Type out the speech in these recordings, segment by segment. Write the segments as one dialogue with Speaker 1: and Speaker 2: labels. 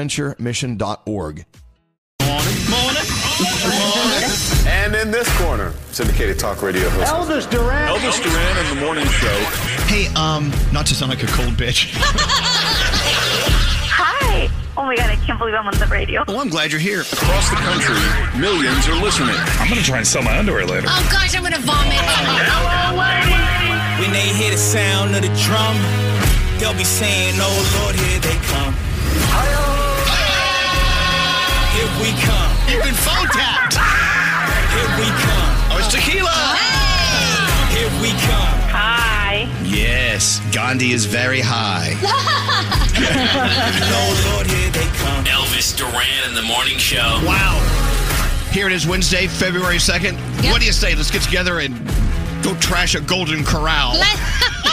Speaker 1: adventuremission.org.
Speaker 2: And in this corner, syndicated talk radio host
Speaker 3: Elvis Duran.
Speaker 2: Elvis Duran and the morning show.
Speaker 4: Hey, um, not to sound like a cold bitch.
Speaker 5: Hi. Oh my god, I can't believe I'm on the radio.
Speaker 4: Well, I'm glad you're here.
Speaker 2: Across the country, millions are listening.
Speaker 6: I'm gonna try and sell my underwear later.
Speaker 7: Oh gosh, I'm gonna vomit.
Speaker 8: Oh,
Speaker 9: When they hear the sound of the drum, they'll be saying, Oh Lord, here they come. Here we come.
Speaker 4: You've been phone tapped.
Speaker 9: Here we come.
Speaker 4: Oh, it's tequila.
Speaker 9: Here we come.
Speaker 5: Hi.
Speaker 4: Yes, Gandhi is very high.
Speaker 9: Oh Lord, here they come.
Speaker 10: Elvis Duran in the morning show.
Speaker 4: Wow. Here it is Wednesday, February 2nd.
Speaker 7: Yep.
Speaker 4: What do you say? Let's get together and go trash a golden corral.
Speaker 7: Let's,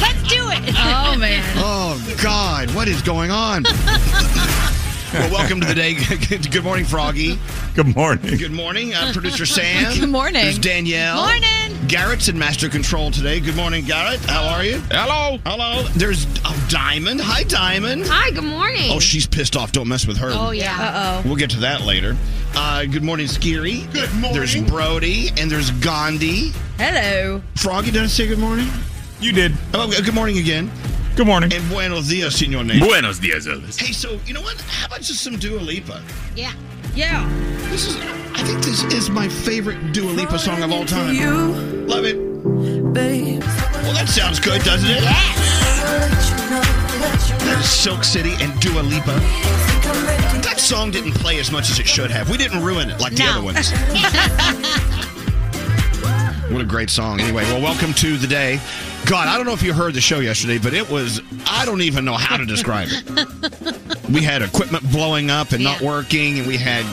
Speaker 7: let's do it.
Speaker 11: Oh man.
Speaker 4: oh, God, what is going on? well, welcome to the day. Good morning, Froggy.
Speaker 6: Good morning.
Speaker 4: Good morning, uh, producer Sam.
Speaker 11: Good morning.
Speaker 4: There's Danielle.
Speaker 7: Morning.
Speaker 4: Garrett's in master control today. Good morning, Garrett. How are you?
Speaker 6: Hello.
Speaker 4: Hello. There's oh, Diamond. Hi, Diamond.
Speaker 7: Hi, good morning.
Speaker 4: Oh, she's pissed off. Don't mess with her.
Speaker 7: Oh, yeah.
Speaker 11: Uh
Speaker 4: We'll get to that later. Uh, good morning, Skiri. Good morning. There's Brody and there's Gandhi.
Speaker 11: oh. Hello.
Speaker 4: Froggy, did I say good morning?
Speaker 6: You did.
Speaker 4: Oh, uh, good morning again.
Speaker 6: Good morning.
Speaker 4: And buenos dias, senor name.
Speaker 10: Buenos dias, Elvis.
Speaker 4: Hey, so you know what? How about just some Dua Lipa?
Speaker 7: Yeah.
Speaker 11: Yeah.
Speaker 4: This is, I think this is my favorite Dua Lipa song of all time. Love it. Well, that sounds good, doesn't it? There's Silk City and Dua Lipa. That song didn't play as much as it should have. We didn't ruin it like the
Speaker 7: No.
Speaker 4: other ones. what a great song. Anyway, well, welcome to the day. God, I don't know if you heard the show yesterday, but it was, I don't even know how to describe it. we had equipment blowing up and not
Speaker 7: Yeah.
Speaker 4: working, and we had.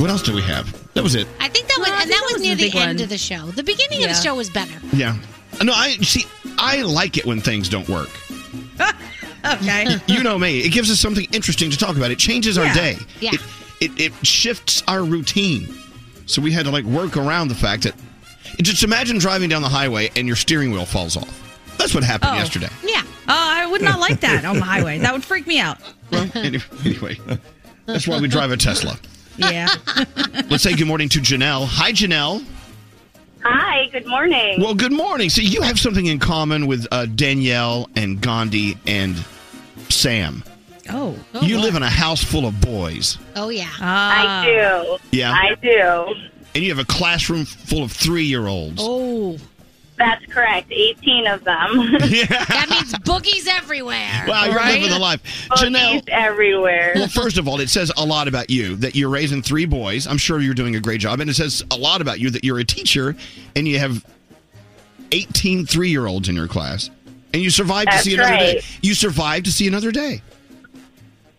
Speaker 4: What else did we have? That was it.
Speaker 7: I think that was,
Speaker 11: Well, I
Speaker 7: and
Speaker 11: think
Speaker 7: that
Speaker 11: that
Speaker 7: was,
Speaker 11: was
Speaker 7: near
Speaker 11: the
Speaker 7: the,
Speaker 11: big
Speaker 7: end
Speaker 11: one.
Speaker 7: of the show. The beginning of the
Speaker 11: Yeah.
Speaker 7: show was better.
Speaker 4: Yeah. No, I see. I like it when things don't work.
Speaker 11: Okay.
Speaker 4: You know me. It gives us something interesting to talk about. It changes our
Speaker 11: Yeah.
Speaker 4: day.
Speaker 7: Yeah.
Speaker 4: It, it it shifts our routine. So we had to like work around the fact that just imagine driving down the highway and your steering wheel falls off. That's what happened
Speaker 11: Oh.
Speaker 4: yesterday.
Speaker 11: Yeah. Oh, I would not like that on the highway. That would freak me out.
Speaker 4: Any- Anyway, that's why we drive a Tesla.
Speaker 11: Yeah.
Speaker 4: Let's say good morning to Janelle. Hi, Janelle.
Speaker 12: Hi, good morning.
Speaker 4: Well, good morning. See, you have something in common with uh, Danielle and Gandhi and Sam.
Speaker 11: Oh.
Speaker 4: you live in a house full of boys.
Speaker 8: Oh, yeah.
Speaker 12: I do.
Speaker 4: Yeah.
Speaker 12: I do.
Speaker 4: And you have a classroom full of three year olds.
Speaker 8: Oh.
Speaker 12: That's correct. 18 of them.
Speaker 13: That means boogies everywhere.
Speaker 4: Wow, you're living the life. Janelle.
Speaker 12: Oh, everywhere.
Speaker 4: Well, first of all, it says a lot about you that you're raising three boys. I'm sure you're doing a great job. And it says a lot about you that you're a teacher and you have 18 three year olds in your class. And you survived
Speaker 12: That's
Speaker 4: to see another day.
Speaker 12: right.
Speaker 4: You survived to see another day.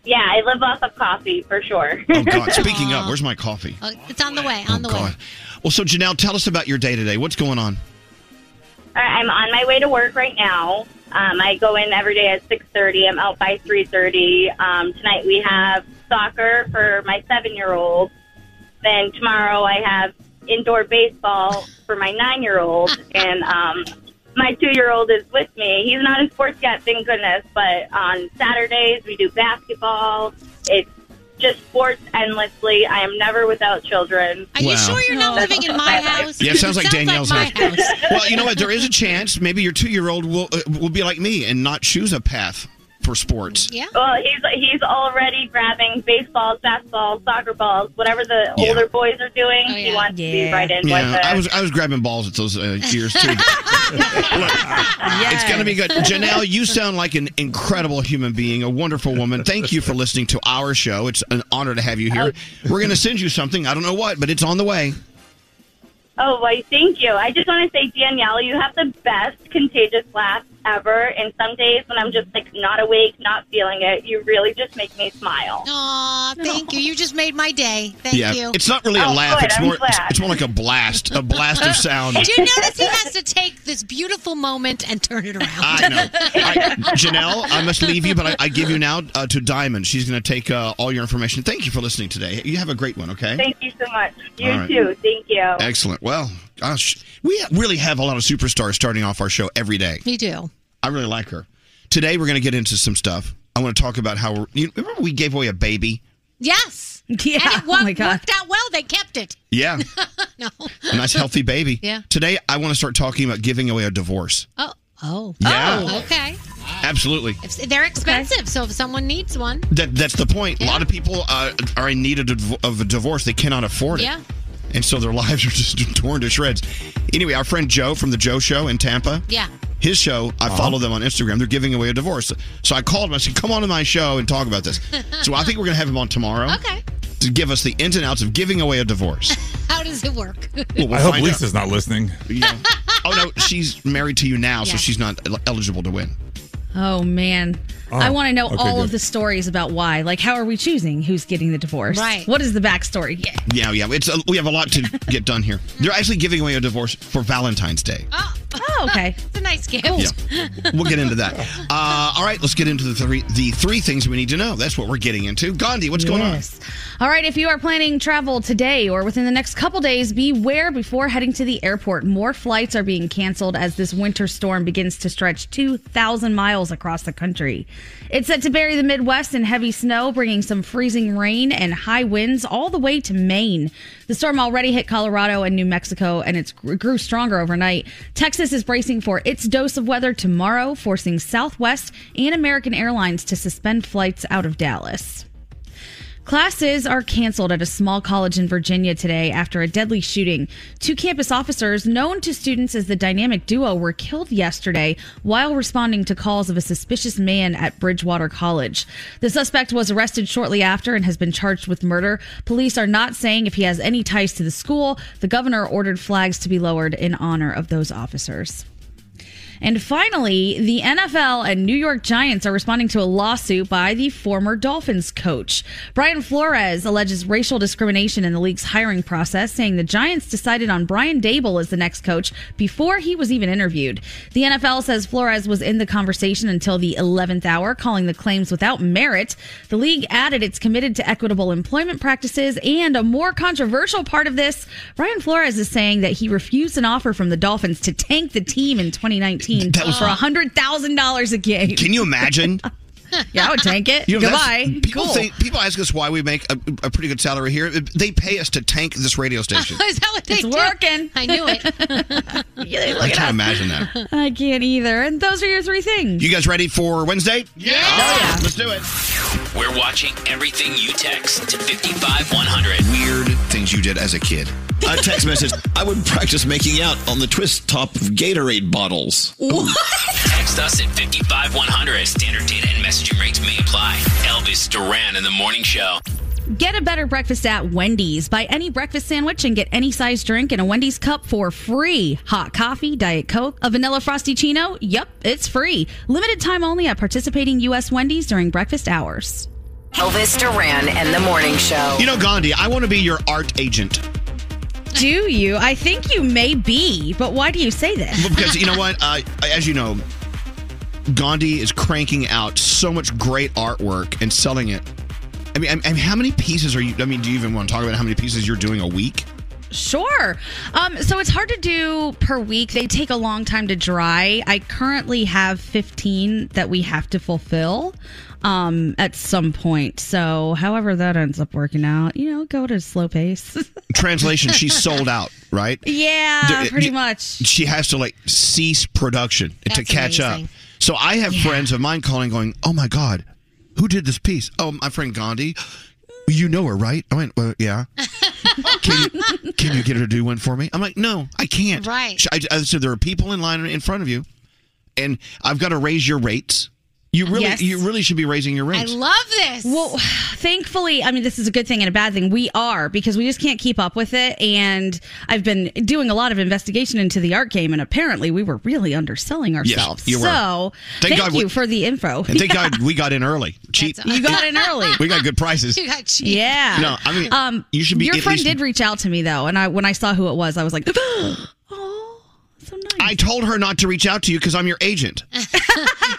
Speaker 12: Yeah, I live off of coffee for sure.
Speaker 4: Oh, God. Speaking of, where's my coffee?
Speaker 8: Oh, it's on the way. On the way.
Speaker 4: God. Well, so Janelle, tell us about your day today. What's going on?
Speaker 12: All right, I'm on my way to work right now. Um, I go in every day at 6:30. I'm out by 3:30. Um, tonight we have soccer for my seven-year-old. Then tomorrow I have indoor baseball for my nine-year-old, and um, my two-year-old is with me. He's not in sports yet, thank goodness. But on Saturdays we do basketball. It's just sports endlessly. I am never without children.
Speaker 4: Are you Wow. sure
Speaker 13: you're not living in my house?
Speaker 4: Yeah, it sounds like Danielle's house. well, you know what? There is a chance maybe your two year old will uh, will be like me and not choose a path for sports.
Speaker 8: Yeah.
Speaker 12: Well, he's he's already grabbing baseballs, fastballs, soccer balls, whatever the
Speaker 4: Yeah.
Speaker 12: older boys are doing.
Speaker 8: Oh,
Speaker 12: He wants to be right in
Speaker 4: Yeah,
Speaker 12: with it.
Speaker 4: I was I was grabbing balls at those uh, years too. It's gonna be good. Janelle, you sound like an incredible human being, a wonderful woman. Thank you for listening to our show. It's an honor to have you here. We're gonna send you something. I don't know what, but it's on the way.
Speaker 12: Oh, why? Thank you. I just want to say, Danielle, you have the best contagious laugh ever. And some days when I'm just like not awake, not feeling it, you really just make me smile.
Speaker 8: Aw, thank you. You just made my day. Thank
Speaker 4: yeah,
Speaker 8: you.
Speaker 4: it's not really a
Speaker 8: Oh,
Speaker 4: laugh.
Speaker 8: good.
Speaker 4: It's
Speaker 8: I'm
Speaker 4: more it's,
Speaker 8: glad.
Speaker 4: it's more like a blast, a blast of sound.
Speaker 8: Do you notice he has to take this beautiful moment and turn it around?
Speaker 4: I know. Janelle, I must leave you, but I, I give you now uh, to Diamond. She's going to take uh, all your information. Thank you for listening today. You have a great one, okay?
Speaker 12: Thank you so much. You
Speaker 4: All right.
Speaker 12: too. Thank you.
Speaker 4: Excellent. Well, gosh, we really have a lot of superstars starting off our show every day.
Speaker 8: You do.
Speaker 4: I really like her. Today, we're going to get into some stuff. I want to talk about how we're, you remember we gave away a baby?
Speaker 8: Yes.
Speaker 11: Yeah. oh
Speaker 8: And it wo- worked out well. They kept it.
Speaker 4: Yeah.
Speaker 8: no.
Speaker 4: A nice, healthy baby.
Speaker 8: Yeah.
Speaker 4: Today, I want to start talking about giving away a divorce.
Speaker 8: Oh. Oh.
Speaker 4: Yeah.
Speaker 8: Oh, okay.
Speaker 4: Absolutely.
Speaker 8: If, they're expensive, so if someone needs one,
Speaker 4: That, that's the point. A lot of people uh, are in need of, div- of a divorce, they cannot afford it.
Speaker 8: yeah.
Speaker 4: and so their lives are just torn to shreds. Anyway, our friend Joe from the Joe Show in Tampa,
Speaker 8: Yeah.
Speaker 4: his show,
Speaker 6: Uh-huh.
Speaker 4: I follow them on Instagram. They're giving away a divorce, so I called him. I said, "Come on to my show and talk about this." so I think we're going to have him on tomorrow.
Speaker 8: Okay.
Speaker 4: To give us the ins and outs of giving away a divorce.
Speaker 8: How does it work?
Speaker 6: I hope Lisa's not listening.
Speaker 4: oh no, she's married to you now, so
Speaker 11: Yeah.
Speaker 4: she's not el- eligible to win.
Speaker 11: Oh man.
Speaker 4: Oh,
Speaker 11: I want to know
Speaker 4: okay,
Speaker 11: all of
Speaker 4: good.
Speaker 11: the stories about why. Like, how are we choosing who's getting the divorce?
Speaker 4: Right.
Speaker 11: What is the backstory? Yeah.
Speaker 4: Yeah, yeah. It's a, we have a lot to get done here. They're actually giving away a divorce for Valentine's Day.
Speaker 11: Oh, okay.
Speaker 8: it's a nice gift.
Speaker 4: Yeah. We'll get into that. Uh, all right, let's get into the three the three things we need to know. That's what we're getting into. Gandhi, what's going on?
Speaker 11: All right, if you are planning travel today or within the next couple days, beware before heading to the airport. More flights are being canceled as this winter storm begins to stretch 2,000 miles across the country. It's set to bury the Midwest in heavy snow, bringing some freezing rain and high winds all the way to Maine. The storm already hit Colorado and New Mexico, and it's it grew stronger overnight. Texas is bracing for its dose of weather tomorrow, forcing Southwest and American Airlines to suspend flights out of Dallas. Classes are canceled at a small college in Virginia today after a deadly shooting. Two campus officers, known to students as the dynamic duo, were killed yesterday while responding to calls of a suspicious man at Bridgewater College. The suspect was arrested shortly after and has been charged with murder. Police are not saying if he has any ties to the school. The governor ordered flags to be lowered in honor of those officers. And finally, the NFL and New York Giants are responding to a lawsuit by the former Dolphins coach. Brian Flores alleges racial discrimination in the league's hiring process, saying the Giants decided on Brian Dable as the next coach before he was even interviewed. The NFL says Flores was in the conversation until the 11th hour, calling the claims without merit. The league added it's committed to equitable employment practices. And a more controversial part of this, Brian Flores is saying that he refused an offer from the Dolphins to tank the team in 2019
Speaker 4: That was-
Speaker 11: for $100,000 a game.
Speaker 4: Can you imagine?
Speaker 11: yeah, I would tank it.
Speaker 4: You know, that's-
Speaker 11: Goodbye.
Speaker 4: People
Speaker 11: cool.
Speaker 4: think, people ask us why we make a, a pretty good salary here. They pay us to tank this radio station.
Speaker 13: Is that what they
Speaker 11: It's
Speaker 13: do?
Speaker 11: working.
Speaker 13: I knew it.
Speaker 4: I can't imagine that.
Speaker 11: I can't either. And those are your three things.
Speaker 4: You guys ready for Wednesday? Yeah. Let's do it.
Speaker 10: We're watching everything you text to 55100.
Speaker 14: Weird things you did as a kid. A text message. I would practice making out on the twist top of Gatorade bottles.
Speaker 10: Text us at 55100. Standard data and messaging rates may apply. Elvis Duran in the morning show.
Speaker 11: Get a better breakfast at Wendy's. Buy any breakfast sandwich and get any size drink in a Wendy's cup for free. Hot coffee, Diet Coke, a vanilla frosty chino. Yep, it's free. Limited time only at participating U.S. Wendy's during breakfast hours.
Speaker 15: Elvis Duran and the Morning Show.
Speaker 4: You know, Gandhi, I want to be your art agent.
Speaker 11: Do you? I think you may be, but why do you say
Speaker 4: Well,
Speaker 11: that?
Speaker 4: because you know what? Uh, as you know, Gandhi is cranking out so much great artwork and selling it. I mean, I, I mean, how many pieces are you? I mean, do you even want to talk about how many pieces you're doing a week?
Speaker 11: Sure. Um, so it's hard to do per week. They take a long time to dry. I currently have 15 that we have to fulfill um, at some point. So, however, that ends up working out, you know, go at a slow pace.
Speaker 4: Translation: She's sold out, right?
Speaker 11: yeah,
Speaker 4: There-
Speaker 11: pretty
Speaker 4: you-
Speaker 11: much.
Speaker 4: She has to like cease production to
Speaker 11: That's
Speaker 4: catch
Speaker 11: amazing.
Speaker 4: up. So I have friends of mine calling, going, "Oh my god, who did this piece? Oh, my friend Gandhi. You know her, right? I went, well, yeah. can, you, can you get her to do one for me? I'm like, no, I can't. Right. I, I said there are people in line in front of you, and I've got to raise your rates. You really,
Speaker 11: Yes.
Speaker 4: you really should be raising your rates.
Speaker 11: love this. Well, thankfully, I mean, this is a good thing and a bad thing. We are because we just can't keep up with it. And I've been doing a lot of investigation into the art game, and apparently, we were really underselling ourselves.
Speaker 4: you were.
Speaker 11: So,
Speaker 4: Thank
Speaker 11: thank,
Speaker 4: God we-
Speaker 11: you for the info.
Speaker 4: and thank
Speaker 11: Yeah.
Speaker 4: God we got in early. Cheap.
Speaker 11: You got in early.
Speaker 4: We got good prices.
Speaker 11: Yeah. Um,
Speaker 4: No, I mean, you should be
Speaker 11: Your
Speaker 4: at
Speaker 11: friend
Speaker 4: least-
Speaker 11: did reach out to me though, and I when I saw who it was, I was like,
Speaker 4: I told her not to reach out to you because I'm your agent.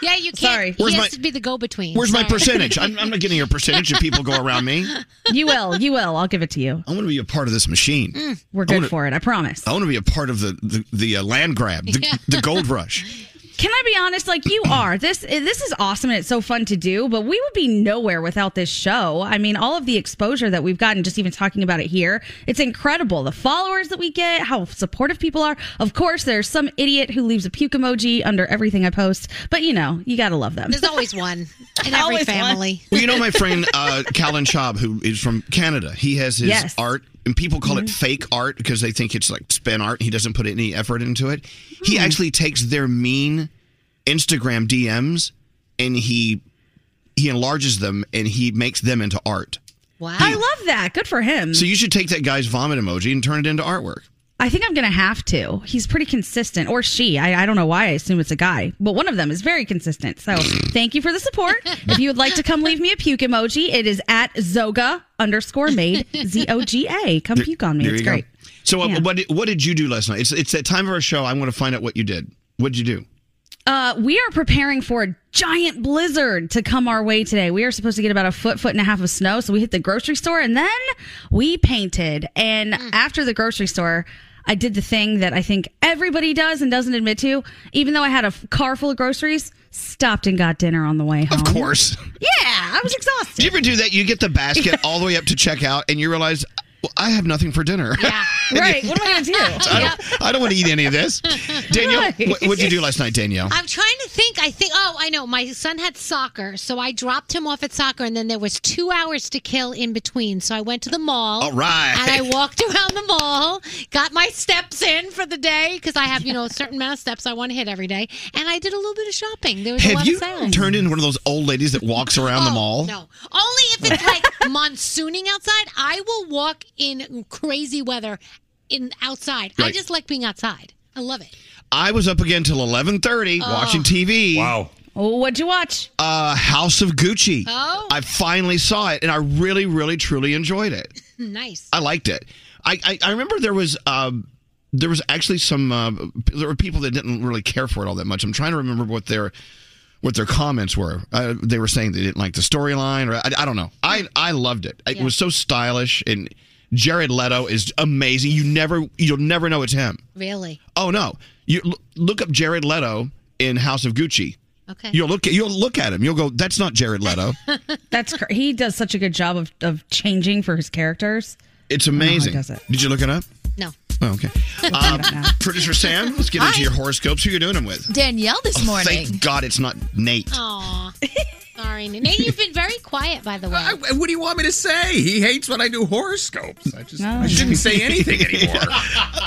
Speaker 13: yeah, you can't. Sorry. He
Speaker 4: Where's
Speaker 13: has
Speaker 4: my-
Speaker 13: to be the go-between.
Speaker 4: Where's my
Speaker 13: Sorry.
Speaker 4: percentage? I'm, I'm not getting your percentage if people go around me.
Speaker 11: "You will, you will. I'll give it to you.
Speaker 4: I want to be a part of this machine.
Speaker 11: We're
Speaker 4: I
Speaker 11: good
Speaker 4: wanna-
Speaker 11: for it. I promise."
Speaker 4: I want to be a part of the the, the uh, land grab, the,
Speaker 11: Yeah.
Speaker 4: the gold rush.
Speaker 11: Can I be honest? Like you are. This eh, this is awesome and it's so fun to do, but we would be nowhere without this show. I mean, all of the exposure that we've gotten just even talking about it here, it's incredible. The followers that we get, how supportive people are. Of course, there's some idiot who leaves a puke emoji under everything I post, but you know, you got to love them.
Speaker 13: There's always one in
Speaker 11: Always
Speaker 13: every
Speaker 11: one.
Speaker 13: family.
Speaker 4: Well, you know my friend uh, Callan Schaub, who is from Canada. He has his
Speaker 13: Yes.
Speaker 4: art, and people call it
Speaker 11: Mm-hmm.
Speaker 4: fake art because they think it's like spin art. He doesn't put any effort into it. He
Speaker 11: Hmm.
Speaker 4: actually takes their mean Instagram DMs and he he enlarges them and he makes them into art.
Speaker 11: Wow. I love that. Good for him.
Speaker 4: So you should take that guy's vomit emoji and turn it into artwork.
Speaker 11: Um, I think I'm going to have to. He's pretty consistent, or she. I, I don't know why I assume it's a guy, but one of them is very consistent. So thank you for the support. If you would like to come leave me a puke emoji, it is at Zoga underscore made, Z O G A. Come puke on me.
Speaker 4: There
Speaker 11: It's
Speaker 4: you go.
Speaker 11: great.
Speaker 4: So what,
Speaker 11: Yeah.
Speaker 4: what did- what did you do last night? It's it's that time of our show. I want to find out what you did. What did you do?
Speaker 11: Uh, we are preparing for a giant blizzard to come our way today. We are supposed to get about a foot, foot and a half of snow. So we hit the grocery store and then we painted. And
Speaker 13: Hmm.
Speaker 11: after the grocery store, I did the thing that I think everybody does and doesn't admit to. Even though I had a f- car full of groceries, stopped and got dinner on the way home.
Speaker 4: Of course.
Speaker 11: Yeah, I was exhausted.
Speaker 4: Do you ever do that? You get the basket all the way up to checkout, and you realize well, I have nothing for dinner. Yeah,
Speaker 11: Right. What am I going to do?
Speaker 4: I, don't, I don't want to eat any of this. Danielle,
Speaker 13: Right.
Speaker 4: what did you do last night, Danielle?
Speaker 13: I'm trying to think. I think. Oh, I know. My son had soccer, so I dropped him off at soccer, and then there was two hours to kill in between. So I went to the mall.
Speaker 4: All right.
Speaker 13: And I walked around the mall, got my steps in for the day because I have you know a certain amount of steps I want to hit every day, and I did a little bit of shopping. There was a
Speaker 4: have
Speaker 13: lot
Speaker 4: you
Speaker 13: of sales.
Speaker 4: turned into one of those old ladies that walks around the
Speaker 13: Oh,
Speaker 4: mall?
Speaker 13: No. Only if it's like monsooning outside, I will walk in crazy weather in outside. I
Speaker 4: Right.
Speaker 13: just like being outside. I love it.
Speaker 4: I was up again till 11:30
Speaker 13: Oh.
Speaker 4: watching TV. Wow.
Speaker 11: What'd you watch?
Speaker 4: Uh, House of Gucci.
Speaker 13: Oh.
Speaker 4: I finally saw it, and I really, really, truly enjoyed it.
Speaker 13: Nice.
Speaker 4: I liked it. I, I, I remember there was um, there was actually some uh, there were people that didn't really care for it all that much. I'm trying to remember what their what their comments were. Uh, they were saying they didn't like the storyline, or I, I don't know. I I loved it. It
Speaker 16: Yeah.
Speaker 4: was so stylish, and Jared Leto is amazing. You never you'll never know it's him.
Speaker 13: Really?
Speaker 4: Oh no! You l- look up Jared Leto in House of Gucci.
Speaker 13: Okay.
Speaker 4: You'll look at you'll look at him. You'll go, that's not Jared Leto.
Speaker 11: That's cr- he does such a good job of, of changing for his characters.
Speaker 4: It's amazing.
Speaker 11: does it.
Speaker 4: Did you look it up?
Speaker 13: No.
Speaker 4: Oh, okay. Um, Producer Sam, let's get into your horoscopes. Who you doing them with?
Speaker 17: Danielle this
Speaker 4: Oh,
Speaker 17: morning.
Speaker 4: Thank God it's not Nate.
Speaker 13: Aw. Sorry, Nate. Nate, you've been very quiet, by the way.
Speaker 16: What do you want me to say? He hates when I do horoscopes. I just I shouldn't say anything anymore.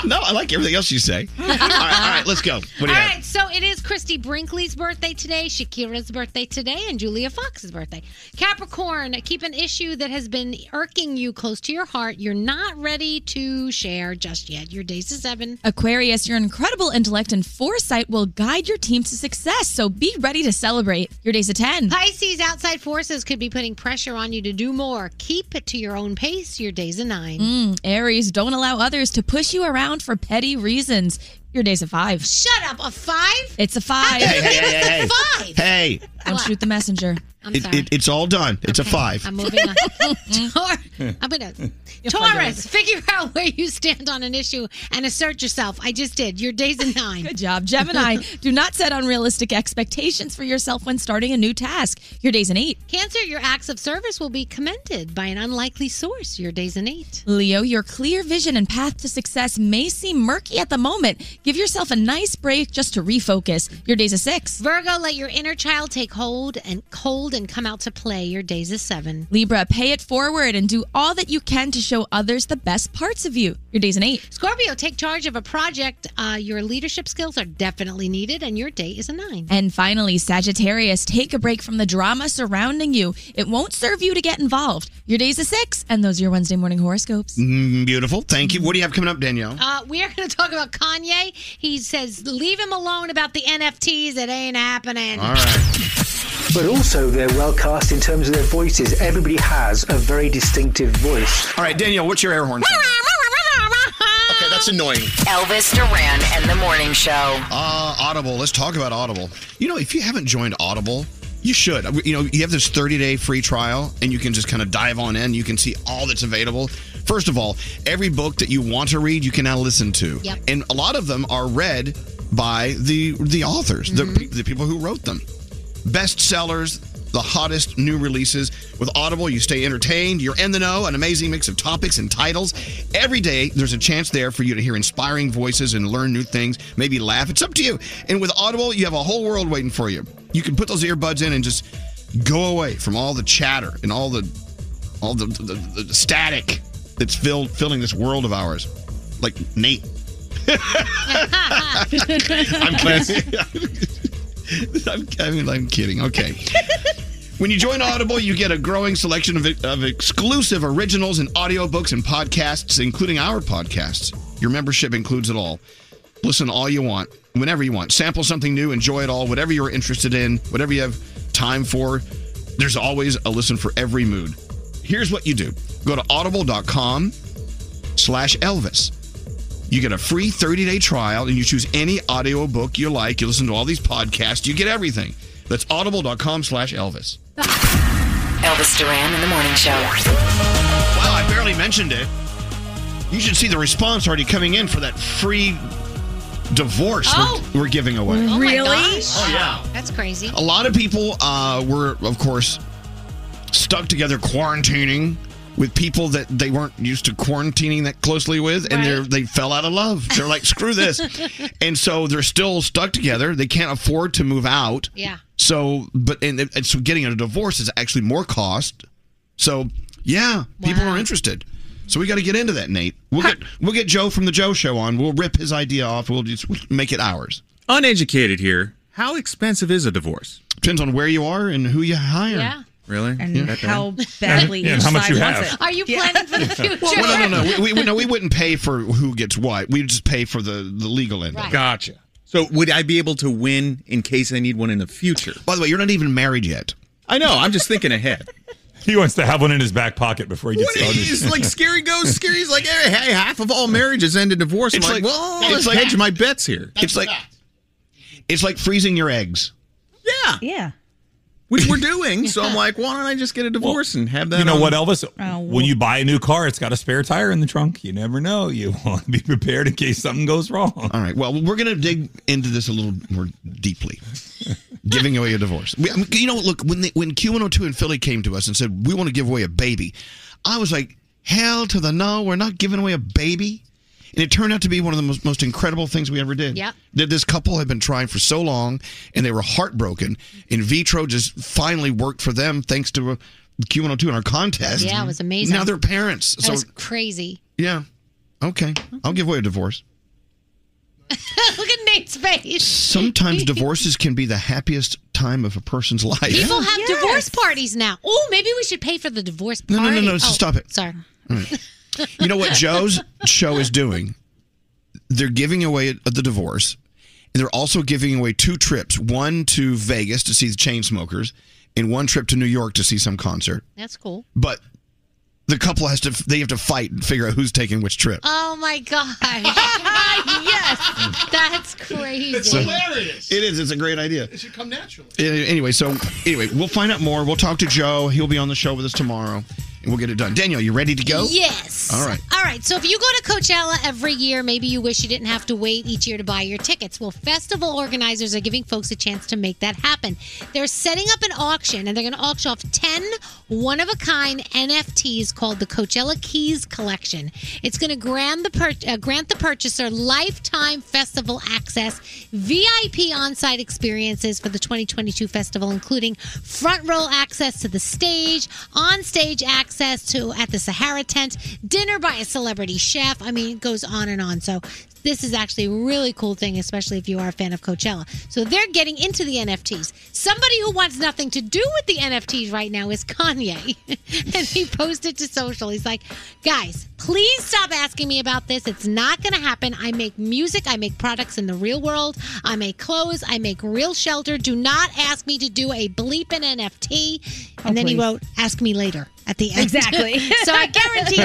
Speaker 4: no, I like everything else you say. all, right, all right, let's go. What do you
Speaker 13: All
Speaker 4: have?
Speaker 13: right, so it is Christy Brinkley's birthday today, Shakira's birthday today, and Julia Fox's birthday. Capricorn, keep an issue that has been irking you close to your heart. You're not ready to share just yet. Your day's to seven.
Speaker 17: Aquarius, your incredible intellect and foresight will guide your team to success, so be ready to celebrate. Your day's a 10.
Speaker 13: Pisces, outside forces could be putting pressure on you to do more. Keep it to your own pace. Your day's a nine.
Speaker 17: Mm, Aries, don't allow others to push you around for petty reasons. Your day's a 5.
Speaker 13: Shut up, a five?
Speaker 17: It's a 5.
Speaker 4: Hey, hey, hey, hey, hey.
Speaker 13: Five.
Speaker 4: Hey,
Speaker 17: Don't shoot the messenger.
Speaker 13: I'm
Speaker 4: it,
Speaker 13: sorry.
Speaker 4: it, it's all done. It's a five.
Speaker 13: I'm moving on. Tor- I'm gonna Taurus, figure out where you stand on an issue and assert yourself. I just did. Your day's a nine.
Speaker 17: Good job, Gemini. Do not set unrealistic expectations for yourself when starting a new task. Your day's an 8.
Speaker 13: Cancer, your acts of service will be commended by an unlikely source. Your day's an eight.
Speaker 17: Leo, your clear vision and path to success may seem murky at the moment. Give yourself a nice break just to refocus. Your day's a 6.
Speaker 13: Virgo, let your inner child take hold and hold and come out to play. Your day's a seven.
Speaker 17: Libra, pay it forward and do all that you can to show others the best parts of you. Your day's an 8.
Speaker 13: Scorpio, take charge of a project. Uh, your leadership skills are definitely needed, and your day is a nine.
Speaker 17: And finally, Sagittarius, take a break from the drama surrounding you. It won't serve you to get involved. Your day's a 6, and those are your Wednesday morning horoscopes.
Speaker 4: Mm, beautiful. Thank you. What do you have coming up, Danielle?
Speaker 13: Uh, we are going to talk about Kanye. He says, "Leave him alone about the NFTs. It ain't happening."
Speaker 4: All right.
Speaker 7: But also, they're well cast in terms of their voices. Everybody has a very distinctive voice.
Speaker 4: All right, Danielle, what's your air horn?
Speaker 7: okay,
Speaker 4: that's annoying.
Speaker 15: Elvis Duran and the Morning Show.
Speaker 4: Uh, Audible. Let's talk about Audible. You know, if you haven't joined Audible, you should. You know, you have this 30 day free trial and you can just kind of dive on in. You can see all that's available. First of all, every book that you want to read, you can now listen to.
Speaker 18: Yep.
Speaker 4: And a lot of them are read by the the authors, the, pe- the people who wrote them. Best sellers, the hottest new releases. With Audible, you stay entertained, you're in the know, an amazing mix of topics and titles. Every day, there's a chance there for you to hear inspiring voices and learn new things, maybe laugh. It's up to you. And with Audible, you have a whole world waiting for you. You can put those earbuds in and just go away from all the chatter and all the all the, the, the, the static that's filled filling this world of ours. Like Nate. I'm kidding. I'm, I mean, I'm kidding. Okay. When you join Audible, you get a growing selection of, of exclusive originals and audiobooks and podcasts, including our podcasts. Your membership includes it all. Listen all you want, whenever you want. Sample something new, enjoy it all, whatever you're interested in, whatever you have time for. There's always a listen for every mood. Here's what you do go to audible.com slash Elvis. You get a free 30 day trial and you choose any audiobook you like. You listen to all these podcasts, you get everything. That's audible.com slash Elvis.
Speaker 15: Elvis Duran and the Morning Show.
Speaker 4: Wow, I barely mentioned it. You should see the response already coming in for that free divorce we're-
Speaker 13: Oh.
Speaker 4: we're, giving away.
Speaker 13: Oh my gosh.
Speaker 4: Oh, yeah.
Speaker 13: That's crazy.
Speaker 4: A lot of people uh, were, of course, stuck together quarantining with people that they weren't used to quarantining that closely with, and they're, they fell out of love. They're like, screw this. And so they're still stuck together. They can't afford to move out.
Speaker 13: Yeah.
Speaker 4: So, but and, and so getting a divorce is actually more cost. So, yeah, people are interested. So we got to get into that, Nate. We'll get we'll get Joe from the Joe Show on. We'll rip his idea off. We'll just make it ours.
Speaker 16: Uneducated here. How expensive is a divorce?
Speaker 4: Depends on where you are and who you hire.
Speaker 13: Yeah.
Speaker 16: Really?
Speaker 11: And
Speaker 16: Yeah.
Speaker 11: how
Speaker 16: Okay.
Speaker 11: badly
Speaker 16: Yeah, and
Speaker 11: each
Speaker 16: how much
Speaker 11: side
Speaker 16: you
Speaker 11: wants
Speaker 4: have.
Speaker 11: it.
Speaker 13: Are you planning for the future?
Speaker 4: well, no, no, no. We, we, no, we wouldn't pay for who gets what. We would just pay for the, the legal end. of it.
Speaker 16: Gotcha. So would I be able to win in case I need one in the future?
Speaker 4: By the way, you're not even married yet.
Speaker 16: I know. I'm just thinking ahead.
Speaker 6: He wants to have one in his back pocket before he gets started.
Speaker 16: He's like scary ghost. Scary's like, hey, hey, half of all marriages end in divorce. I'm
Speaker 4: It's like-
Speaker 16: like, well,
Speaker 4: it's
Speaker 16: let's
Speaker 4: like-
Speaker 16: hedge my bets here.
Speaker 4: It's like it's like freezing your eggs.
Speaker 16: Yeah.
Speaker 11: Yeah.
Speaker 16: Which we're doing. So I'm like, why don't I just get a divorce and have that?
Speaker 6: You know
Speaker 16: on-
Speaker 6: what, Elvis?
Speaker 4: Oh,
Speaker 11: well-
Speaker 6: when you buy a new car, it's got a spare tire in the trunk. You never know. You want to be prepared in case something goes wrong. All
Speaker 4: right. Well, we're gonna dig into this a little more deeply. giving away a divorce. We, I mean, you know, look when they, when Q102 in Philly came to us and said we want to give away a baby, I was like, hell to the no, we're not giving away a baby. And it turned out to be one of the most, most incredible things we ever did.
Speaker 13: Yep.
Speaker 4: That this couple had been trying for so long, and they were heartbroken. And Vitro just finally worked for them thanks to uh, Q102 and our contest.
Speaker 13: Yeah, it was amazing.
Speaker 4: Now they're parents.
Speaker 13: That
Speaker 4: so
Speaker 13: was crazy.
Speaker 4: yeah, okay, I'll give away a divorce.
Speaker 13: Look at Nate's face.
Speaker 4: Sometimes divorces can be the happiest time of a person's life.
Speaker 13: People have divorce parties now. Oh, maybe we should pay for the divorce
Speaker 4: No,
Speaker 13: party.
Speaker 4: no, no, no,
Speaker 13: Oh,
Speaker 4: stop it.
Speaker 13: Sorry.
Speaker 4: All right. You know what Joe's show is doing? They're giving away the divorce. And they're also giving away two trips, one to Vegas to see the Chainsmokers and one trip to New York to see some concert.
Speaker 13: That's cool.
Speaker 4: But the couple has to they have to fight and figure out who's taking which trip.
Speaker 13: Oh my gosh. yes. That's crazy.
Speaker 4: So- It is. It's a great idea.
Speaker 13: should come naturally.
Speaker 4: Uh, Anyway, so anyway, we'll find out more. We'll talk to Joe. He'll be on the show with us tomorrow and we'll get it done. Daniel, you ready to go?
Speaker 13: Yes.
Speaker 4: All right.
Speaker 13: All right. So if you go to Coachella every year, maybe you wish you didn't have to wait each year to buy your tickets. Well, festival organizers are giving folks a chance to make that happen. They're setting up an auction and they're going to auction off 10 one of a kind NFTs called the Coachella Keys Collection. It's going to grant the, pur- uh, grant the purchaser lifetime festival access, VIP on site experiences for the 2022 festival, including front row access to the stage, on stage access to at the Sahara tent, dinner by a celebrity chef. I mean, it goes on and on. So this is actually a really cool thing, especially if you are a fan of Coachella. So they're getting into the NFTs. Somebody who wants nothing to do with the NFTs right now is Kanye. and he posted to social. He's like, guys, please stop asking me about this. It's not going to happen. I make music, I make products in the real world, I make clothes, I make real shelter. Do not ask me to do a bleeping NFT. And
Speaker 11: Oh,
Speaker 13: then he
Speaker 11: please.
Speaker 13: wrote, ask me later at the end.
Speaker 11: Exactly.
Speaker 13: so I guarantee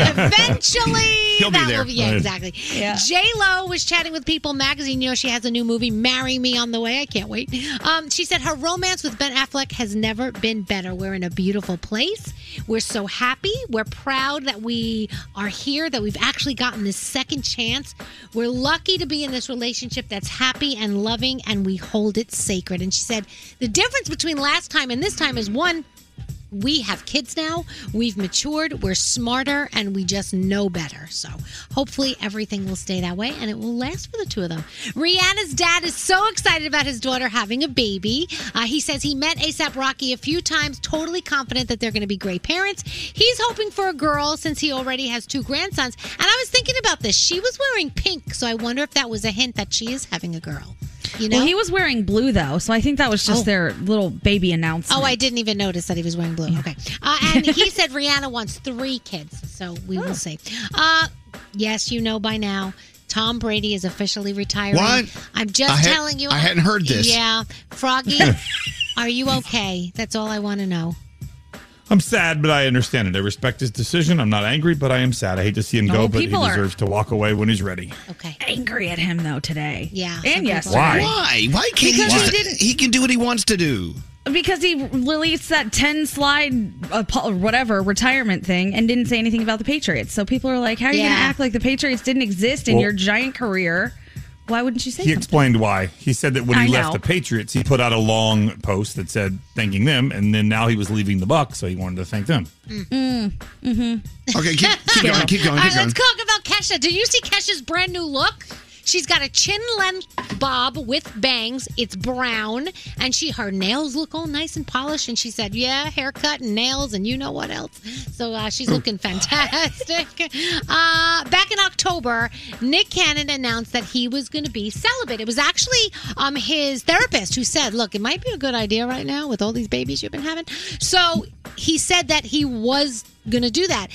Speaker 13: eventually
Speaker 11: He'll be
Speaker 13: that
Speaker 11: there.
Speaker 13: will be, yeah,
Speaker 11: Right.
Speaker 13: exactly.
Speaker 11: Yeah.
Speaker 13: J Lo was chatting with People Magazine. You know, she has a new movie, "Marry Me," on the way. I can't wait. Um, she said her romance with Ben Affleck has never been better. We're in a beautiful place. We're so happy. We're proud that we are here. That we've actually gotten this second chance. We're lucky to be in this relationship that's happy and loving, and we hold it sacred. And she said the difference between last time and this time is one we have kids now, we've matured, we're smarter, and we just know better. So hopefully everything will stay that way and it will last for the two of them. Rihanna's dad is so excited about his daughter having a baby. Uh, he says he met ASAP Rocky a few times, totally confident that they're going to be great parents. He's hoping for a girl since he already has two grandsons. And I was thinking about this. She was wearing pink, so I wonder if that was a hint that she is having a girl. You know?
Speaker 11: Well, he was wearing blue though, so I think that was just their little baby announcement.
Speaker 13: Oh, I didn't even notice that he was wearing blue. Okay. Uh, and he said Rihanna wants three kids, so we
Speaker 4: Oh.
Speaker 13: will see. Uh, yes, you know by now. Tom Brady is officially retiring.
Speaker 4: What?
Speaker 13: I'm just
Speaker 4: I had-
Speaker 13: telling you.
Speaker 4: I hadn't heard this.
Speaker 13: Yeah. Froggy, are you okay? That's all I want to know.
Speaker 6: I'm sad, but I understand it. I respect his decision. I'm not angry, but I am sad. I hate to see him go,
Speaker 11: Oh,
Speaker 6: but he
Speaker 11: people are-
Speaker 6: deserves to walk away when he's ready.
Speaker 13: Okay.
Speaker 11: Angry at him though today.
Speaker 13: Yeah.
Speaker 11: And yesterday.
Speaker 6: Why?
Speaker 4: Why? Why can't
Speaker 11: Because
Speaker 4: he
Speaker 11: he
Speaker 4: just
Speaker 11: didn't-
Speaker 4: he can do what he wants to do.
Speaker 11: Because he released that 10 slide uh, po- or whatever retirement thing and didn't say anything about the Patriots. So people are like, how are you going
Speaker 13: Yeah.
Speaker 11: to act like the Patriots didn't exist in
Speaker 6: Well-
Speaker 11: your giant career? Why wouldn't you say
Speaker 6: He
Speaker 11: something?
Speaker 6: explained why. He said that when he
Speaker 11: I
Speaker 6: left
Speaker 11: know.
Speaker 6: the Patriots, he put out a long post that said thanking them, and then now he was leaving the Bucks, so he wanted to thank them.
Speaker 13: Mm. Mm-hmm.
Speaker 4: Okay, keep, keep going, keep going,
Speaker 13: All right,
Speaker 4: keep going.
Speaker 13: let's talk about Kesha. Did you see Kesha's brand new look? She's got a chin length bob with bangs. It's brown, and she her nails look all nice and polished. And she said, "Yeah, haircut and nails, and you know what else." So uh, she's looking fantastic. Uh, back in October, Nick Cannon announced that he was going to be celibate. It was actually um, his therapist who said, "Look, it might be a good idea right now with all these babies you've been having." So he said that he was going to do that.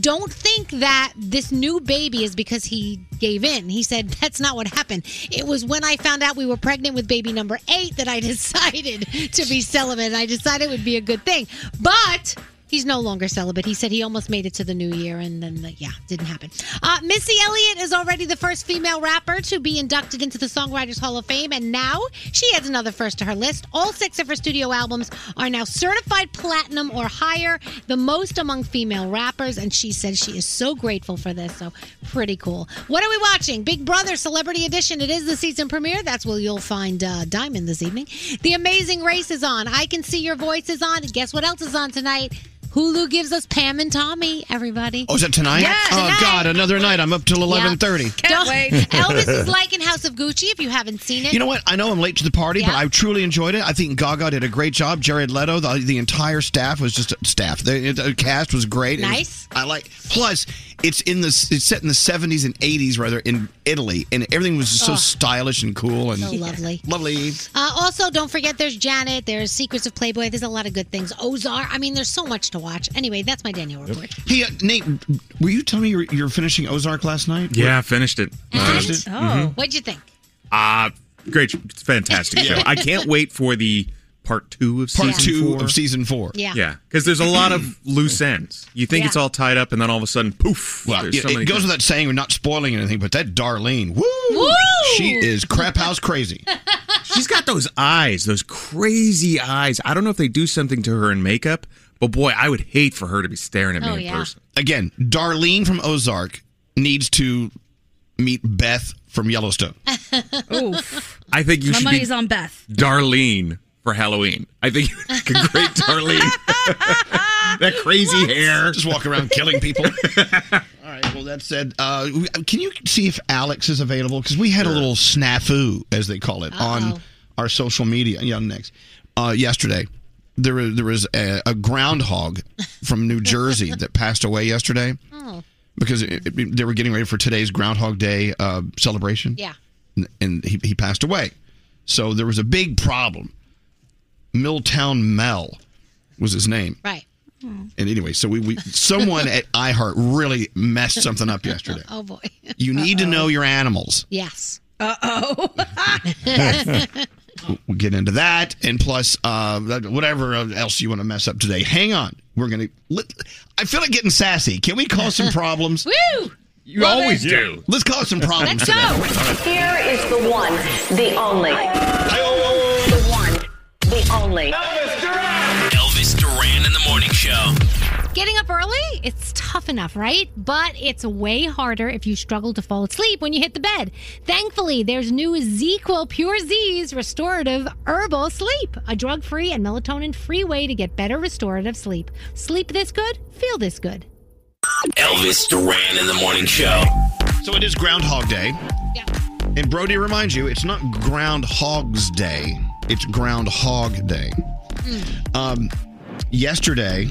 Speaker 13: Don't think that this new baby is because he gave in. He said, That's not what happened. It was when I found out we were pregnant with baby number eight that I decided to be celibate. And I decided it would be a good thing. But. He's no longer celibate. He said he almost made it to the new year, and then, like, yeah, didn't happen. Uh, Missy Elliott is already the first female rapper to be inducted into the Songwriters Hall of Fame, and now Oh, she adds another first to her list. All six of her studio albums are now certified platinum or higher, the most among female rappers, and she says she is so grateful for this, so pretty cool. What are we watching? Big Brother Celebrity Edition. It is the season premiere. That's where you'll find uh, Diamond this evening. The Amazing Race is on. I Can See Your Voice is on. And guess what else is on tonight? Hulu gives us Pam and Tommy, everybody.
Speaker 4: Oh, is that tonight?
Speaker 13: Yes,
Speaker 4: oh
Speaker 13: tonight.
Speaker 4: God, another night. I'm up till eleven thirty.
Speaker 13: Don't- Elvis is liking House of Gucci if you haven't seen it.
Speaker 4: You know what? I know I'm late to the party, but
Speaker 13: Yeah.
Speaker 4: I truly enjoyed it. I think Gaga did a great job. Jared Leto, the, the entire staff was just staff. The, the cast was great. It was-
Speaker 13: Nice.
Speaker 4: I like. Plus, it's in the it's set in the 70s and 80s rather in Italy, and everything was just so
Speaker 13: Oh.
Speaker 4: stylish and cool and
Speaker 13: So lovely.
Speaker 4: Lovely.
Speaker 13: Uh, also, don't forget there's Janet, there's Secrets of Playboy, there's a lot of good things. Ozark, I mean, there's so much to watch. Anyway, that's my Daniel report.
Speaker 4: Hey uh, Nate, were you telling me you were, you were finishing Ozark last night?
Speaker 16: Yeah, I finished it.
Speaker 4: Finished
Speaker 16: Uh,
Speaker 4: it? Oh. mm-hmm.
Speaker 16: mhm.
Speaker 13: What'd you think?
Speaker 16: Ah, great, sh- it's a fantastic show.
Speaker 4: Yeah.
Speaker 16: I can't wait for the part two of
Speaker 4: Part
Speaker 16: season
Speaker 4: two
Speaker 16: four.
Speaker 4: of season four.
Speaker 13: Yeah.
Speaker 16: yeah, because there's a lot of loose ends. You think
Speaker 4: Yeah.
Speaker 16: it's all tied up, and then all of a sudden, poof!
Speaker 4: Well,
Speaker 16: there's
Speaker 4: it,
Speaker 16: so
Speaker 4: it
Speaker 16: many
Speaker 4: goes
Speaker 16: things.
Speaker 4: without saying we're not spoiling anything, but that Darlene, woo,
Speaker 13: Woo!
Speaker 4: she is crap house crazy.
Speaker 16: She's got those eyes, those crazy eyes. I don't know if they do something to her in makeup, but boy, I would hate for her to be staring at me
Speaker 4: Oh,
Speaker 16: in
Speaker 4: yeah.
Speaker 16: person.
Speaker 4: Again, Darlene from Ozark needs to meet Beth from Yellowstone.
Speaker 11: Ooh,
Speaker 16: I think you
Speaker 11: my
Speaker 16: should
Speaker 11: money's
Speaker 16: be
Speaker 11: on Beth.
Speaker 16: Darlene for Halloween. I think you would make a great Darlene. that crazy hair.
Speaker 4: Just walk around killing people. All right. Well, that said, uh, we- can you see if Alex is available? Because we had a little snafu, as they call it, on our social media. Yeah, I'm next. Uh, yesterday, there was, there was a, a groundhog from New Jersey that passed away yesterday
Speaker 13: Oh,
Speaker 4: because it, it- they were getting ready for today's Groundhog Day uh, celebration.
Speaker 13: yeah.
Speaker 4: N- and he, he passed away. So there was a big problem. Milltown Mel was his name.
Speaker 13: Right.
Speaker 4: And anyway, so we, we someone at iHeart really messed something up yesterday.
Speaker 13: Oh, boy.
Speaker 4: You need to know your animals.
Speaker 13: Yes. Uh oh.
Speaker 4: We'll get into that, and plus uh, whatever else you want to mess up today. Hang on, we're gonna. Let, I feel like getting sassy. Can we cause some problems?
Speaker 13: Woo!
Speaker 4: You always do. Let's cause some problems.
Speaker 15: Let's
Speaker 4: today.
Speaker 15: go. Here is the one, the only.
Speaker 4: oh,
Speaker 15: The one, the only.
Speaker 10: Elvis Duran in the morning show.
Speaker 13: Getting up early, it's tough enough, right? But it's way harder if you struggle to fall asleep when you hit the bed. Thankfully, there's new ZQL Pure Z's restorative herbal sleep, a drug free and melatonin free way to get better restorative sleep. Sleep this good, feel this good.
Speaker 10: Elvis Duran in the morning show.
Speaker 4: So it is Groundhog Day. And Brody reminds you, it's not Groundhog's Day. It's Groundhog Day. Um, yesterday,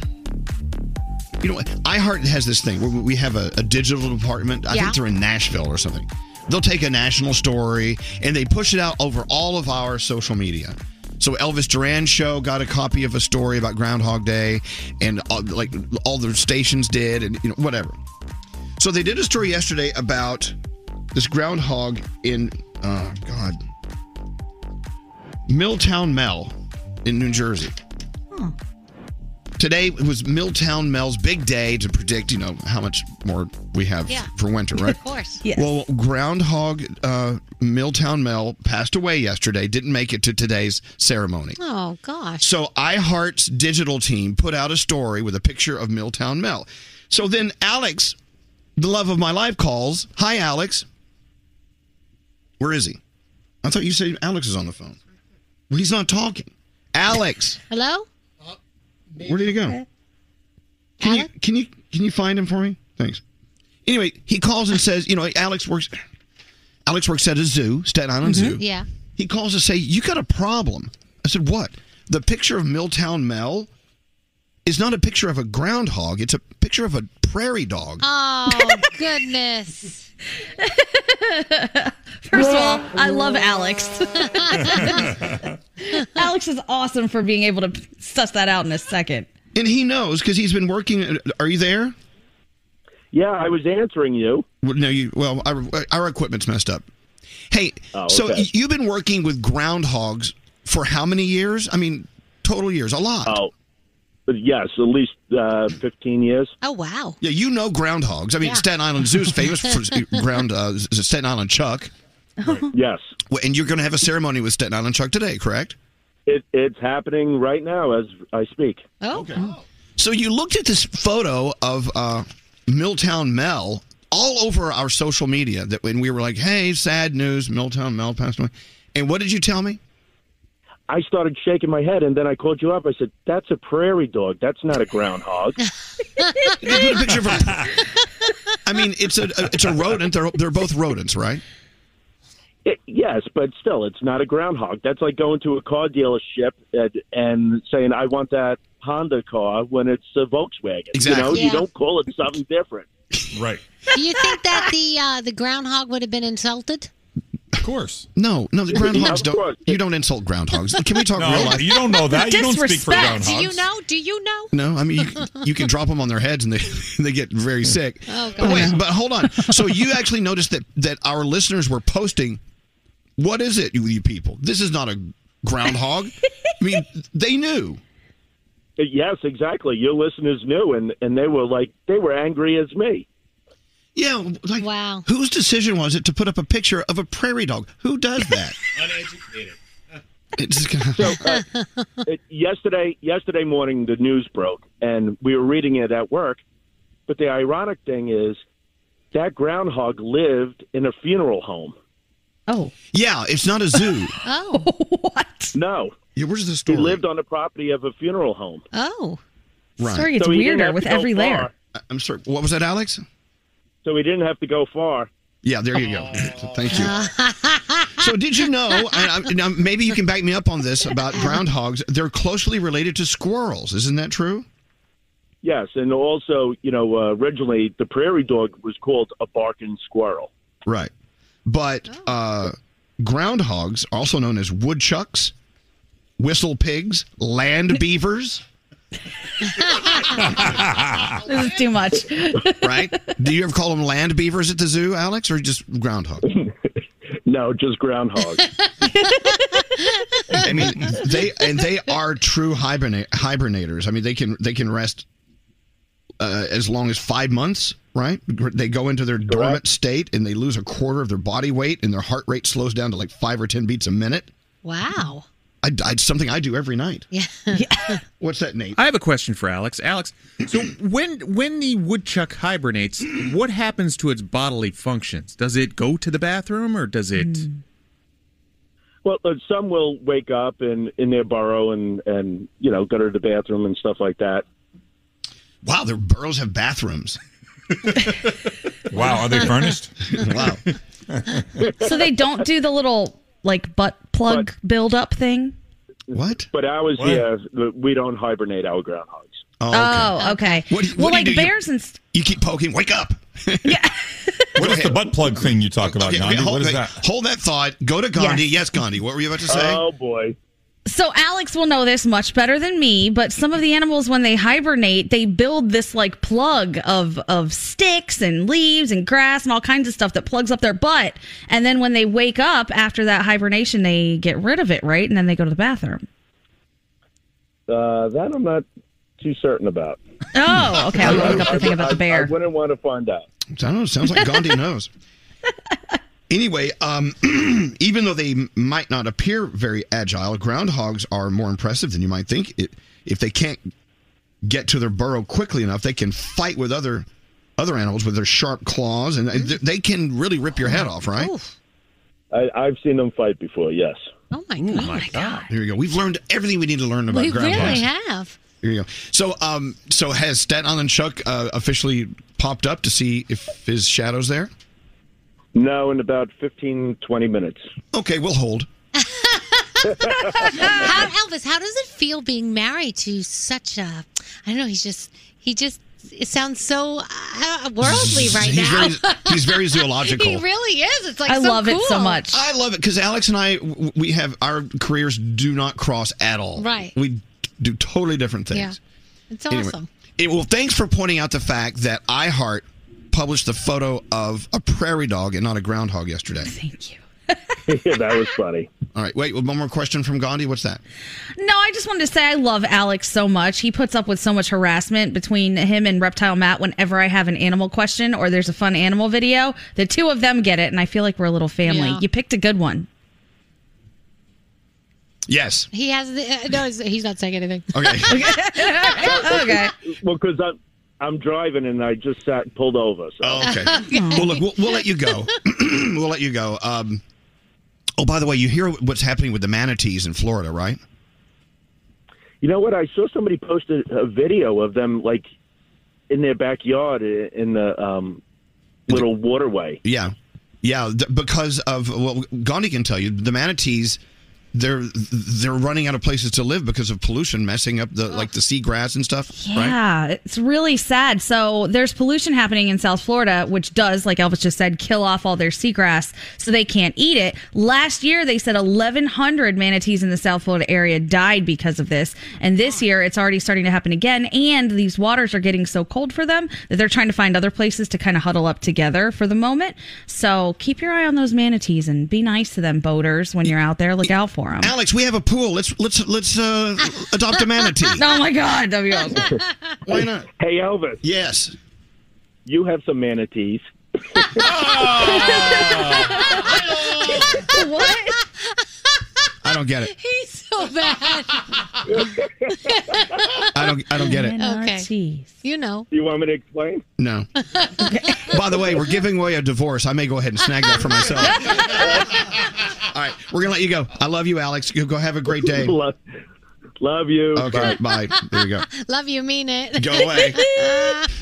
Speaker 4: you know, what? iHeart has this thing where we have a, a digital department. I
Speaker 18: Yeah.
Speaker 4: think they're in Nashville or something. They'll take a national story and they push it out over all of our social media. So Elvis Duran show got a copy of a story about Groundhog Day, and all, like all the stations did, and you know whatever. So they did a story yesterday about this groundhog in oh god, Milltown Mel in New Jersey. Today was Milltown Mel's big day to predict, you know, how much more we have
Speaker 13: Yeah.
Speaker 4: for winter, right?
Speaker 13: Of course.
Speaker 4: Well, Groundhog uh, Milltown Mel passed away yesterday. Didn't make it to today's ceremony.
Speaker 13: Oh, gosh.
Speaker 4: So iHeart's digital team put out a story with a picture of Milltown Mel. So then Alex, the love of my life, calls. Hi, Alex. Where is he? I thought you said Alex is on the phone. Well, he's not talking. Alex,
Speaker 13: Hello?
Speaker 4: where did he go? Can you can you can you find him for me? Thanks. Anyway, he calls and says, you know, Alex works. Alex works at a zoo, Staten Island Zoo.
Speaker 13: Mm-hmm. Yeah.
Speaker 4: He calls to say, You got a problem. I said, What? The picture of Milltown Mel is not a picture of a groundhog, it's a picture of a prairie dog.
Speaker 13: Oh, goodness.
Speaker 11: First of all, I love Alex. Alex is awesome for being able to suss that out in a second.
Speaker 4: And he knows because he's been working. Are you there?
Speaker 18: Yeah, I was answering you.
Speaker 4: Well, no, you. Well, our, our equipment's messed up. Hey,
Speaker 18: Oh,
Speaker 4: so
Speaker 18: okay.
Speaker 4: y- you've been working with groundhogs for how many years? I mean, total years, a lot. Oh,
Speaker 18: But yes, at least uh, 15 years.
Speaker 13: Oh wow!
Speaker 4: Yeah, you know groundhogs. I mean, Staten Island Zoo is famous for s- ground uh, s- Staten Island Chuck.
Speaker 18: Yes.
Speaker 4: Well, and you're going to have a ceremony with Staten Island Chuck today, correct?
Speaker 18: It, it's happening right now as I speak.
Speaker 13: Oh.
Speaker 4: So you looked at this photo of uh, Milltown Mel all over our social media that when we were like, "Hey, sad news, Milltown Mel passed away," and what did you tell me?
Speaker 18: I started shaking my head, and then I called you up. I said, "That's a prairie dog. That's not a groundhog."
Speaker 4: They put a picture of a- I mean, it's a it's a rodent. They're they're both rodents, right?
Speaker 18: It- yes, but still, it's not a groundhog. That's like going to a car dealership and, and saying, "I want that Honda car" when it's a Volkswagen. You know,
Speaker 13: Exactly.
Speaker 18: you
Speaker 13: Yeah.
Speaker 18: don't call it something different.
Speaker 6: Right.
Speaker 13: Do you think that the uh, the groundhog would have been insulted?
Speaker 6: Of course.
Speaker 4: No, no, the
Speaker 13: Yeah,
Speaker 4: groundhogs
Speaker 13: of
Speaker 4: don't. You don't insult groundhogs. Can we talk
Speaker 6: No,
Speaker 4: real life?
Speaker 6: you don't know that. You don't speak for Disrespect.
Speaker 13: Do you know? Do you know?
Speaker 4: No, I mean you, you can drop them on their heads and they they get very sick.
Speaker 13: Oh, God.
Speaker 4: but wait, but hold on. So you actually noticed that that our listeners were posting, "What is it, you, you people? This is not a groundhog." I mean, they knew.
Speaker 18: Yes, exactly. Your listeners knew, and and they were like, they were angry as me.
Speaker 4: Yeah, like wow. Whose decision was it to put up a picture of a prairie dog? Who does that?
Speaker 19: Uneducated.
Speaker 4: It's kind of,
Speaker 18: it, yesterday yesterday morning the news broke and we were reading it at work but the ironic thing is that groundhog lived in a funeral home
Speaker 11: oh
Speaker 4: yeah it's not a zoo
Speaker 13: oh
Speaker 18: what no
Speaker 4: yeah, where's the
Speaker 18: story he lived on the property of a funeral home
Speaker 13: oh
Speaker 4: right.
Speaker 18: Sorry, it's So he didn't weirder have to with go every layer. far.
Speaker 4: I- I'm sorry. What was that, Alex?
Speaker 18: so he didn't have to go far
Speaker 4: Yeah, there you go. Thank you. So did you know? And I'm, and I'm- maybe you can back me up on this about groundhogs. They're closely related to squirrels. Isn't that true?
Speaker 18: yes and also you know uh, originally the prairie dog was called a barking squirrel
Speaker 4: Right. But uh, groundhogs, also known as woodchucks, whistle pigs, land beavers.
Speaker 11: This is too much.
Speaker 4: right? Do you ever call them land beavers at the zoo, Alex, or just groundhog?
Speaker 18: no, just groundhog.
Speaker 4: I mean, they and they are true hibernate, hibernators. I mean, they can they can rest uh, as long as five months, right? They go into their dormant state and they lose a quarter of their body weight, and their heart rate slows down to like five or ten beats a minute.
Speaker 13: Wow.
Speaker 4: I, I something I do every night.
Speaker 13: Yeah.
Speaker 4: What's that, Nate?
Speaker 16: I have a question for Alex. Alex, so when when the woodchuck hibernates, what happens to its bodily functions? Does it go to the bathroom or does it?
Speaker 4: Mm.
Speaker 18: Well, uh, some will wake up in in their burrow and and you know go to the bathroom and stuff like that.
Speaker 4: Wow, their burrows have bathrooms.
Speaker 6: Wow,
Speaker 4: Oh,
Speaker 6: are they furnished?
Speaker 4: wow.
Speaker 11: So they don't do the little like butt plug build up thing.
Speaker 4: What?
Speaker 18: But ours,
Speaker 11: What?
Speaker 18: yeah, we don't hibernate our groundhogs.
Speaker 11: Oh, okay.
Speaker 18: What do you-
Speaker 11: well,
Speaker 18: what
Speaker 11: like
Speaker 18: do you do? You-
Speaker 11: bears and st-
Speaker 4: You keep poking. Wake up.
Speaker 6: What is the butt plug thing you talk about,
Speaker 4: Okay,
Speaker 6: Gandhi?
Speaker 4: hold,
Speaker 6: what is
Speaker 4: wait,
Speaker 6: that?
Speaker 4: hold that thought. Go to Gandhi. Yes.
Speaker 6: Yes.
Speaker 4: Gandhi. What were you about to say?
Speaker 18: Oh boy.
Speaker 11: so Alex will know this much better than me. But some of the animals, when they hibernate, they build this like plug of of sticks and leaves and grass and all kinds of stuff that plugs up their butt. And then when they wake up after that hibernation, they get rid of it, right? And then they go to the bathroom.
Speaker 18: Uh, that I'm not too certain about.
Speaker 11: Oh, okay. I'll look up the thing about the
Speaker 18: I
Speaker 11: bear.
Speaker 18: wouldn't want to find out.
Speaker 4: I don't know. Sounds like Gandhi knows. Anyway, um, even though they m- might not appear very agile, groundhogs are more impressive than you might think. It, if they can't get to their burrow quickly enough, they can fight with other other animals with their sharp claws, and they, they can really rip your head off. Right?
Speaker 18: I, I've seen them fight before. Yes.
Speaker 13: Oh my
Speaker 4: Oh my God! Here we go. We've learned everything we need to learn about
Speaker 13: we
Speaker 4: groundhogs.
Speaker 13: really have.
Speaker 4: Here you go. So, um, so has Staten Island Chuck uh, officially popped up to see if his shadow's there?
Speaker 18: No, in about 15, 20 minutes.
Speaker 4: Okay, we'll hold.
Speaker 13: how, Elvis, how does it feel being married to such a? I don't know. He's just he just it sounds so uh, worldly right
Speaker 4: he's
Speaker 13: now.
Speaker 4: Very, he's very zoological.
Speaker 13: he really is. It's like
Speaker 11: I
Speaker 13: so
Speaker 11: love it so
Speaker 13: cool.
Speaker 11: much.
Speaker 4: I love it because Alex and I, w- we have our careers do not cross at all.
Speaker 13: Right.
Speaker 4: We do totally different things.
Speaker 13: Yeah, it's
Speaker 4: Anyway.
Speaker 13: awesome.
Speaker 4: Eh, well, thanks for pointing out the fact that iHeart published the photo of a prairie dog and not a groundhog yesterday. Thank
Speaker 11: you.
Speaker 4: yeah, that was funny. All right, wait, one more question from Gandhi. What's that?
Speaker 11: No, I just wanted to say I love Alex so much. He puts up with so much harassment between him and Reptile Matt whenever I have an animal question or there's a fun animal video. The two of them get it, and I feel like we're a little family.
Speaker 13: Yeah.
Speaker 11: You picked a good one.
Speaker 4: Yes.
Speaker 13: He has the uh, no. he's- He's not saying anything.
Speaker 4: Okay.
Speaker 11: okay.
Speaker 18: Well, because I'm, I'm driving and I just sat and pulled over. So.
Speaker 4: Oh, Okay. well, look, we'll, we'll let you go. we'll let you go. Um, oh, by the way, you hear what's happening with the manatees in Florida, right?
Speaker 18: You know what? I saw somebody posted a video of them like in their backyard i- in the um, little waterway.
Speaker 4: Yeah, yeah. th- because of well, Gandhi can tell you the manatees. They're they're running out of places to live because of pollution messing up the like the seagrass and stuff. Right?
Speaker 11: Oh. Yeah, it's really sad. So there's pollution happening in South Florida, which does, like Elvis just said, kill off all their seagrass so they can't eat it. Last year, they said 1,100 manatees in the South Florida area died because of this. And this year, it's already starting to happen again. And these waters are getting so cold for them that they're trying to find other places to kind of huddle up together for the moment. So keep your eye on those manatees and be nice to them, boaters, when you're out there. Look out for them.
Speaker 4: Alex, we have a pool. Let's let's let's uh, adopt a manatee.
Speaker 11: Oh my God, that'd be awesome.
Speaker 4: Why not?
Speaker 18: Hey, Elvis.
Speaker 4: Yes.
Speaker 18: You have some manatees.
Speaker 4: Oh!
Speaker 11: what?
Speaker 4: I don't get it.
Speaker 13: He's so bad.
Speaker 4: I don't I don't get it.
Speaker 13: Okay. You know.
Speaker 18: You want me to explain?
Speaker 4: No. By the way, we're giving away a divorce. I may go ahead and snag that for myself. All right, we're gonna let you go. I love you, Alex. You Go have a great day.
Speaker 18: Love, you.
Speaker 4: Okay, bye. There you go.
Speaker 13: Love you, mean it.
Speaker 4: Go away.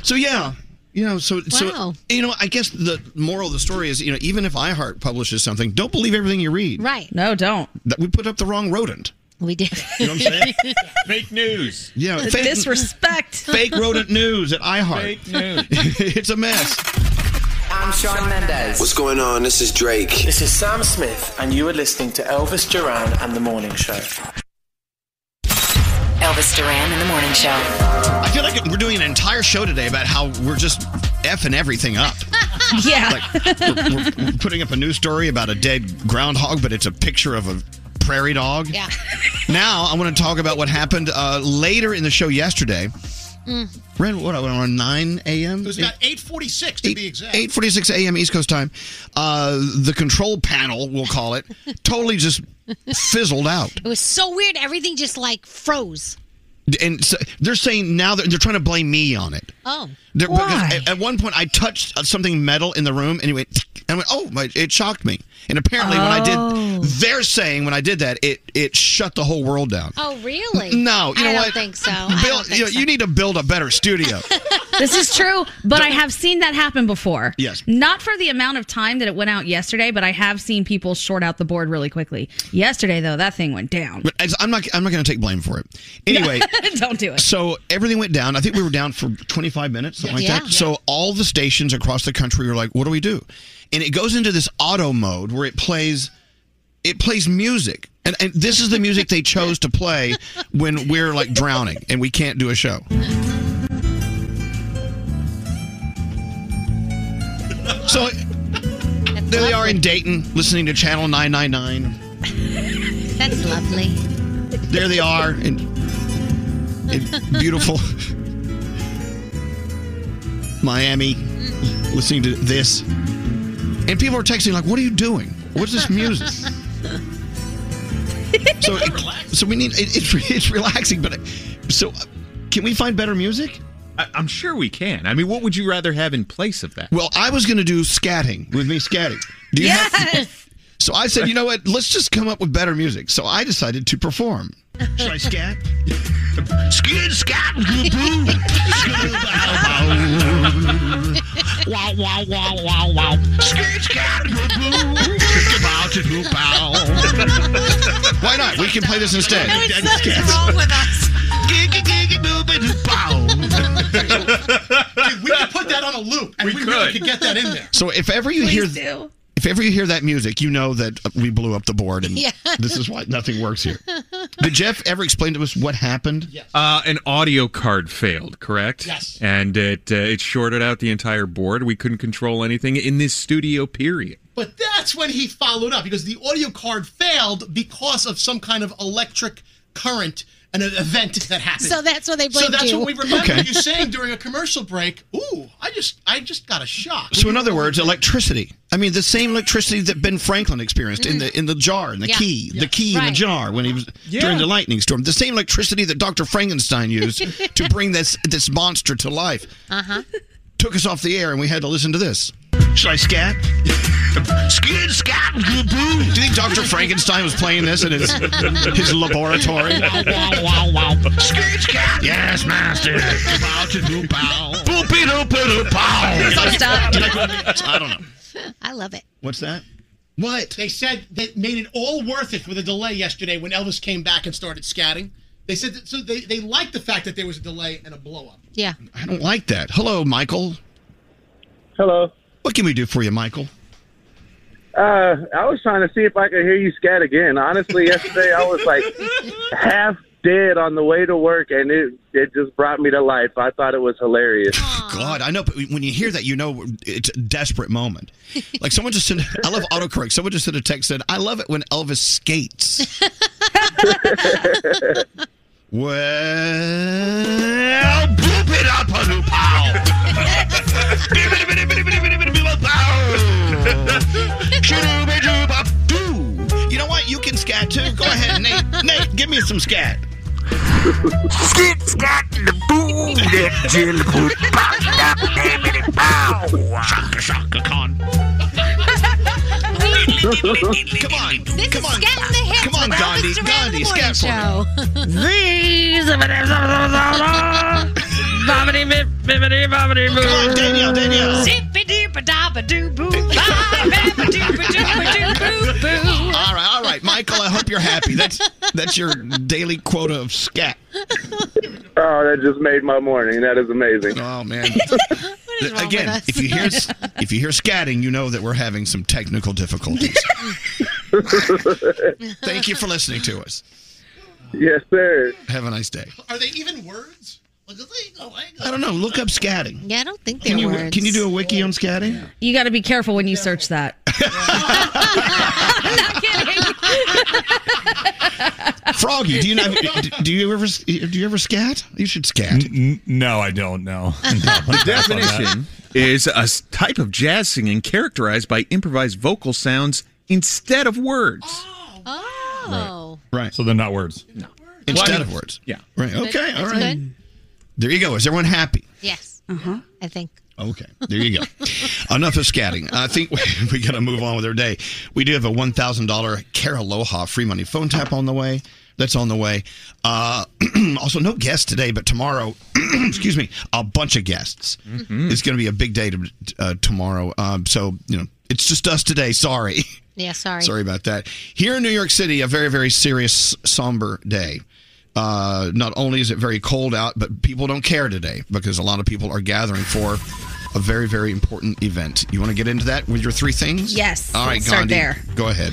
Speaker 4: So yeah, you know, so so
Speaker 13: Wow.
Speaker 4: you know, I guess the moral of the story is, you know, even if iHeart publishes something, don't believe everything you read.
Speaker 13: Right.
Speaker 11: No, don't.
Speaker 4: That we put up the wrong rodent.
Speaker 13: We did.
Speaker 4: You know what I'm saying?
Speaker 6: Fake news.
Speaker 4: Yeah,
Speaker 6: The
Speaker 4: fake-
Speaker 11: disrespect.
Speaker 4: Fake rodent news at iHeart.
Speaker 6: Fake news.
Speaker 4: it's a mess.
Speaker 19: I'm Sean Mendez.
Speaker 20: What's going on? This is Drake.
Speaker 19: This is Sam Smith, and you are listening to Elvis Duran and the Morning Show. Elvis Duran and the Morning Show.
Speaker 4: I feel like we're doing an entire show today about how we're just effing everything up.
Speaker 11: Yeah.
Speaker 4: Like, we're, we're- we're putting up a news story about a dead groundhog, but it's a picture of a prairie dog.
Speaker 13: Yeah.
Speaker 4: Now I want to talk about what happened uh, later in the show yesterday. We're at, what, around 9 a.m.?
Speaker 21: It was about 846 to be exact.
Speaker 4: 8:46 a.m. East Coast time. Uh, the control panel, we'll call it, totally just fizzled out.
Speaker 13: It was so weird. Everything just like froze.
Speaker 4: And so they're saying now that they're trying to blame me on it.
Speaker 13: Oh.
Speaker 4: There, because At, at one point, I touched uh, something metal in the room, and it went, tick, and I went, "Oh, my!" It shocked me. And apparently, when I
Speaker 13: Oh.
Speaker 4: did, they're saying when I did that, it it shut the whole world down.
Speaker 13: Oh, really?
Speaker 4: No, you know
Speaker 13: I don't
Speaker 4: what?
Speaker 13: think so. Oh, I
Speaker 4: Bill,
Speaker 13: don't
Speaker 4: you, know, you need to build a better studio.
Speaker 11: this is true, but I have seen that happen before.
Speaker 4: Yes.
Speaker 11: Not for the amount of time that it went out yesterday, but I have seen people short out the board really quickly. Yesterday, though, that thing went down.
Speaker 4: but as- I'm not I'm not going to take blame for it. Anyway,
Speaker 11: don't do it.
Speaker 4: so everything went down. I think we were down for 25 minutes, something
Speaker 11: Yeah.
Speaker 4: like that. So all the stations across the country were like, "What do we do?" And it goes into this auto mode where it plays it plays music. And, and this is the music they chose to play when we're like drowning and we can't do a show. So there they are in Dayton listening to Channel 999.
Speaker 13: That's lovely.
Speaker 4: There they are, and, and beautiful Miami, listening to this, and people are texting like, "What are you doing? What's this music?" so, it, so we need it, it's it's relaxing, but so uh, can we find better music?
Speaker 16: I, I'm sure we can. I mean, what would you rather have in place of that?
Speaker 4: Well, I was going to do scatting with me scatting. Do you yes. so I said, you know what? Let's just come up with better music. So I decided to perform. Should I scat? Skid scat boo. Wow wow wow wow wow. Skid scat boo. about it boo bow. Why not? We can play this instead.
Speaker 9: There is something wrong with us.
Speaker 4: Giggy giggy boo boo bow.
Speaker 21: Dude, we could put that on a loop, and we, really could get that in there.
Speaker 4: So if ever you
Speaker 21: Please
Speaker 4: hear
Speaker 21: do.
Speaker 4: if ever you hear that music, you know that we blew up the board and
Speaker 21: Yeah.
Speaker 4: this is why nothing works here. Did Jeff ever explain to us what happened?
Speaker 16: Uh, an audio card failed, correct? Yes. And it uh, it shorted out the entire board. We couldn't control anything in this studio. Period.
Speaker 21: But that's when he followed up because the audio card failed because of some kind of electric current, an e-, event that happened.
Speaker 13: So that's what they
Speaker 21: So
Speaker 13: blamed
Speaker 21: that's
Speaker 13: you.
Speaker 21: what we remember
Speaker 4: Okay.
Speaker 21: you saying during a commercial break. Ooh, I just, I just got a shock.
Speaker 4: So in other words, electricity. I mean, the same electricity that Ben Franklin experienced in the in the jar, in the
Speaker 21: Yeah.
Speaker 4: key,
Speaker 21: Yeah.
Speaker 4: the key in
Speaker 21: Right.
Speaker 4: the jar when he was during the lightning storm. The same electricity that Dr. Frankenstein used to bring this this monster to life
Speaker 13: Uh huh.
Speaker 4: took us off the air, and we had to listen to this. Should I scat? Skid scat boo. Do you think Dr. Frankenstein was playing this in his his laboratory? wow, wow, wow. Skid scat. Yes, master. Bow to doo bow. Boopy doopy doo pow.
Speaker 13: Stop.
Speaker 4: Did I go- I don't know.
Speaker 13: I love it.
Speaker 4: What's that?
Speaker 21: What? They said that made it all worth it for the delay yesterday when Elvis came back and started scatting. They said that, so they, they liked the fact that there was a delay and a blow up.
Speaker 13: Yeah.
Speaker 4: I don't like that. Hello, Michael. Hello. What can we do for you, Michael?
Speaker 22: Uh, I was trying to see if I could hear you scat again. Honestly, yesterday I was like half dead on the way to work, and it it just brought me to life. I thought it was hilarious.
Speaker 4: God, I know. But when you hear that, you know it's a desperate moment. Like someone just sent. I love autocorrect. Someone just sent a text said, "I love it when Elvis skates." well, boop it up a loop You know what? You can scat too. Go ahead, Nate. Nate, give me some scat. Skit scat the boom that jelly boot pop pop baby pow shaka shaka con. Come on,
Speaker 9: This
Speaker 4: come
Speaker 9: is
Speaker 4: on,
Speaker 9: Scat in the Hits
Speaker 4: come on,
Speaker 9: with
Speaker 4: Gandhi,
Speaker 9: Elvis Duran in the
Speaker 4: Gandhi, scat for me.
Speaker 9: These are
Speaker 4: Bobbity bip, bibbity bobbity boo. Come on, Danielle, Danielle. all right, all right, Michael. I hope you're happy. That's that's your daily quota of scat.
Speaker 22: Oh, that just made my morning. That is amazing.
Speaker 4: Oh man.
Speaker 22: wrong
Speaker 4: Again,
Speaker 22: with us?
Speaker 4: if you hear if you hear scatting, you know that we're having some technical difficulties. Thank you for listening to us.
Speaker 22: Yes, sir.
Speaker 4: Have a nice day.
Speaker 21: Are they even words? Like, are they- oh, I-
Speaker 4: I don't know. Look up scatting.
Speaker 13: Yeah, I don't think
Speaker 4: Can
Speaker 13: they're
Speaker 4: you
Speaker 13: words.
Speaker 4: can you do a wiki on scatting?
Speaker 11: You got to be careful when you search that.
Speaker 4: Froggy, do you know? Do you ever do you ever scat? You should scat.
Speaker 6: no, I don't know.
Speaker 16: The definition is a s- type of jazz singing characterized by improvised vocal sounds instead of words.
Speaker 13: Oh.
Speaker 4: Right.
Speaker 6: So they're not words. No.
Speaker 4: Instead of words.
Speaker 16: Yeah.
Speaker 4: Right.
Speaker 13: Good.
Speaker 4: Okay. All
Speaker 13: That's
Speaker 4: right.
Speaker 13: good.
Speaker 4: There you go. Is everyone happy?
Speaker 13: Yes. Uh huh. I think.
Speaker 4: Okay. There you go. Enough of scatting. I think we, we got to move on with our day. We do have a one thousand dollar Caraloha free money phone tap on the way. That's on the way. Uh, also, no guests today, but tomorrow, excuse me, a bunch of guests. It's going to be a big day to, uh, tomorrow. Um, so you know, it's just us today. Sorry.
Speaker 13: Yeah. Sorry.
Speaker 4: Sorry about that. Here in New York City, a very, very serious, somber day. Uh, not only is it very cold out, but people don't care today because a lot of people are gathering for a very, very important event. You want to get into that with your three things?
Speaker 11: Yes,
Speaker 4: All right,
Speaker 11: let's start
Speaker 4: Gandhi,
Speaker 11: there.
Speaker 4: Go ahead.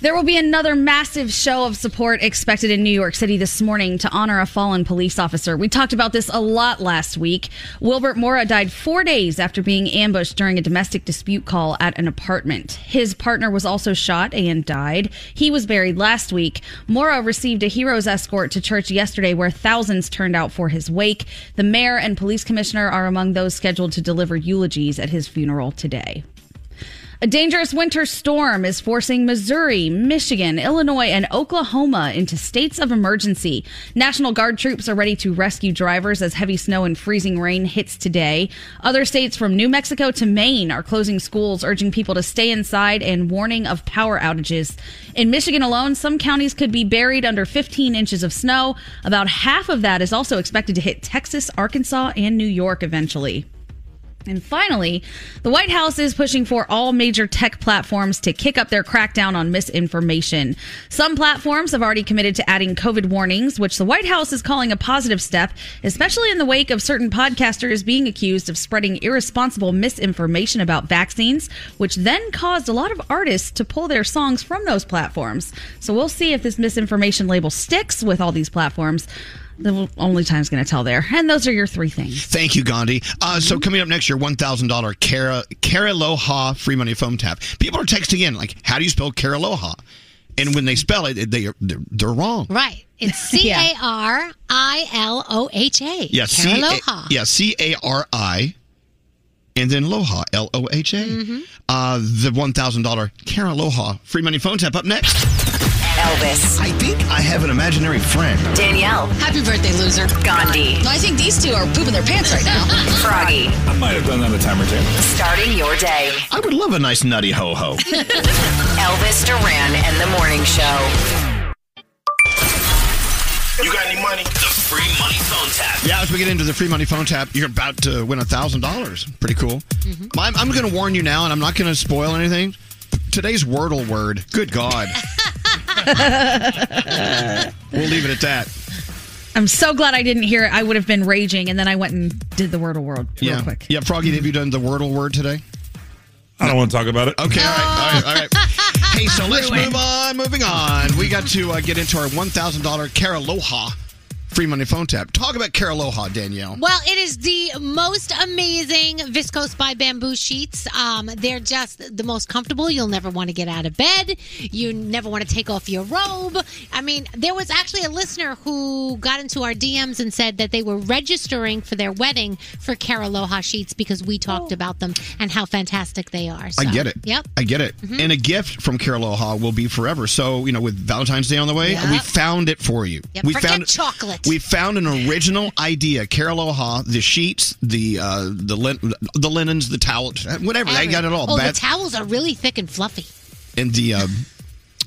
Speaker 11: There will be another massive show of support expected in New York City this morning to honor a fallen police officer. We talked about this a lot last week. Wilbert Mora died four days after being ambushed during a domestic dispute call at an apartment. His partner was also shot and died. He was buried last week. Mora received a hero's escort to church yesterday where thousands turned out for his wake. The mayor and police commissioner are among those scheduled to deliver eulogies at his funeral today. A dangerous winter storm is forcing Missouri, Michigan, Illinois, and Oklahoma into states of emergency. National Guard troops are ready to rescue drivers as heavy snow and freezing rain hits today. Other states from New Mexico to Maine are closing schools, urging people to stay inside and warning of power outages. In Michigan alone, some counties could be buried under 15 inches of snow. About half of that is also expected to hit Texas, Arkansas, and New York eventually. And finally, the White House is pushing for all major tech platforms to kick up their crackdown on misinformation. Some platforms have already committed to adding COVID warnings, which the White House is calling a positive step, especially in the wake of certain podcasters being accused of spreading irresponsible misinformation about vaccines, which then caused a lot of artists to pull their songs from those platforms. So we'll see if this misinformation label sticks with all these platforms. The only time's going to tell there. And those are your three things.
Speaker 4: Thank you, Gandhi. Uh,
Speaker 11: Mm-hmm.
Speaker 4: So coming up next year, one thousand dollar Cara Caraloha free money phone tap. People are texting in like, "How do you spell Caraloha?" And when they spell it, they are they're, they're wrong.
Speaker 13: Right. It's C A R I L O H A.
Speaker 4: Yeah, C A-
Speaker 13: Caraloha.
Speaker 4: yeah, C A R I, and then Loha, L O H A. Uh, The one thousand dollar Caraloha free money phone tap up next.
Speaker 15: Elvis.
Speaker 4: I think I have an imaginary friend.
Speaker 15: Danielle. Happy birthday, loser. Gandhi. I think these two are pooping their pants right now. Froggy.
Speaker 4: I might have done that a time or two.
Speaker 15: Starting your day.
Speaker 14: I would love a nice nutty ho ho.
Speaker 15: Elvis Duran and the Morning Show.
Speaker 10: You got any money? The free money phone tap.
Speaker 4: Yeah, as we get into the free money phone tap, you're about to win thousand dollars. Pretty cool. I'm, I'm going to warn you now, and I'm not going to spoil anything. Today's Wordle word. Good God. we'll leave it at that.
Speaker 11: I'm so glad I didn't hear it. I would have been raging, and then I went and did the word of world real
Speaker 4: yeah.
Speaker 11: quick.
Speaker 4: Yeah, Froggy, have you done the Wordle word today?
Speaker 6: I don't want to talk about it.
Speaker 4: Okay, all right, all right, all right. Hey, so let's move on. Moving on, we got to uh, get into our one thousand dollar Caraloha free money phone tap. Talk about Caraloha, Danielle.
Speaker 13: Well, it is the most amazing viscose by bamboo sheets. Um, they're just the most comfortable. You'll never want to get out of bed. You never want to take off your robe. I mean, there was actually a listener who got into our DMs and said that they were registering for their wedding for Caraloha sheets because we talked about them and how fantastic they are. So,
Speaker 4: Oh. I get it.
Speaker 13: Yep. Mm-hmm.
Speaker 4: I get it. And a gift from Caraloha will be forever. So, you know, with Valentine's Day on the way,
Speaker 13: Yep.
Speaker 4: we found it for you.
Speaker 13: Yep.
Speaker 4: We
Speaker 13: Forget
Speaker 4: found
Speaker 13: chocolate.
Speaker 4: We found an original idea. Caraloha, the sheets, the uh, the lin- the linens, the towels, whatever. They got it all.
Speaker 13: Oh,
Speaker 4: Bath-
Speaker 13: the towels are really thick and fluffy.
Speaker 4: and the uh,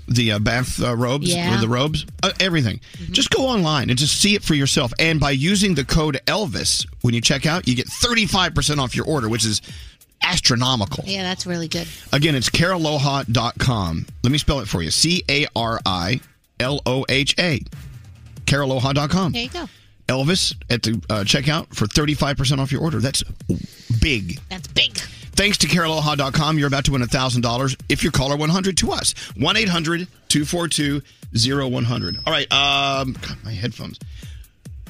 Speaker 4: the uh, bath uh, robes,
Speaker 13: Yeah.
Speaker 4: or the robes, uh, everything. Just go online and just see it for yourself. And by using the code Elvis when you check out, you get thirty five percent off your order, which is astronomical.
Speaker 13: Yeah, that's really good.
Speaker 4: Again, it's caraloha.com. Let me spell it for you. C A R I L O H A. Caraloha.com.
Speaker 13: There you go.
Speaker 4: Elvis at the uh, checkout for 35% off your order. That's big.
Speaker 13: That's big.
Speaker 4: Thanks to caraloha.com, you're about to win $1,000 if you call our 100 to us. 1 800 242 0100. All right. Um, God, my headphones.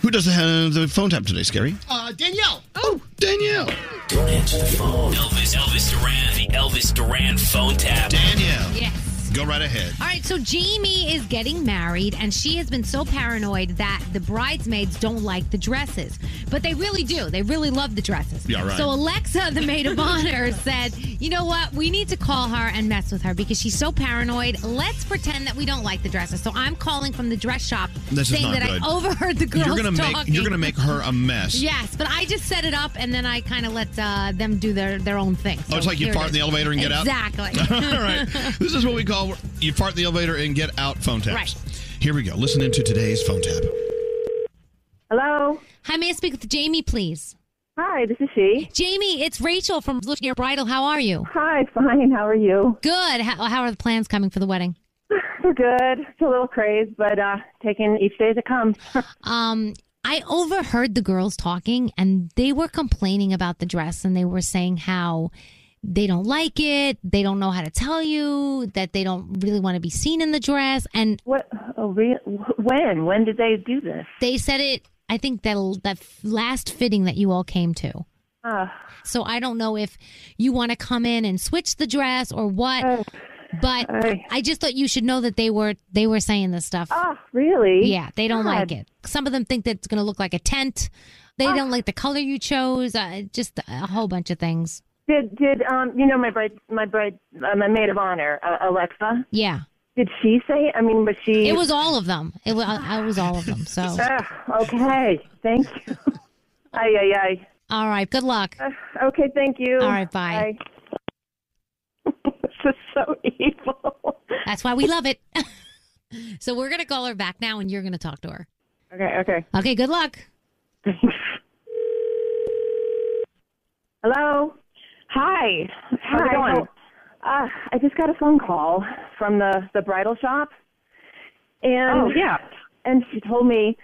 Speaker 4: Who does the, the phone tap today, Scary?
Speaker 20: Uh, Danielle.
Speaker 4: Oh, Danielle.
Speaker 10: Don't answer the phone. Elvis, Elvis Duran, the Elvis Duran phone tap.
Speaker 4: Danielle.
Speaker 13: Yes.
Speaker 4: Go right ahead.
Speaker 13: All right, so Jamie is getting married, and she has been so paranoid that the bridesmaids don't like the dresses. But they really do. They really love the dresses.
Speaker 23: Yeah, right.
Speaker 13: So Alexa, the maid of honor, said, You know what? We need to call her and mess with her because she's so paranoid. Let's pretend that we don't like the dresses. So I'm calling from the dress shop
Speaker 23: This is
Speaker 13: saying
Speaker 23: not
Speaker 13: that
Speaker 23: good.
Speaker 13: I overheard the girls
Speaker 23: You're gonna
Speaker 13: talking.
Speaker 23: make you're gonna make her a mess.
Speaker 13: Yes, but I just set it up and then I kind of let uh, them do their, their own thing.
Speaker 4: Oh, it's like you
Speaker 13: here
Speaker 4: fart
Speaker 13: it
Speaker 4: in the
Speaker 13: is.
Speaker 4: elevator and get out?
Speaker 13: Exactly.
Speaker 4: All right. This is what we call you fart in the elevator and get out phone taps.
Speaker 13: Right.
Speaker 4: Here we go. Listen into today's phone tap.
Speaker 13: Hello. Hi, may I speak with Jamie, please? Hi, this is she. Jamie, it's Rachel from Looking Your Bridal. How are you? Hi, fine. How are you? Good. How, how are the plans coming for the wedding?
Speaker 24: We're good. It's a little crazed, but uh, taking each day as it comes.
Speaker 13: Um, I overheard the girls talking, and they were complaining about the dress, and they were saying how they don't like it, they don't know how to tell you that they don't really want to be seen in the dress, and
Speaker 24: what? Oh, re- when? When did they do this?
Speaker 13: They said it. I think that that last fitting that you all came to. So I don't know if you want to come in and switch the dress or what, but I just thought you should know that they were they were saying this stuff.
Speaker 24: Oh, really?
Speaker 13: Yeah, they don't like
Speaker 24: God. Ah.
Speaker 13: it. Some of them think that it's going to look like a tent. They don't like the color you chose. Uh, just a whole bunch of things.
Speaker 24: Did did um you know my bride my bride uh, my maid of honor uh, Alexa?
Speaker 8: Yeah.
Speaker 24: Did she say? I mean, was she?
Speaker 8: It was all of them. It was, I was all of them. So.
Speaker 24: Ah, okay. Thank you. Aye aye aye.
Speaker 8: All right. Good luck.
Speaker 24: Uh, okay. Thank you.
Speaker 8: All right. Bye.
Speaker 24: this is so evil.
Speaker 8: That's why we love it. so we're gonna call her back now, and you're gonna talk to her.
Speaker 24: Okay. Okay.
Speaker 8: Okay. Good luck.
Speaker 24: Hello. Hi. How's it going? Uh, I just got a phone call from the the bridal shop, and
Speaker 23: Oh, yeah.
Speaker 24: and she told me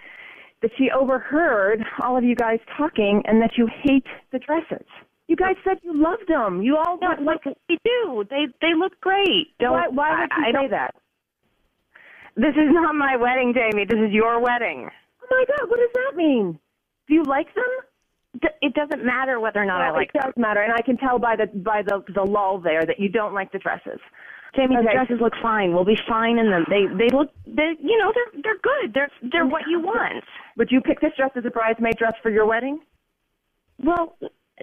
Speaker 24: that she overheard all of you guys talking and that you hate the dresses. You guys said you loved them. You all
Speaker 23: No,
Speaker 24: like
Speaker 23: they do. They they look great. Don't,
Speaker 24: Why- why would you
Speaker 23: I, I
Speaker 24: say
Speaker 23: don't-
Speaker 24: that?
Speaker 23: This is not my wedding, Jamie. This is your wedding.
Speaker 24: Oh my God! What does that mean? Do you like them?
Speaker 23: It doesn't matter whether or not I
Speaker 24: Well,
Speaker 23: like
Speaker 24: it does matter, and I can tell by the by the the lull there that you don't like the dresses.
Speaker 23: Jamie. The
Speaker 24: Okay.
Speaker 23: dresses look fine. We'll be fine in them. They they look they you know they're they're good. They're they're what you want.
Speaker 24: Would you pick this dress as a bridesmaid dress for your wedding?
Speaker 23: Well,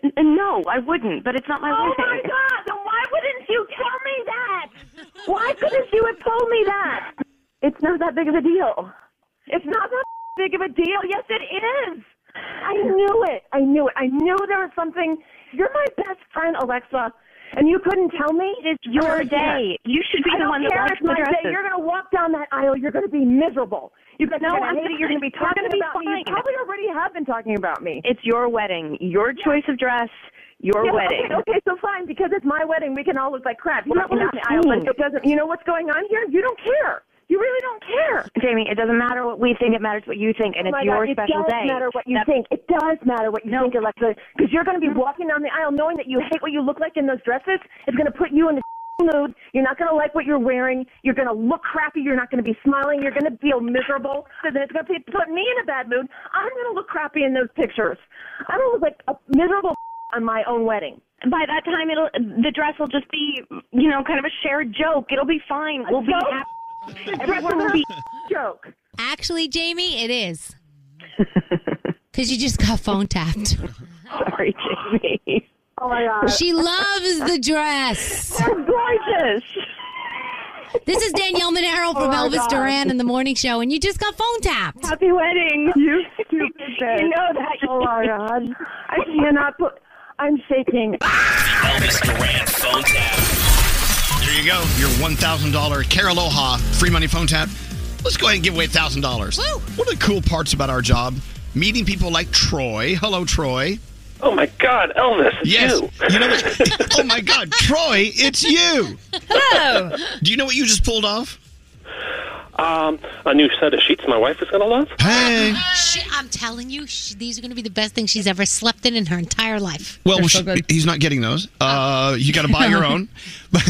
Speaker 23: n- no, I wouldn't. But it's not my
Speaker 24: Oh,
Speaker 23: wedding.
Speaker 24: my God.
Speaker 23: Then why wouldn't you tell me that?
Speaker 24: Why couldn't you have told me that? It's not that big of a deal. It's not that big of a deal. Yes, it is. I knew it. I knew it. I knew there was something. You're my best friend, Alexa, and you couldn't tell me. It's
Speaker 23: your day. You should be
Speaker 24: I
Speaker 23: the
Speaker 24: don't
Speaker 23: one that
Speaker 24: care.
Speaker 23: likes
Speaker 24: it's
Speaker 23: the
Speaker 24: my
Speaker 23: dresses.
Speaker 24: day. You're going to walk down that aisle. You're going to be miserable. You're going to
Speaker 23: No,
Speaker 24: hate
Speaker 23: I'm
Speaker 24: it. You're going to be
Speaker 23: fine. We're
Speaker 24: talking about
Speaker 23: gonna be
Speaker 24: me. You
Speaker 23: fine.
Speaker 24: probably already have been talking about me.
Speaker 23: It's your wedding. Your choice of dress. Your
Speaker 24: Yeah,
Speaker 23: wedding.
Speaker 24: Okay, okay, so fine, because it's my wedding, we can all look like crap. You
Speaker 23: Well,
Speaker 24: don't
Speaker 23: that's
Speaker 24: the
Speaker 23: what I'm
Speaker 24: aisle, but it
Speaker 23: saying.
Speaker 24: doesn't. You know what's going on here? You don't care. You really don't care.
Speaker 23: Jamie, it doesn't matter what we think. It matters what you think,
Speaker 24: Oh
Speaker 23: and it's
Speaker 24: my
Speaker 23: your
Speaker 24: God,
Speaker 23: special
Speaker 24: it does
Speaker 23: day.
Speaker 24: matter what you
Speaker 23: That's-
Speaker 24: think. It does matter what you think, Alexa, because you're going to be walking down the aisle knowing that you hate what you look like in those dresses. It's going to put you in a mood. You're not going to like what you're wearing. You're going to look crappy. You're not going to be smiling. You're going to feel miserable. And then it's going to put me in a bad mood. I'm going to look crappy in those pictures. I'm going to look like a miserable on my own wedding.
Speaker 23: By that time, it'll the dress will just be, you know, kind of a shared joke. It'll be fine. We'll be
Speaker 24: joke?
Speaker 23: happy.
Speaker 24: The
Speaker 23: Everyone will be.
Speaker 24: joke.
Speaker 8: Actually, Jamie, it is. Because you just got phone tapped.
Speaker 23: Sorry, Jamie.
Speaker 24: Oh my God.
Speaker 8: She loves the dress.
Speaker 23: gorgeous.
Speaker 8: This is Danielle Monero
Speaker 24: Oh
Speaker 8: from
Speaker 24: my
Speaker 8: Elvis
Speaker 24: God.
Speaker 8: Duran in the Morning Show, and you just got phone tapped.
Speaker 24: Happy wedding. You stupid
Speaker 23: You know
Speaker 24: that. Oh my God. I cannot put. I'm shaking.
Speaker 10: Elvis Duran phone tap.
Speaker 4: There you go. Your $1,000 Care Aloha free money phone tap. Let's go ahead and give away $1,000. One of the cool parts about our job, meeting people like Troy. Hello, Troy.
Speaker 25: Oh my God, Elvis! It's
Speaker 4: Yes.
Speaker 25: you.
Speaker 4: You know what? oh my God, Troy, it's you. Hello. Do you know what you just pulled off?
Speaker 25: Um, a new set of sheets my wife is gonna love.
Speaker 4: Hey.
Speaker 8: She, I'm telling you, she, these are going to be the best things she's ever slept in in her entire life.
Speaker 4: Well, sh- he's not getting those. Uh, you got to buy your own, but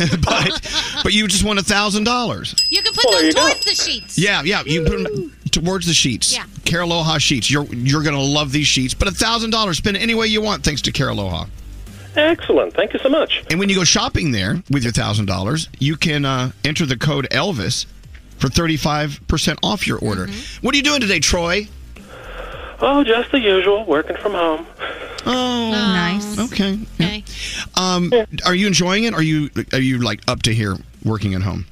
Speaker 4: but you just won a thousand dollars.
Speaker 8: You can put
Speaker 25: Well, there
Speaker 8: those
Speaker 25: you go.
Speaker 8: towards the sheets.
Speaker 4: Yeah, yeah. You put them towards the sheets.
Speaker 8: Yeah.
Speaker 4: Care Aloha sheets. You're you're gonna love these sheets. But a thousand dollars, spend it any way you want, thanks to Care Aloha.
Speaker 25: Excellent. Thank you so much.
Speaker 4: And when you go shopping there with your thousand dollars, you can uh, enter the code Elvis for thirty five percent off your order. What are you doing today, Troy?
Speaker 25: Oh, just the usual, working from home.
Speaker 4: Oh, nice. Okay. Okay. Um, are you enjoying it? Are you are you like up to here working at home?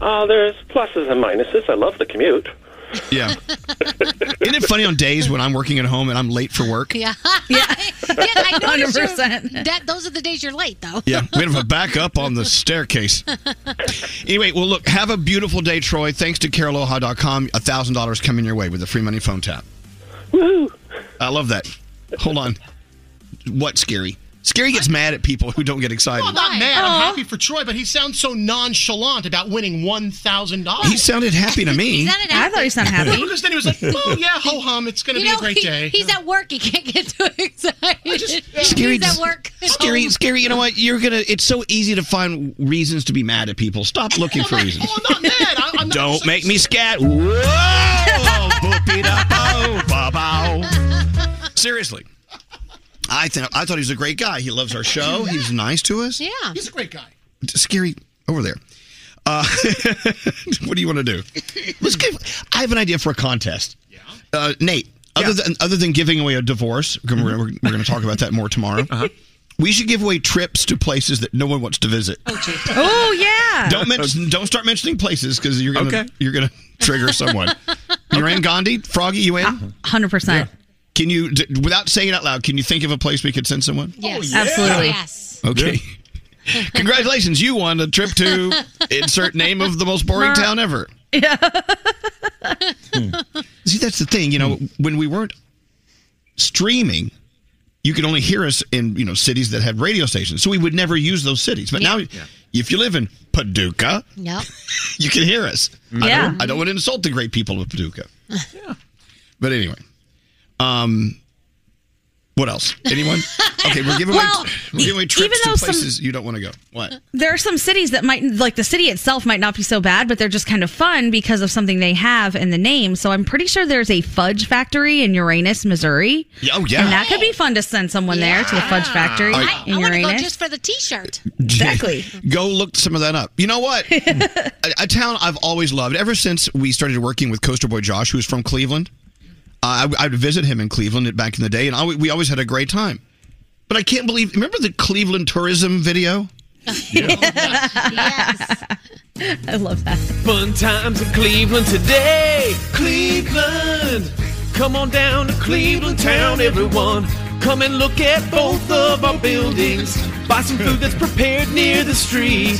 Speaker 25: Uh, there's pluses and minuses. I love the commute.
Speaker 4: Yeah. Isn't it funny on days when I'm working at home and I'm late for work?
Speaker 8: Yeah. Yeah. I noticed you're-
Speaker 11: 100%.
Speaker 8: That, those are the days you're late, though.
Speaker 4: Yeah, we have a backup on the staircase. Anyway, well, look, have a beautiful day, Troy. Thanks to CareAloha.com. $1,000 coming your way with a free money phone tap.
Speaker 25: Woohoo!
Speaker 4: I love that. Hold on. What, Scary? Scary gets mad at people who don't get excited.
Speaker 21: Well, I'm not mad. Aw. I'm happy for Troy, but he sounds so nonchalant about winning one thousand dollars.
Speaker 4: He sounded happy to me.
Speaker 21: I
Speaker 11: thought he sounded happy.
Speaker 21: Because then he was like, "Oh yeah, ho hum, it's going to
Speaker 8: You
Speaker 21: be
Speaker 8: know,
Speaker 21: a great
Speaker 8: he-
Speaker 21: day."
Speaker 8: He's at work. He can't get too excited.
Speaker 4: Scary,
Speaker 8: he's at work. Oh.
Speaker 4: Scary, scary. You know what? You're gonna. It's so easy to find reasons to be mad at people. Stop looking for reasons. Don't make me scat. Whoa! Boop-ee-da-bow, bow-bow. Seriously, I think I thought he was a great guy. He loves our show. He's nice to us.
Speaker 8: Yeah.
Speaker 21: He's a great guy.
Speaker 4: Scary over there. Uh, what do you want to do? Let's give. I have an idea for a contest. Yeah. Uh, Nate. Other than other than giving away a divorce, we're, we're, we're going to talk about that more tomorrow. We should give away trips to places that no one wants to visit.
Speaker 11: Oh yeah.
Speaker 4: Don't mention, don't start mentioning places because you're gonna you're gonna trigger someone. You're in Gandhi, Froggy. You in?
Speaker 11: Hundred percent.
Speaker 4: Can you, d- without saying it out loud, can you think of a place we could send someone?
Speaker 9: Oh,
Speaker 13: Yes.
Speaker 11: yeah. Absolutely.
Speaker 13: Yes.
Speaker 4: Okay. Congratulations, you won a trip to insert name of the most boring
Speaker 13: Mer-
Speaker 4: town ever. Hmm.
Speaker 11: Yeah.
Speaker 4: See, that's the thing. You know,
Speaker 11: Hmm.
Speaker 4: when we weren't streaming, you could only hear us in you know cities that had radio stations, so we would never use those cities. But now, if you live in Paducah,
Speaker 13: No.
Speaker 4: you can hear us. I,
Speaker 13: Yeah.
Speaker 4: don't, I don't want to insult the great people of Paducah. But anyway, um, what else? Anyone? Okay, we're giving
Speaker 11: Well,
Speaker 4: away we're giving away
Speaker 11: e-
Speaker 4: trips
Speaker 11: even though
Speaker 4: to
Speaker 11: some-
Speaker 4: places you don't want to go. What?
Speaker 11: There are some cities that might like the city itself might not be so bad, but they're just kind of fun because of something they have in the name. So I'm pretty sure there's a fudge factory in Uranus, Missouri.
Speaker 4: Yeah, oh, yeah.
Speaker 11: And that could be fun to send someone there to the fudge factory
Speaker 4: I- I
Speaker 11: in
Speaker 13: I want to
Speaker 11: Uranus.
Speaker 13: go just for the T-shirt.
Speaker 4: Exactly. Go look some of that up. You know what? a, a town I've always loved ever since we started working with Coaster Boy Josh, who's from Cleveland. Uh, I, I would visit him in Cleveland back in the day, and I, we always had a great time. But I can't believe. Remember the Cleveland tourism video?
Speaker 11: I love that.
Speaker 9: Fun times in Cleveland today. Cleveland. Come on down to Cleveland town, everyone. Come and look at both of our buildings. Buy some food that's prepared near the street.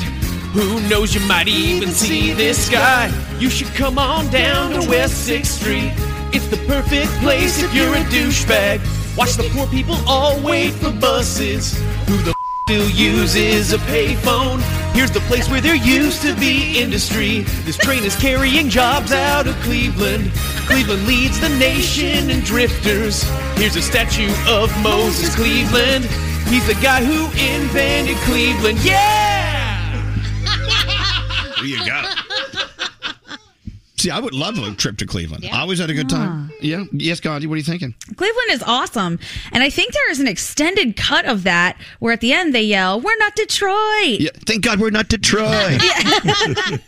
Speaker 9: Who knows, you might even see this guy. You should come on down to West 6th Street. It's the perfect place if you're a douchebag. Watch the poor people all wait for buses. Who the still uses a payphone. Here's the place where there used to be industry. This train is carrying jobs out of Cleveland. Cleveland leads the nation in drifters. Here's a statue of Moses Cleveland. He's the guy who invented Cleveland. Yeah!
Speaker 4: you got See, I would love a trip to Cleveland. I always had a good time. Yeah. Yes, Gandhi, what are you thinking?
Speaker 11: Cleveland is awesome. And I think there is an extended cut of that where at the end they yell, We're not Detroit.
Speaker 4: Yeah, thank God we're not Detroit.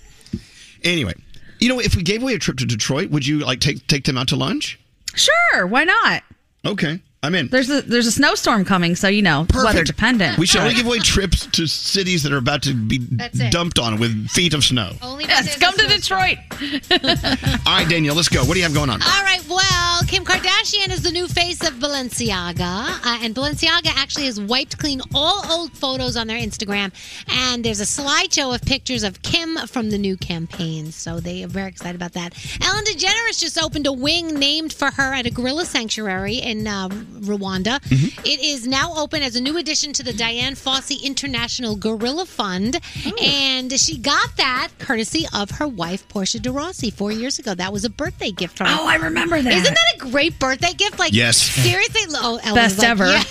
Speaker 4: Anyway, you know, if we gave away a trip to Detroit, would you like take take them out to lunch?
Speaker 11: Sure, why not?
Speaker 4: Okay, I'm in.
Speaker 11: There's a there's a snowstorm coming, so you know, weather dependent.
Speaker 4: We should only give away trips to cities that are about to be
Speaker 11: That's it.
Speaker 4: dumped on with feet of snow.
Speaker 13: Only
Speaker 11: yes, come to Detroit.
Speaker 4: All right, Danielle, let's go. What do you have going on?
Speaker 13: All right, well, Kim Kardashian is the new face of Balenciaga. Uh, and Balenciaga actually has wiped clean all old photos on their Instagram. And there's a slideshow of pictures of Kim from the new campaign. So they are very excited about that. Ellen DeGeneres just opened a wing named for her at a gorilla sanctuary in uh, Rwanda.
Speaker 9: Mm-hmm.
Speaker 16: Mm-hmm.
Speaker 13: It is now open as a new addition to the Diane Fossey International Gorilla Fund.
Speaker 11: Hmm.
Speaker 13: And she got that courtesy of her wife, Portia de Rossi, four years ago. That was a birthday gift from her.
Speaker 11: Oh, I remember that.
Speaker 13: Isn't that a great birthday gift? Like,
Speaker 4: Yes.
Speaker 13: seriously? Oh, Ellen's
Speaker 11: Best
Speaker 13: like,
Speaker 11: ever.
Speaker 13: yeah.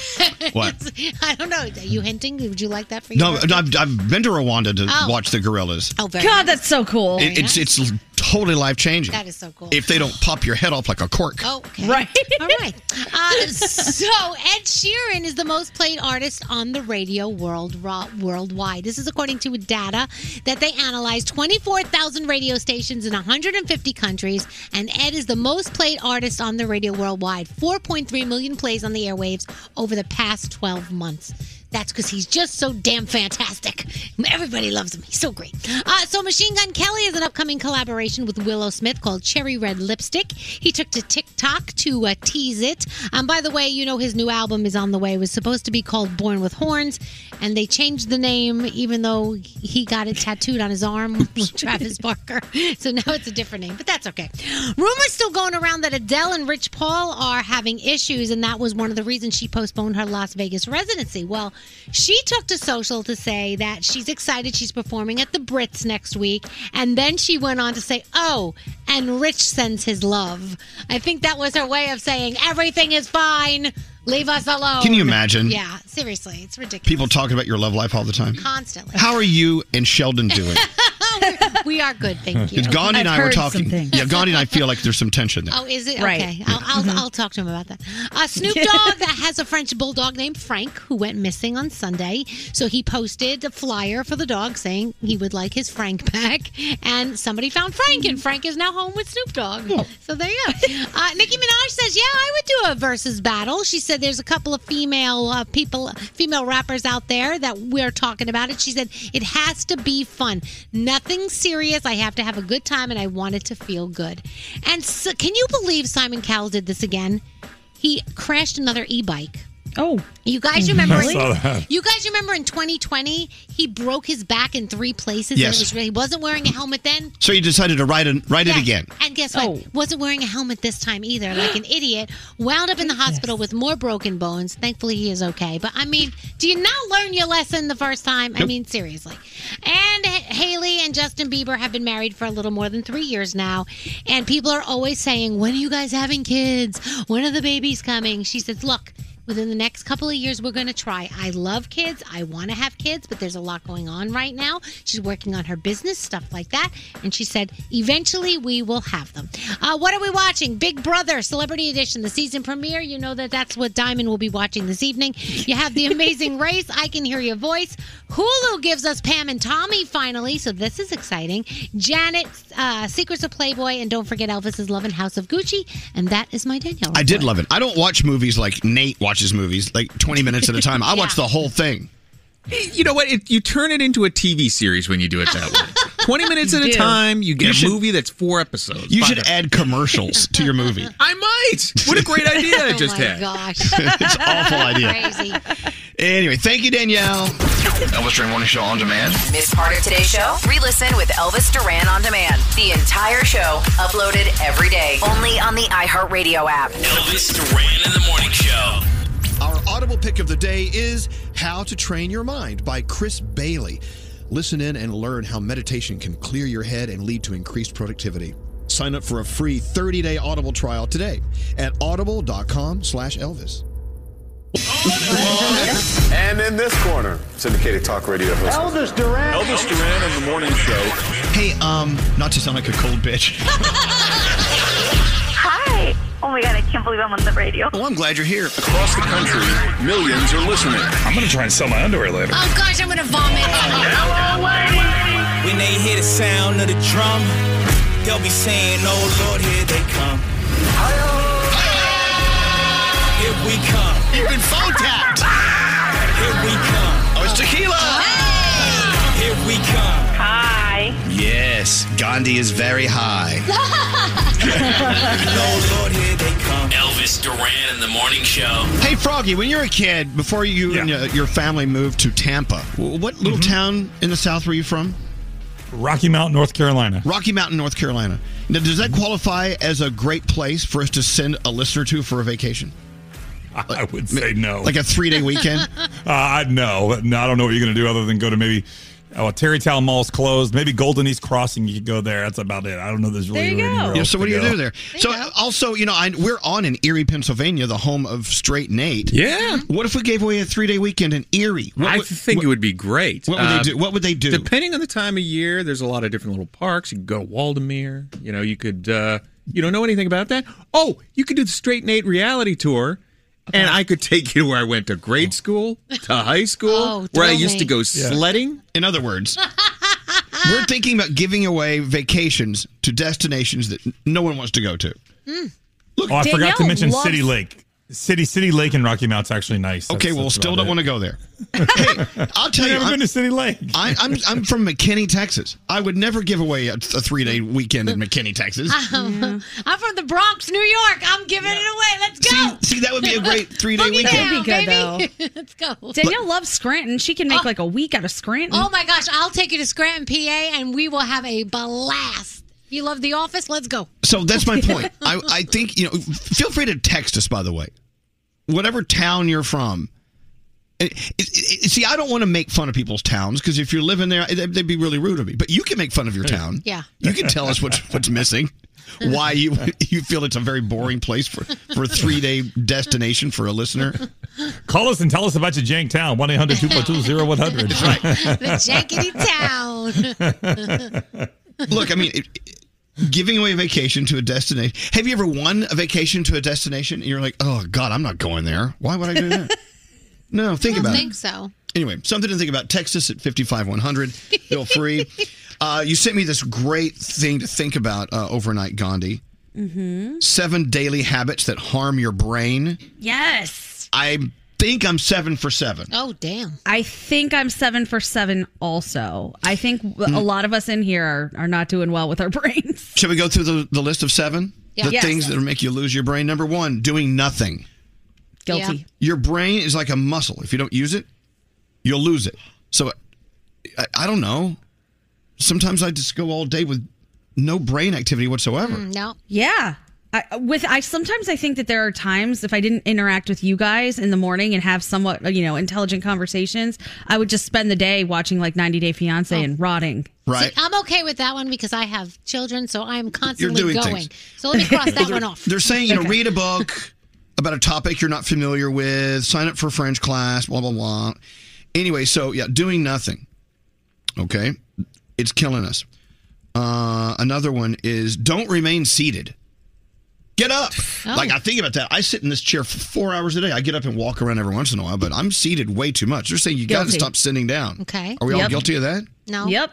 Speaker 4: What?
Speaker 13: I don't know. Are you hinting? Would you like that for you?
Speaker 4: No, no I've, I've been to Rwanda to
Speaker 13: Oh.
Speaker 4: watch the gorillas.
Speaker 13: Oh, very
Speaker 11: God, that's so cool.
Speaker 4: It- it's it's totally life changing.
Speaker 13: That is so cool.
Speaker 4: If they don't pop your head off like a cork.
Speaker 13: Oh, okay. right. All right. Uh, so Ed Sheeran is the most played artist on the radio world ro- worldwide. This is according to data that they analyzed 24,000 radio stations in 150 countries, and Ed is the most played artist on the radio worldwide. 4.3 million plays on the airwaves over the past 12 months. That's because he's just so damn fantastic. Everybody loves him. He's so great. Uh, so, Machine Gun Kelly is an upcoming collaboration with Willow Smith called Cherry Red Lipstick. He took to TikTok to uh, tease it. Um, by the way, you know his new album is on the way. It was supposed to be called Born with Horns, and they changed the name even though he got it tattooed on his arm with Travis Barker. So now it's a different name, but that's okay. Rumors still going around that Adele and Rich Paul are having issues, and that was one of the reasons she postponed her Las Vegas residency. Well, she took to social to say that she's excited she's performing at the Brits next week, and then she went on to say, Oh, and Rich sends his love. I think that was her way of saying, Everything is fine, leave us alone.
Speaker 4: Can you imagine?
Speaker 13: Yeah, seriously, it's ridiculous.
Speaker 4: People talking about your love life all the time.
Speaker 13: Constantly.
Speaker 4: How are you and Sheldon doing?
Speaker 13: we We are good, thank you.
Speaker 4: Gandhi and I were talking. Yeah, Gandhi and I feel like there's some tension there.
Speaker 13: Oh, is it?
Speaker 4: Right.
Speaker 13: Okay. I'll, I'll, I'll talk to him about that. Uh, Snoop
Speaker 11: Yeah.
Speaker 13: Dogg has a French bulldog named Frank who went missing on Sunday. So he posted a flyer for the dog saying he would like his Frank back. And somebody found Frank, and Frank is now home with Snoop Dogg. So there you go. Uh, Nicki Minaj says, Yeah, I would do a versus battle. She said there's a couple of female uh, people, female rappers out there that we're talking about it. She said, It has to be fun. Nothing serious. I have to have a good time, and I want it to feel good. And so, can you believe Simon Cowell did this again? He crashed another e bike.
Speaker 11: Oh.
Speaker 13: You guys remember?
Speaker 6: I saw that.
Speaker 13: You guys remember in 2020 he broke his back in three places.
Speaker 4: Yes.
Speaker 13: And it was, really- he wasn't wearing a helmet then.
Speaker 4: So you decided to write it, write it again.
Speaker 13: And guess what? Wasn't wearing a helmet this time either, like an idiot. Wound up in the hospital with more broken bones. Thankfully, he is okay. But I mean, do you not learn your lesson the first time? I
Speaker 12: Nope.
Speaker 13: mean, seriously. And H- Haley and Justin Bieber have been married for a little more than three years now. And people are always saying, When are you guys having kids? When are the babies coming? She says, Look, within the next couple of years, we're going to try. I love kids. I want to have kids, but there's a lot going on right now. She's working on her business, stuff like that. And she said, Eventually, we will have them. Uh, what are we watching? Big Brother Celebrity Edition, the season premiere. You know that that's what Diamond will be watching this evening. You have The Amazing Race. I can hear your voice. Hulu gives us Pam and Tommy finally, so this is exciting. Janet, uh, Secrets of Playboy, and don't forget Elvis's Love and House of Gucci. And that is my Danielle.
Speaker 4: I did love it. I don't watch movies like Nate watches movies, like 20 minutes at a time. I watch the whole thing.
Speaker 16: You know what? It, you turn it into a TV series when you do it that way. Twenty minutes
Speaker 4: You
Speaker 16: at a
Speaker 4: do.
Speaker 16: time. You get
Speaker 4: You
Speaker 16: a
Speaker 4: should-
Speaker 16: movie that's four episodes.
Speaker 4: You
Speaker 16: Five
Speaker 4: should add commercials to your movie.
Speaker 16: I might. What a great idea I
Speaker 4: Oh
Speaker 16: just
Speaker 4: my
Speaker 16: had.
Speaker 13: Gosh.
Speaker 4: It's an awful idea.
Speaker 13: Crazy.
Speaker 4: Anyway, thank you, Danielle. Elvis Duran Morning Show on demand.
Speaker 15: Miss part of today's show? Re-listen with Elvis Duran on demand. The entire show uploaded every day, only on the iHeartRadio app.
Speaker 10: Elvis Duran in the morning show.
Speaker 4: Our audible pick of the day is How to Train Your Mind by Chris Bailey. Listen in and learn how meditation can clear your head and lead to increased productivity. Sign up for a free 30-day Audible trial today at audible.com slash Elvis.
Speaker 2: And in this corner, syndicated talk radio host
Speaker 4: Elvis Duran.
Speaker 2: Elvis Duran in the morning show.
Speaker 4: Hey, um, not to sound like a cold bitch.
Speaker 26: Hi. Oh my god, I can't believe I'm on the radio.
Speaker 2: Well, I'm glad you're here. Across the country, millions are listening. I'm going to try and sell my underwear later.
Speaker 4: Um,
Speaker 13: Oh gosh, I'm gonna vomit.
Speaker 4: Oh,
Speaker 27: When they hear the sound of the drum, they'll be saying, Oh Lord, here they come. Here we come. You've been phone tapped. Here we come. Oh, it's tequila. Here we come. Hi.
Speaker 4: Yes, Gandhi is very high.
Speaker 27: oh Lord, here they come.
Speaker 10: Elvis Duran in the morning show.
Speaker 4: Hey, Froggy, when you were a kid, before you and uh, your family moved to Tampa, wh- what little town in the South were you from?
Speaker 6: Mm-hmm. Rocky Mountain, North Carolina. Mm-hmm.
Speaker 4: Rocky Mountain, North Carolina. Now, does that qualify as a great place for us to send a listener to for a vacation?
Speaker 6: I would say no.
Speaker 4: Like a three-day weekend?
Speaker 6: uh, I- no, no, I don't know what you're going to do other than go to maybe. Oh, Terrytown Mall's closed. Maybe Golden East Crossing. You could go there. That's about it. I don't know. There's really anywhere
Speaker 4: Yeah,
Speaker 6: else
Speaker 4: so what
Speaker 6: to
Speaker 4: do you
Speaker 6: go.
Speaker 4: do there? so uh, also, you know, I, we're on in Erie, Pennsylvania, the home of Straight Nate.
Speaker 16: Yeah.
Speaker 4: What if we gave away a three-day weekend in Erie? What
Speaker 16: I
Speaker 4: would-
Speaker 16: think
Speaker 4: what-
Speaker 16: it would be great. Uh,
Speaker 4: what would they do- what would they do?
Speaker 16: Depending on the time of year, there's a lot of different little parks. You could go to Waldemere. You know, you could. Uh, you don't know anything about that? Oh, you could do the Straight Nate reality tour, and I could take you to where I went to
Speaker 4: Oh.
Speaker 16: grade school, to high school, where I
Speaker 4: tell
Speaker 16: used to
Speaker 4: me.
Speaker 16: go
Speaker 4: Yeah.
Speaker 16: sledding.
Speaker 4: In other words, we're thinking about giving away vacations to destinations that no one wants to go to.
Speaker 11: Mm.
Speaker 6: oh, I forgot to
Speaker 4: Danielle
Speaker 6: mention
Speaker 4: loves-
Speaker 6: City Lake. City City Lake in Rocky Mount's actually nice.
Speaker 4: Okay, well, still don't want to go there. hey, I'll tell
Speaker 6: You've
Speaker 4: you,
Speaker 6: never
Speaker 4: I'm,
Speaker 6: been to City Lake.
Speaker 4: I, I'm I'm from McKinney, Texas. I would never give away a, a three day weekend in McKinney, Texas.
Speaker 13: Um, I'm from the Bronx, New York. I'm giving it away. Let's go.
Speaker 4: See, that would be a great three day
Speaker 13: Boogie
Speaker 4: weekend.
Speaker 13: down, baby. Let's go.
Speaker 11: Danielle loves Scranton. She can make like a week out of Scranton.
Speaker 13: Oh my gosh, I'll take you to Scranton, PA, and we will have a blast. You love The Office? Let's go.
Speaker 4: So that's my point. I, I think you know. Feel free to text us, by the way, whatever town you're from. It- it- it- see, I don't want to make fun of people's towns because if you're living there, they'd, they'd be really rude to me. But you can make fun of your town.
Speaker 13: Yeah.
Speaker 4: you can tell us what's what's missing, why you you feel it's a very boring place for for a three day destination for a listener.
Speaker 6: Call us and tell us about your jank town. 1 800 242 0100.
Speaker 13: The Jankety Town.
Speaker 4: Look, I mean, it- it- giving away a vacation to a destination. Have you ever won a vacation to a destination and you're like, oh, God, I'm not going there? Why would I do that? no, think
Speaker 8: I
Speaker 4: about
Speaker 8: don't
Speaker 4: it.
Speaker 8: think so.
Speaker 4: Anyway, something to think about. Text us at 55100. Feel free. uh, you sent me this great thing to think about uh, overnight, Gandhi.
Speaker 11: Mm-hmm.
Speaker 4: Seven daily habits that harm your brain.
Speaker 11: Yes.
Speaker 4: I think I'm seven for seven.
Speaker 11: Oh, damn. I think I'm seven for seven also. I think w- a
Speaker 4: Mhm.
Speaker 11: lot of us in here are, are not doing well with our brains.
Speaker 4: Shall we go through the, the list of seven?
Speaker 11: Yeah.
Speaker 4: The
Speaker 11: Yes.
Speaker 4: things that make you lose your brain. Number one, doing nothing.
Speaker 11: Guilty. Yeah.
Speaker 4: Your brain is like a muscle. If you don't use it, you'll lose it. So I, I don't know. Sometimes I just go all day with no brain activity whatsoever.
Speaker 11: Mm, No. Yeah. I, with I sometimes I think that there are times if I didn't interact with you guys in the morning and have somewhat uh, you know intelligent conversations, I would just spend the day watching like 90 Day Fiance and rotting.
Speaker 4: Right.
Speaker 13: I'm okay with that one because I have children, so I'm constantly
Speaker 4: doing
Speaker 13: going.
Speaker 4: things.
Speaker 13: So let me cross that
Speaker 4: they're,
Speaker 13: one off.
Speaker 4: They're saying, you know,
Speaker 13: Okay.
Speaker 4: read a book about a topic you're not familiar with, sign up for French class, blah, blah, blah. Anyway, so yeah, doing nothing. Okay. It's killing us. Uh, another one is don't remain seated. Get up.
Speaker 13: Oh.
Speaker 4: Like, I think about that. I sit in this chair for four hours a day. I get up and walk around every once in a while, but I'm seated way too much. They're saying you got to
Speaker 13: Guilty.
Speaker 4: stop sitting down.
Speaker 13: Okay.
Speaker 4: Are we all
Speaker 13: Yep.
Speaker 4: guilty of that?
Speaker 13: No.
Speaker 11: Yep.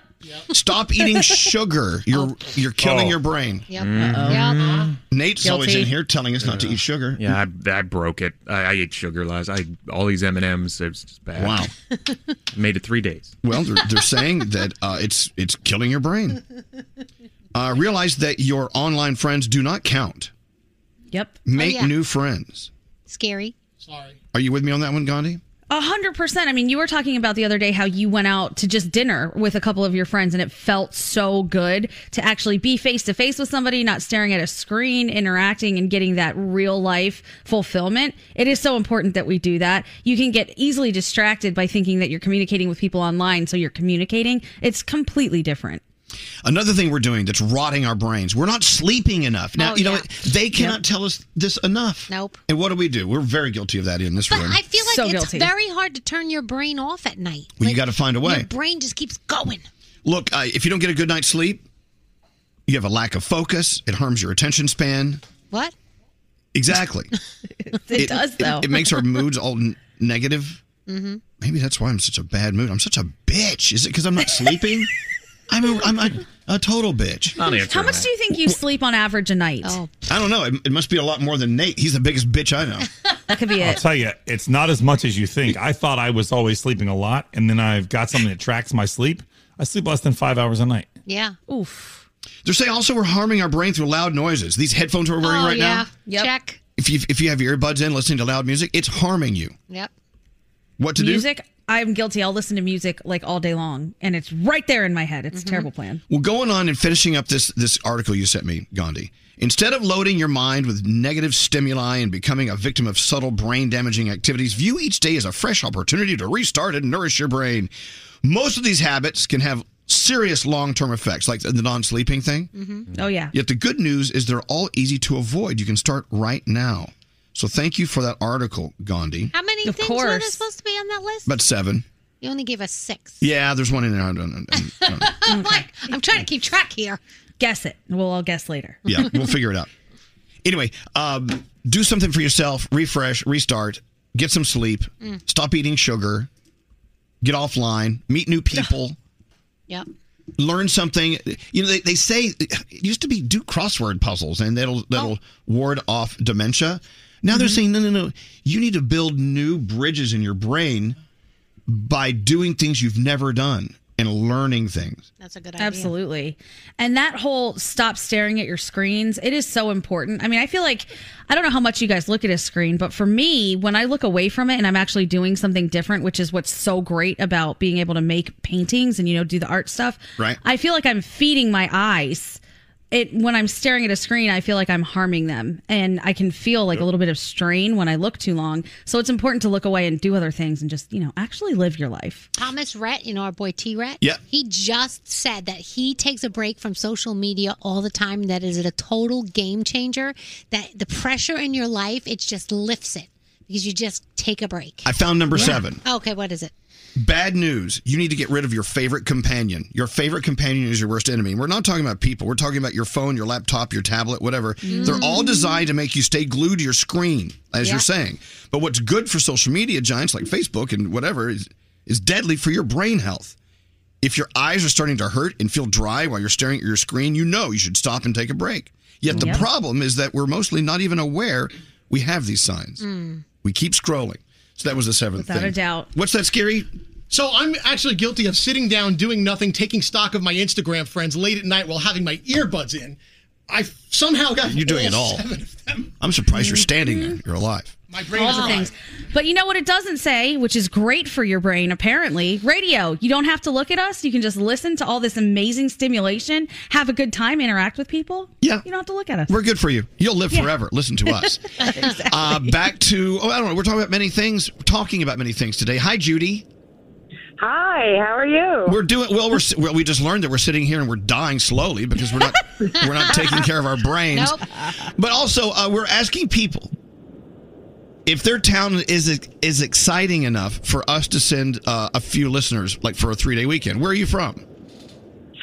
Speaker 4: Stop eating sugar. You're you're killing
Speaker 16: Oh.
Speaker 4: your brain.
Speaker 13: Yep. Uh-oh.
Speaker 4: Nate's always
Speaker 13: Guilty.
Speaker 4: in here telling us not to eat sugar.
Speaker 16: Yeah, I, I broke it. I, I ate sugar last. I all these M and M's. It was just bad.
Speaker 4: Wow.
Speaker 16: Made it three days.
Speaker 4: Well, they're, they're saying that uh, it's it's killing your brain. Uh, realize that your online friends do not count.
Speaker 11: Yep.
Speaker 4: Make
Speaker 13: Oh,
Speaker 11: yeah.
Speaker 4: new friends.
Speaker 11: Scary.
Speaker 4: Are you with me on that one, Gandhi?
Speaker 11: A hundred percent. I mean, you were talking about the other day how you went out to just dinner with a couple of your friends, and it felt so good to actually be face to face with somebody, not staring at a screen, interacting, and getting that real life fulfillment. It is so important that we do that. You can get easily distracted by thinking that you're communicating with people online, so you're communicating. It's completely different.
Speaker 4: Another thing we're doing that's rotting our brains. We're not sleeping enough. Now,
Speaker 13: Oh,
Speaker 4: you know,
Speaker 13: yeah.
Speaker 4: what? they cannot tell us this enough.
Speaker 13: Nope.
Speaker 4: And what do we do? We're very guilty of that in this
Speaker 13: But
Speaker 4: room.
Speaker 13: I feel like
Speaker 11: So
Speaker 13: it's
Speaker 11: guilty.
Speaker 13: very hard to turn your brain off at night.
Speaker 4: well, you got to find a way.
Speaker 13: Your brain just keeps going.
Speaker 4: Look, uh, if you don't get a good night's sleep, you have a lack of focus. It harms your attention span.
Speaker 13: What?
Speaker 4: Exactly.
Speaker 11: It, does though.
Speaker 4: It, makes our moods all n- negative.
Speaker 11: Mm-hmm.
Speaker 4: Maybe that's why I'm such a bad mood. I'm such a bitch. Is it because I'm not sleeping? I'm a, I'm a, a total bitch.
Speaker 11: How much do you think you sleep on average a night? Oh,
Speaker 4: I don't know. It, it must be a lot more than Nate. He's the biggest bitch I know.
Speaker 11: that could be
Speaker 6: I'll
Speaker 11: it.
Speaker 6: tell you, it's not as much as you think. I thought I was always sleeping a lot, and then I've got something that tracks my sleep. I sleep less than five hours a night.
Speaker 13: Yeah.
Speaker 11: Oof.
Speaker 4: They're saying also we're harming our brain through loud noises. These headphones we're wearing
Speaker 13: oh,
Speaker 4: right
Speaker 13: yeah.
Speaker 4: now.
Speaker 13: Check.
Speaker 4: If you if you have your earbuds in listening to loud music, it's harming you.
Speaker 13: Yep.
Speaker 4: What to do?
Speaker 11: music. I'm guilty. I'll listen to music like all day long, and it's right there in my head. It's
Speaker 13: Mm-hmm.
Speaker 11: a terrible plan.
Speaker 4: Well, going on and finishing up this this article you sent me, Gandhi. Instead of loading your mind with negative stimuli and becoming a victim of subtle brain damaging activities, view each day as a fresh opportunity to restart and nourish your brain. Most of these habits can have serious long term effects, like the non sleeping thing.
Speaker 13: Mm-hmm.
Speaker 11: Oh yeah.
Speaker 4: Yet the good news is they're all easy to avoid. You can start right now. So thank you for that article, Gandhi.
Speaker 13: How many
Speaker 11: Of
Speaker 13: things were there
Speaker 11: course.
Speaker 13: supposed to be on that list?
Speaker 4: About seven.
Speaker 13: You only gave us six.
Speaker 4: Yeah, there's one in there. I don't, I don't-
Speaker 13: I'm like, I'm trying to keep track here.
Speaker 11: Guess it. We'll all guess later.
Speaker 4: yeah, we'll figure it out. Anyway, um, do something for yourself. Refresh, restart, get some sleep,
Speaker 13: Mm.
Speaker 4: stop eating sugar, get offline, meet new people,
Speaker 13: Yep.
Speaker 4: learn something. You know, they, they say it used to be do crossword puzzles and that'll that'll ward off dementia. Now they're saying no, no, no. You need to build new bridges in your brain by doing things you've never done and learning things.
Speaker 13: That's a good idea.
Speaker 11: Absolutely. And that whole stop staring at your screens, it is so important. I mean, I feel like I don't know how much you guys look at a screen, but for me, when I look away from it and I'm actually doing something different, which is what's so great about being able to make paintings and you know do the art stuff,
Speaker 4: Right.
Speaker 11: I feel like I'm feeding my eyes. It when I'm staring at a screen, I feel like I'm harming them and I can feel like a little bit of strain when I look too long. So it's important to look away and do other things and just, you know, actually live your life.
Speaker 13: Thomas Rhett, you know our boy T Rhett.
Speaker 11: Yeah.
Speaker 13: He just said that he takes a break from social media all the time. That is a total game changer. That the pressure in your life, it just lifts it because you just take a break.
Speaker 4: I found number seven.
Speaker 13: Okay, what is it?
Speaker 4: Bad news. You need to get rid of your favorite companion. Your favorite companion is your worst enemy. And we're not talking about people. We're talking about your phone, your laptop, your tablet, whatever. They're all designed to make you stay glued to your screen, as
Speaker 7: Yeah.
Speaker 4: you're saying. But what's good for social media giants like Facebook and whatever is, is deadly for your brain health. If your eyes are starting to hurt and feel dry while you're staring at your screen, you know you should stop and take a break. Yet the
Speaker 7: Yep.
Speaker 4: problem is that we're mostly not even aware we have these
Speaker 9: Mm.
Speaker 4: signs. We keep scrolling. So that was the seventh
Speaker 11: Without
Speaker 4: thing.
Speaker 11: a doubt.
Speaker 4: What's that scary?
Speaker 21: So I'm actually guilty of sitting down, doing nothing, taking stock of my Instagram friends late at night while having my earbuds in. I somehow got
Speaker 4: You're doing it all.
Speaker 21: seven.
Speaker 4: I'm surprised you're standing there. You're alive.
Speaker 21: My brain
Speaker 11: All
Speaker 21: is
Speaker 11: the
Speaker 21: fried.
Speaker 11: things. But you know what it doesn't say, which is great for your brain, apparently? Radio. You don't have to look at us. You can just listen to all this amazing stimulation, have a good time, interact with people.
Speaker 4: Yeah.
Speaker 11: You don't have to look at us.
Speaker 4: We're good for you. You'll live
Speaker 11: Yeah.
Speaker 4: forever. Listen to us. uh, back to, oh, I don't know. We're talking about many things. We're talking about many things today. Hi, Judy.
Speaker 28: Hi, how are you?
Speaker 4: We're doing well. We're s- well, we just learned that we're sitting here and we're dying slowly because we're not we're not taking care of our brains.
Speaker 28: Nope.
Speaker 4: But also, uh, we're asking people if their town is is exciting enough for us to send uh, a few listeners, like for a three day weekend. Where are you from?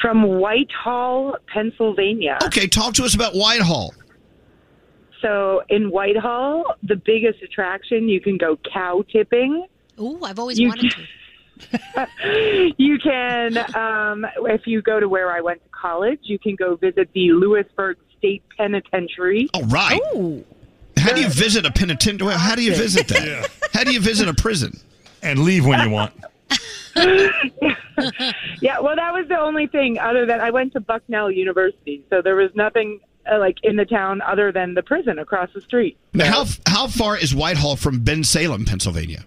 Speaker 28: From Whitehall, Pennsylvania.
Speaker 4: Okay, talk to us about Whitehall.
Speaker 28: So in Whitehall, the biggest attraction you can go cow tipping.
Speaker 9: Ooh, I've always
Speaker 28: You
Speaker 9: wanted
Speaker 28: to. you can, um, if you go to where I went to college, you can go visit the Lewisburg State Penitentiary.
Speaker 4: All right. How do you visit a penitentiary? Well, how do you visit that? How do you visit a prison?
Speaker 29: And leave when you want.
Speaker 28: yeah, well, that was the only thing other than I went to Bucknell University, so there was nothing uh, like in the town other than the prison across the street.
Speaker 4: Now, how how far is Whitehall from Ben Salem, Pennsylvania,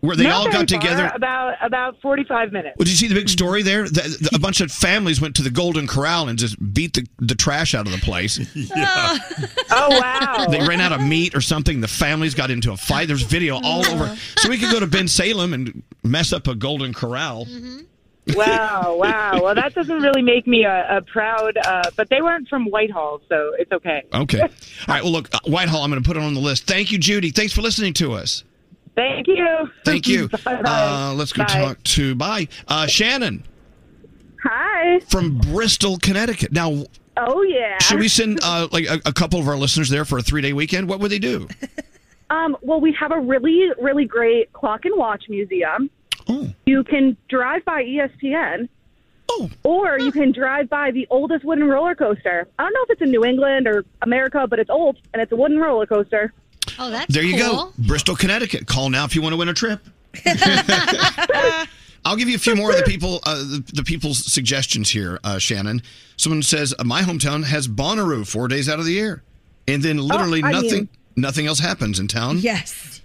Speaker 4: where they
Speaker 28: Not
Speaker 4: all
Speaker 28: very
Speaker 4: got
Speaker 28: far,
Speaker 4: together?
Speaker 28: about about forty five minutes.
Speaker 4: Well, did you see the big story there? The, the- a bunch of families went to the Golden Corral and just beat the, the trash out of the place.
Speaker 28: Oh wow!
Speaker 4: They ran out of meat or something. The families got into a fight. There's video all over. So we could go to Ben Salem and mess up a Golden Corral.
Speaker 28: wow, wow. Well, that doesn't really make me a, a proud, uh, but they weren't from Whitehall, so it's okay.
Speaker 4: Okay. All right. Well, look, uh, Whitehall, I'm going to put it on the list. Thank you, Judy. Thanks for listening to us.
Speaker 28: Thank you.
Speaker 4: Thank you. Uh, let's go talk to, bye, uh, Shannon.
Speaker 28: Hi.
Speaker 4: From Bristol, Connecticut. Now,
Speaker 20: Oh yeah.
Speaker 4: should we send uh, like a, a couple of our listeners there for a three day weekend? What would they do?
Speaker 20: Um, well, we have a really, really great clock and watch museum. You can drive by E ESPN.
Speaker 4: Oh.
Speaker 20: Or you can drive by the oldest wooden roller coaster. I don't know if it's in New England or America, but it's old and it's a wooden roller coaster.
Speaker 9: Oh, that's
Speaker 4: There you go. Bristol, Connecticut. Call now if you want to win a trip. I'll give you a few more of the people uh, the, the people's suggestions here, uh, Shannon. Someone says uh, my hometown has Bonnaroo 4 days out of the year. And then literally
Speaker 20: I mean-
Speaker 4: nothing nothing else happens in town.
Speaker 20: Oh, Yes.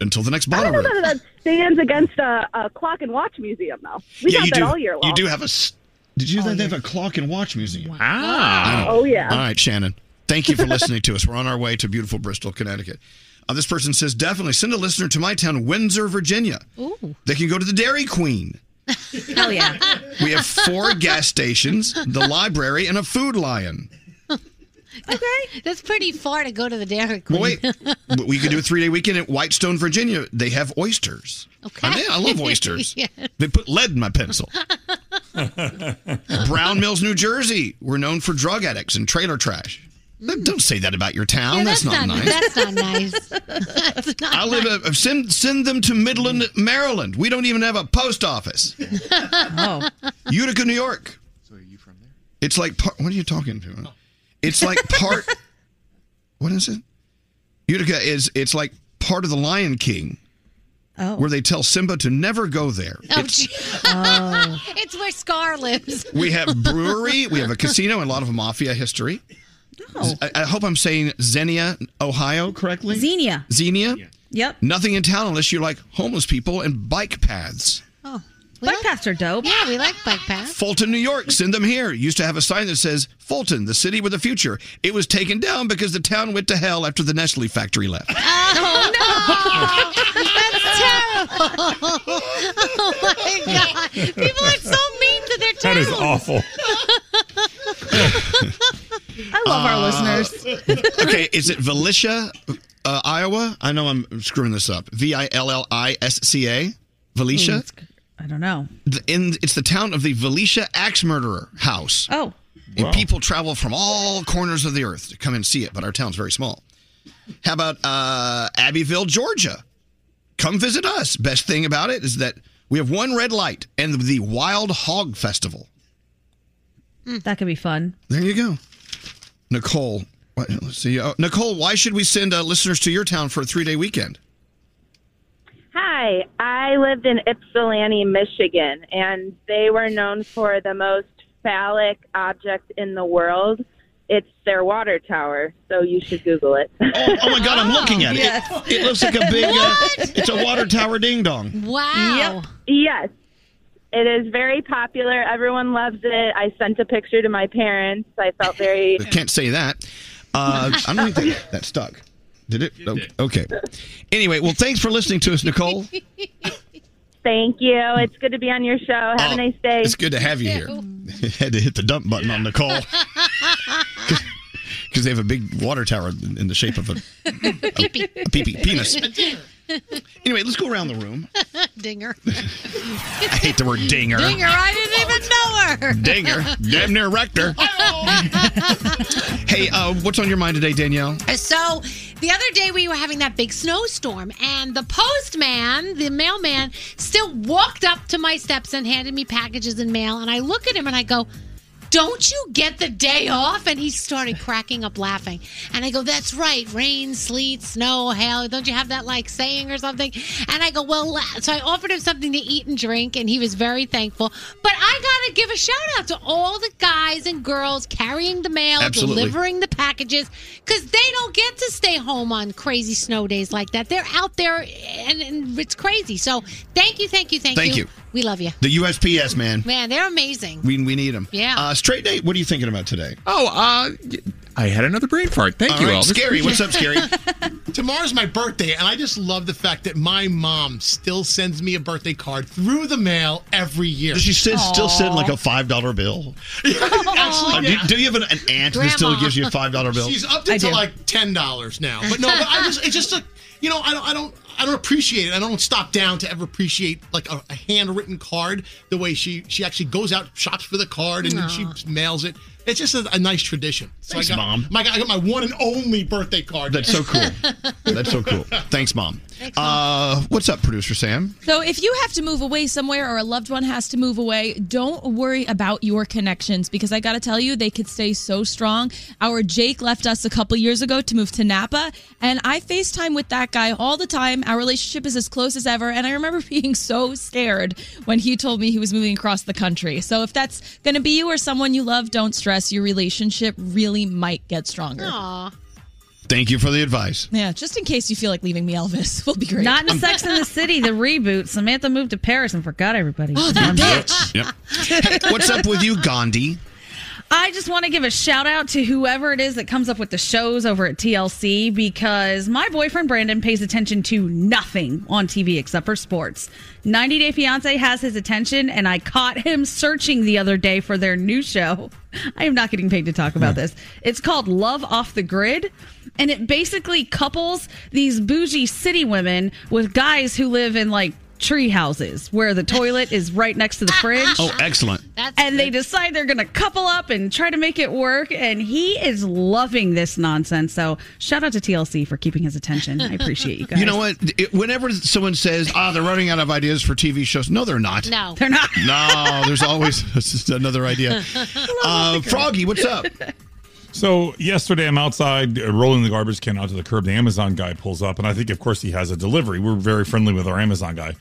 Speaker 4: Until the next
Speaker 20: I don't know
Speaker 4: Bonnaroo.
Speaker 20: that that stands against a, a clock and watch museum, though. We got
Speaker 4: you
Speaker 20: that
Speaker 4: do.
Speaker 20: all year long.
Speaker 4: You do have a s- Did you know they have a clock and watch museum?
Speaker 20: Wow.
Speaker 4: I know.
Speaker 20: Oh, yeah.
Speaker 4: All right, Shannon. Thank you for listening to us. We're on our way to beautiful Bristol, Connecticut. Uh, this person says definitely send a listener to my town, Windsor, Virginia.
Speaker 9: Ooh.
Speaker 4: They can go to the Dairy Queen.
Speaker 11: Hell yeah.
Speaker 4: We have four gas stations, the library, and a food lion.
Speaker 9: okay. That's pretty far to go to the Dairy Queen.
Speaker 4: Well, wait, w- we could do a three day weekend at Whitestone, Virginia. They have oysters.
Speaker 9: Okay.
Speaker 4: I, mean, I love oysters.
Speaker 9: Yeah.
Speaker 4: They put lead in my pencil. Brown Mills, New Jersey. We're known for drug addicts and trailer trash. Don't say that about your town.
Speaker 9: Yeah,
Speaker 4: oh, that's, not, nice.
Speaker 9: That's not nice. that's not
Speaker 4: I live. A, send send them to Midland, Maryland. We don't even have a post office.
Speaker 9: oh.
Speaker 4: Utica, New York. So are you from there? Oh. It's like part, what are you talking to? It's like part. what is it? Utica is it's like part of the Lion King.
Speaker 9: Oh.
Speaker 4: Where they tell Simba to never go there.
Speaker 9: Oh,
Speaker 4: It's- Oh.
Speaker 9: gee. it's where Scar lives.
Speaker 4: we have brewery, we have a casino, and a lot of mafia history. I, I hope I'm saying Xenia, Ohio, correctly.
Speaker 11: Xenia.
Speaker 4: Xenia.
Speaker 11: Yep.
Speaker 4: Nothing in town unless you like homeless people and bike paths.
Speaker 9: Oh.
Speaker 11: Bike paths are dope.
Speaker 9: Yeah, we like bike paths.
Speaker 4: Fulton, New York, send them here. Used to have a sign that says Fulton, the city with a future. It was taken down because the town went to hell after the Nestle factory left.
Speaker 9: Oh, no. That's terrible. Oh, my God. People are so mean to their town.
Speaker 29: That is awful.
Speaker 11: I love our
Speaker 4: Uh,
Speaker 11: listeners.
Speaker 4: okay, is it Volitia, uh, Iowa? I know I'm screwing this up. V I L L I S C A? Valicia?
Speaker 11: Hmm, I don't know.
Speaker 4: The- in it's the town of the Valicia axe murderer house.
Speaker 11: Oh.
Speaker 4: And people travel from all corners of the earth to come and see it, but our town's very small. How about uh, Abbeville, Georgia? Come visit us. Best thing about it is that we have one red light and the Wild Hog Festival.
Speaker 11: That could be fun.
Speaker 4: There you go. Nicole, what, let's see. Oh, Nicole, why should we send uh, listeners to your town for a three day weekend?
Speaker 30: Hi, I lived in Ypsilanti, Michigan, and they were known for the most phallic object in the world. It's their water tower, so you should Google it.
Speaker 4: Oh, my God, I'm looking at it.
Speaker 30: yes.
Speaker 4: It, it looks like a big. Uh,
Speaker 30: What?
Speaker 4: it's a water tower ding dong.
Speaker 30: Wow. Yes. It is very popular. Everyone loves it. I sent a picture to my parents. I felt very
Speaker 4: Can't say that. Uh, I don't think that, that stuck. Did it? O- Okay. Anyway, well, thanks for listening to us, Nicole.
Speaker 30: Thank you. It's good to be on your show. Have a nice
Speaker 4: Uh,
Speaker 30: day.
Speaker 4: Oh, It's good to have you here. Had to hit the dump button on Nicole because they have a big water tower in in the shape of a, a pee-pee penis. Anyway, let's go around the room.
Speaker 13: Dinger.
Speaker 4: I hate the word dinger.
Speaker 13: Dinger, I didn't even know
Speaker 4: Dinger.
Speaker 13: her.
Speaker 4: Damn near wrecked her. hey, uh, what's on your mind today, Danielle?
Speaker 13: Uh, So the other day we were having that big snowstorm, and the postman, the mailman, still walked up to my steps and handed me packages and mail. And I look at him and I go, don't you get the day off? And he started cracking up laughing. And I go, That's right. Rain, sleet, snow, hail. Don't you have that like saying or something? And I go, Well, la-" so I offered him something to eat and drink, and he was very thankful. But I got to give a shout out to all the guys and girls carrying the mail,
Speaker 31: Absolutely.
Speaker 13: delivering the packages, because they don't get to stay home on crazy snow days like that. They're out there, and, and it's crazy. So thank you, thank you, thank,
Speaker 4: Thank you.
Speaker 13: We love you.
Speaker 4: The USPS man.
Speaker 13: Man, they're amazing.
Speaker 4: We we need him.
Speaker 13: Yeah.
Speaker 4: Uh, straight date. What are you thinking about today? Uh,
Speaker 16: Oh, uh, I had another brain fart. Thank
Speaker 4: All
Speaker 16: you,
Speaker 4: right,
Speaker 16: Elvis.
Speaker 4: Scary. What's up, Scary?
Speaker 21: Tomorrow's my birthday, and I just love the fact that my mom still sends me a birthday card through the mail every year.
Speaker 4: Does she still, still send like a five dollar bill?
Speaker 21: Actually,
Speaker 4: Uh, do, do you have an, an aunt that still
Speaker 21: Grandma.
Speaker 4: gives you a five dollar bill?
Speaker 21: She's up to, to like ten dollars now, but no, but I just it's just like you know I don't I don't I don't appreciate it. I don't stop down to ever appreciate like a, a handwritten card the way she she actually goes out shops for the card and then she
Speaker 13: Aw.
Speaker 21: mails it. It's just a, a nice tradition. So
Speaker 4: Thanks,
Speaker 21: I got,
Speaker 4: Mom.
Speaker 21: My I got my one and only birthday card.
Speaker 4: That's so cool. That's so cool. Thanks, mom. Uh, what's up, producer Sam?
Speaker 32: So, if you have to move away somewhere or a loved one has to move away, don't worry about your connections because I got to tell you, they could stay so strong. Our Jake left us a couple years ago to move to Napa, and I FaceTime with that guy all the time. Our relationship is as close as ever, and I remember being so scared when he told me he was moving across the country. So, if that's going to be you or someone you love, don't stress. Your relationship really might get stronger.
Speaker 4: Thank you for the advice.
Speaker 32: Yeah, just in case you feel like leaving me, Elvis, will be great.
Speaker 11: Not in Sex in the City, the reboot. Samantha moved to Paris and forgot everybody.
Speaker 32: Oh, that
Speaker 4: Yep. Hey, what's up with you, Gandhi?
Speaker 11: I just want to give a shout out to whoever it is that comes up with the shows over at TLC because my boyfriend Brandon pays attention to nothing on TV except for sports. 90 Day Fiance has his attention, and I caught him searching the other day for their new show. I am not getting paid to talk about this. It's called Love Off the Grid, and it basically couples these bougie city women with guys who live in like tree houses where the toilet is right next to the fridge
Speaker 4: Oh, excellent.
Speaker 11: and they decide they're going to couple up and try to make it work. And he is loving this nonsense. So shout out to TLC for keeping his attention. I appreciate you guys.
Speaker 4: You know what? It- whenever someone says, "Ah, they're running out of ideas for TV shows," no, they're not.
Speaker 13: No.
Speaker 11: They're not.
Speaker 4: No, there's always it's just another idea. Uh, Froggy, what's up?
Speaker 6: So yesterday, I'm outside uh, rolling the garbage can out to the curb. The Amazon guy pulls up, and I think, of course, he has a delivery. We're very friendly with our Amazon guy.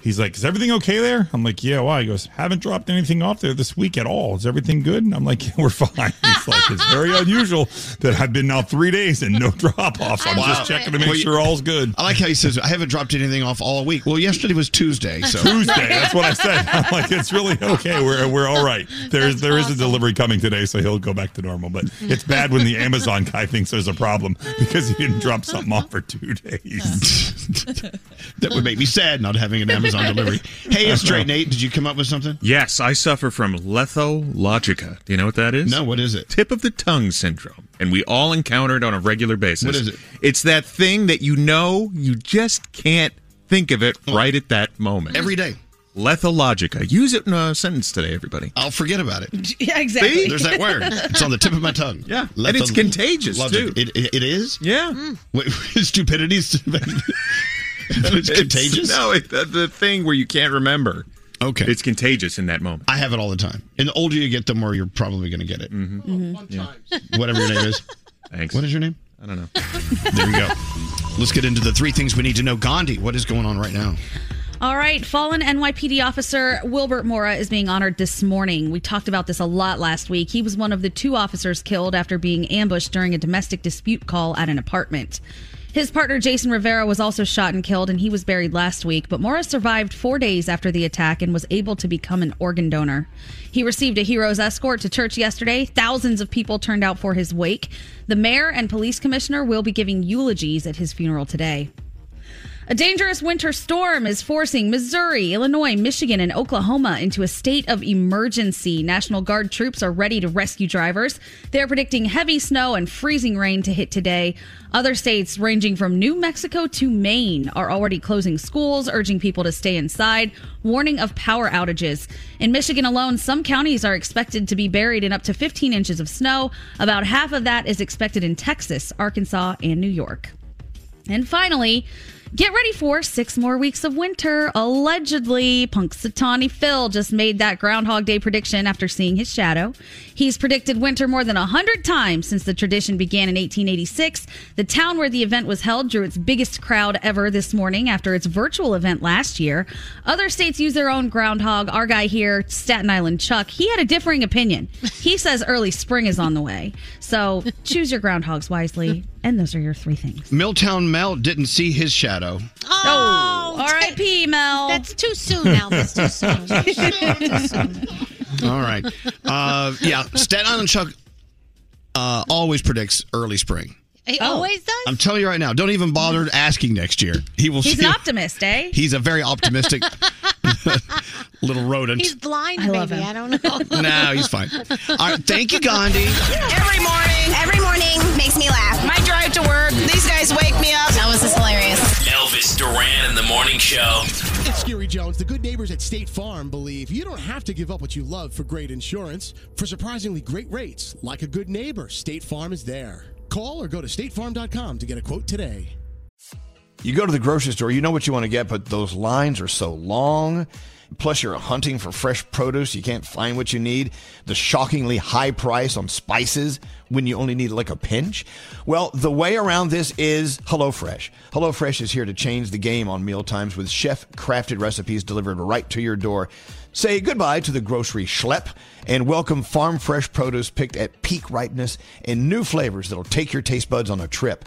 Speaker 6: He's like, "Is everything okay there?" I'm like, "Yeah." Why? He goes, "Haven't dropped anything off there this week at all. Is everything good?" And I'm like, yeah, "We're fine." He's like, "It's very unusual that I've been out three days and no drop offs. I'm just checking to make
Speaker 4: Well, you-
Speaker 6: sure all's good."
Speaker 4: I like how he says, "I haven't dropped anything off all week." Well, yesterday was Tuesday, so
Speaker 6: Tuesday. That's what I said. I'm like, it's really okay. We're we're all right. There's there is a delivery coming today, so he'll go back to normal. But it's bad when the Amazon guy thinks there's a problem because he didn't drop something off for two days.
Speaker 4: that would make me sad not having an Amazon delivery. Hey, it's Straight Nate. Did you come up with something?
Speaker 16: Yes, I suffer from lethologica. Do you know what that is? No,
Speaker 4: what is it?
Speaker 16: Tip of the tongue syndrome. And we all encounter it on a regular basis.
Speaker 4: What is it?
Speaker 16: It's that thing that you know you just can't
Speaker 33: think of it right at that moment.
Speaker 9: Every day.
Speaker 33: Lethologica. Use it in a sentence today, everybody.
Speaker 9: I'll forget about it.
Speaker 11: Yeah, exactly.
Speaker 9: See? There's that word. It's on the tip of my tongue.
Speaker 33: Yeah.
Speaker 9: Let
Speaker 33: and it's
Speaker 9: the-
Speaker 33: contagious,
Speaker 9: love
Speaker 33: too.
Speaker 9: It, it, it is?
Speaker 33: Yeah.
Speaker 4: Mm.
Speaker 9: Wait, stupidity is it's contagious?
Speaker 33: No, it, the, the thing where you can't remember.
Speaker 9: Okay.
Speaker 33: It's contagious in that moment.
Speaker 9: I have it all the time. And the older you get, the more you're probably going to get it.
Speaker 8: Mm-hmm.
Speaker 9: Whatever your name is.
Speaker 33: Mm-hmm. Thanks.
Speaker 9: What is your name?
Speaker 33: I don't know.
Speaker 9: There we go. Let's get into the three things we need to know. Gandhi, what is going on right now?
Speaker 11: All right, fallen NYPD officer Wilbert Mora is being honored this morning. We talked about this a lot last week. He was one of the two officers killed after being ambushed during a domestic dispute call at an apartment. His partner Jason Rivera was also shot and killed, and he was buried last week. But Mora survived four days after the attack and was able to become an organ donor. He received a hero's escort to church yesterday. Thousands of people turned out for his wake. The mayor and police commissioner will be giving eulogies at his funeral today. A dangerous winter storm is forcing Missouri, Illinois, Michigan, and Oklahoma into a state of emergency. National Guard troops are ready to rescue drivers. They're predicting heavy snow and freezing rain to hit today. Other states, ranging from New Mexico to Maine, are already closing schools, urging people to stay inside, warning of power outages. In Michigan alone, some counties are expected to be buried in up to 15 inches of snow. About half of that is expected in Texas, Arkansas, and New York. And finally, get ready for six more weeks of winter. Allegedly, Punxsutawney Phil just made that Groundhog Day prediction after seeing his shadow. He's predicted winter more than 100 times since the tradition began in 1886. The town where the event was held drew its biggest crowd ever this morning after its virtual event last year. Other states use their own groundhog. Our guy here, Staten Island Chuck, he had a differing opinion. He says early spring is on the way. So choose your groundhogs wisely. And those are your three things.
Speaker 9: Milltown Mel didn't see his shadow.
Speaker 11: Oh, R.I.P. Mel.
Speaker 34: That's too soon, Elvis. Too
Speaker 9: All right. Uh, yeah, Staten Island Chuck uh, always predicts early spring.
Speaker 34: He
Speaker 11: Oh.
Speaker 34: always does.
Speaker 9: I'm telling you right now, don't even bother asking next year. He will
Speaker 11: He's
Speaker 9: see
Speaker 11: an optimist, eh?
Speaker 9: He's a very optimistic little rodent.
Speaker 34: He's blind,
Speaker 11: I love
Speaker 34: maybe.
Speaker 11: him.
Speaker 34: I don't know.
Speaker 9: no, he's fine. All right, thank you, Gandhi.
Speaker 15: Every morning. Every morning makes me laugh. My drive to work. These guys wake me up. That was just hilarious.
Speaker 10: Elvis Duran in the morning show.
Speaker 21: It's Gary Jones. The good neighbors at State Farm believe you don't have to give up what you love for great insurance. For surprisingly great rates, like a good neighbor, State Farm is there. Call or go to statefarm.com to get a quote today.
Speaker 4: You go to the grocery store, you know what you want to get, but those lines are so long. Plus, you're hunting for fresh produce. You can't find what you need. The shockingly high price on spices when you only need like a pinch. Well, the way around this is HelloFresh. HelloFresh is here to change the game on mealtimes with chef crafted recipes delivered right to your door. Say goodbye to the grocery schlep and welcome farm fresh produce picked at peak ripeness and new flavors that'll take your taste buds on a trip.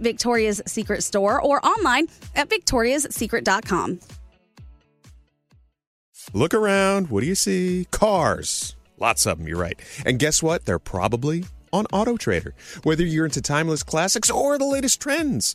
Speaker 35: Victoria's Secret store or online at victoriassecret.com.
Speaker 16: Look around. What do you see? Cars. Lots of them, you're right. And guess what? They're probably on Auto Trader. Whether you're into timeless classics or the latest trends,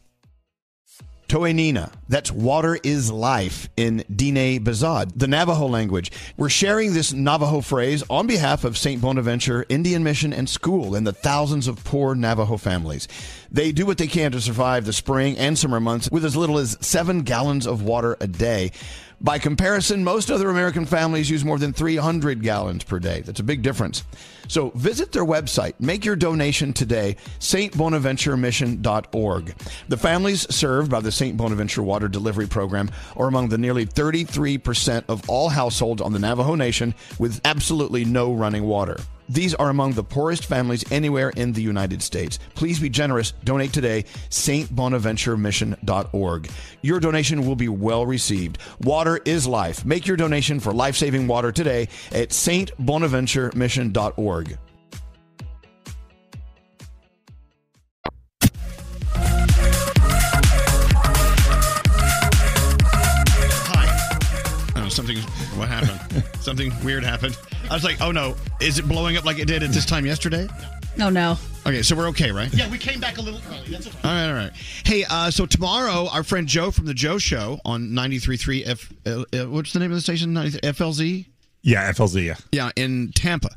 Speaker 12: Toenina. That's water is life in Dine Bazad, the Navajo language. We're sharing this Navajo phrase on behalf of St. Bonaventure Indian Mission and School and the thousands of poor Navajo families. They do what they can to survive the spring and summer months with as little as seven gallons of water a day. By comparison, most other American families use more than 300 gallons per day. That's a big difference. So visit their website, make your donation today, stbonaventuremission.org. The families served by the St. Bonaventure Water Delivery Program are among the nearly 33% of all households on the Navajo Nation with absolutely no running water. These are among the poorest families anywhere in the United States. Please be generous. Donate today, stbonaventuremission.org. Your donation will be well received. Water is life. Make your donation for life saving water today at stbonaventuremission.org.
Speaker 4: Oh, something. What happened? something weird happened. I was like, oh no, is it blowing up like it did at this time yesterday?
Speaker 11: Oh no.
Speaker 4: Okay, so we're okay, right?
Speaker 21: Yeah, we came back a little early. That's okay.
Speaker 4: All right, all right. Hey, uh, so tomorrow, our friend Joe from the Joe Show on 93.3 F. Uh, uh, what's the name of the station? 93 FLZ.
Speaker 6: Yeah, FLZ. Yeah.
Speaker 4: Yeah, in Tampa,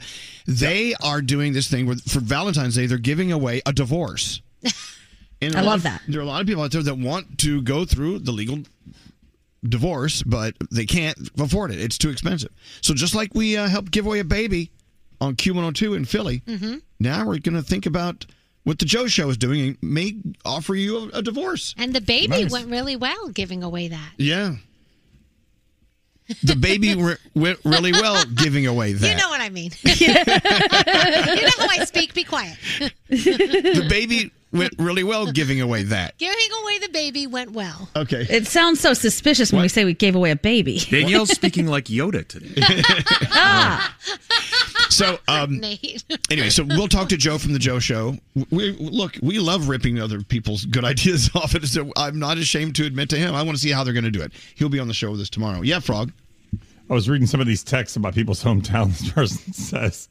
Speaker 4: they are doing this thing where, for Valentine's Day. They're giving away a divorce. And a
Speaker 11: I
Speaker 4: lot
Speaker 11: love
Speaker 4: of-
Speaker 11: that.
Speaker 4: There are a lot of people out there that want to go through the legal divorce, but they can't afford it. It's too expensive. So just like we uh, helped give away a baby on Q102 in Philly,
Speaker 11: Mm-hmm.
Speaker 13: Mhm.
Speaker 4: now we're going to think about what the Joe Show is doing and may offer you a, a divorce.
Speaker 13: And the baby
Speaker 4: Nice.
Speaker 13: went really well giving away that.
Speaker 4: Yeah. The baby re- went really well giving away that.
Speaker 13: You know what I mean. you know how I speak. Be quiet.
Speaker 4: the baby went really well giving away that.
Speaker 13: Giving away the baby went well.
Speaker 4: Okay.
Speaker 11: It sounds so suspicious when we say we gave away a baby.
Speaker 16: Danielle's speaking like Yoda today.
Speaker 4: So, um,
Speaker 13: Nate.
Speaker 4: anyway, so we'll talk to Joe from the Joe Show. We look, we love ripping other people's good ideas off, and so I'm not ashamed to admit to him. I want to see how they're going to do it. He'll be on the show with us tomorrow. Yeah, Frog.
Speaker 6: I was reading some of these texts about people's hometowns. This person says,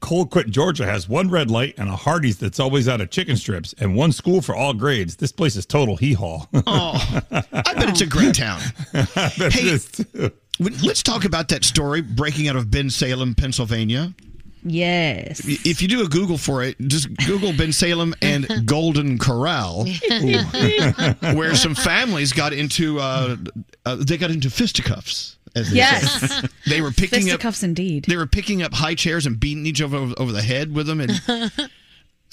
Speaker 6: Colquitt, Georgia has one red light and a Hardee's that's always out of chicken strips and one school for all grades. This place is total hee haw.
Speaker 4: I bet it's a great town.
Speaker 6: hey,
Speaker 4: w- let's talk about that story breaking out of Ben Salem, Pennsylvania.
Speaker 11: Yes.
Speaker 4: If you do a Google for it, just Google Ben Salem and Golden Corral,
Speaker 11: Ooh.
Speaker 4: where some families got into uh, uh, they got into fisticuffs. As they
Speaker 11: Yes.
Speaker 4: say. they were picking up
Speaker 11: Fisticuffs indeed.
Speaker 4: They were picking up high chairs and beating each other over, over the head with them, and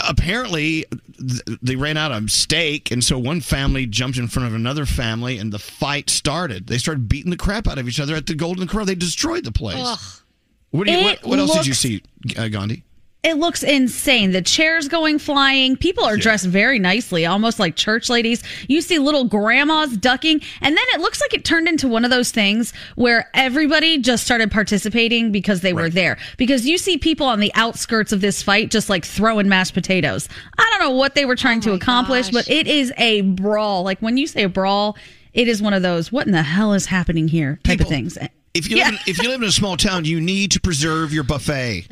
Speaker 4: apparently th- they ran out of steak, and so one family jumped in front of another family, and the fight started. They started beating the crap out of each other at the Golden Corral. They destroyed the place.
Speaker 11: Ugh.
Speaker 4: What, do you,
Speaker 11: It
Speaker 4: what, what else did you
Speaker 11: looks-
Speaker 4: see, uh, Gandhi?
Speaker 11: It looks insane. The chairs going flying. People are dressed very nicely, almost like church ladies. You see little grandmas ducking. And then it looks like it turned into one of those things where everybody just started participating because they were there. Because you see people on the outskirts of this fight just like throwing mashed potatoes. I don't know what they were trying to accomplish, but it is a brawl. Like when you say a brawl, it is one of those, what in the hell is happening here type of things.
Speaker 4: If you live in, if you live in a small town, you need to preserve your buffet.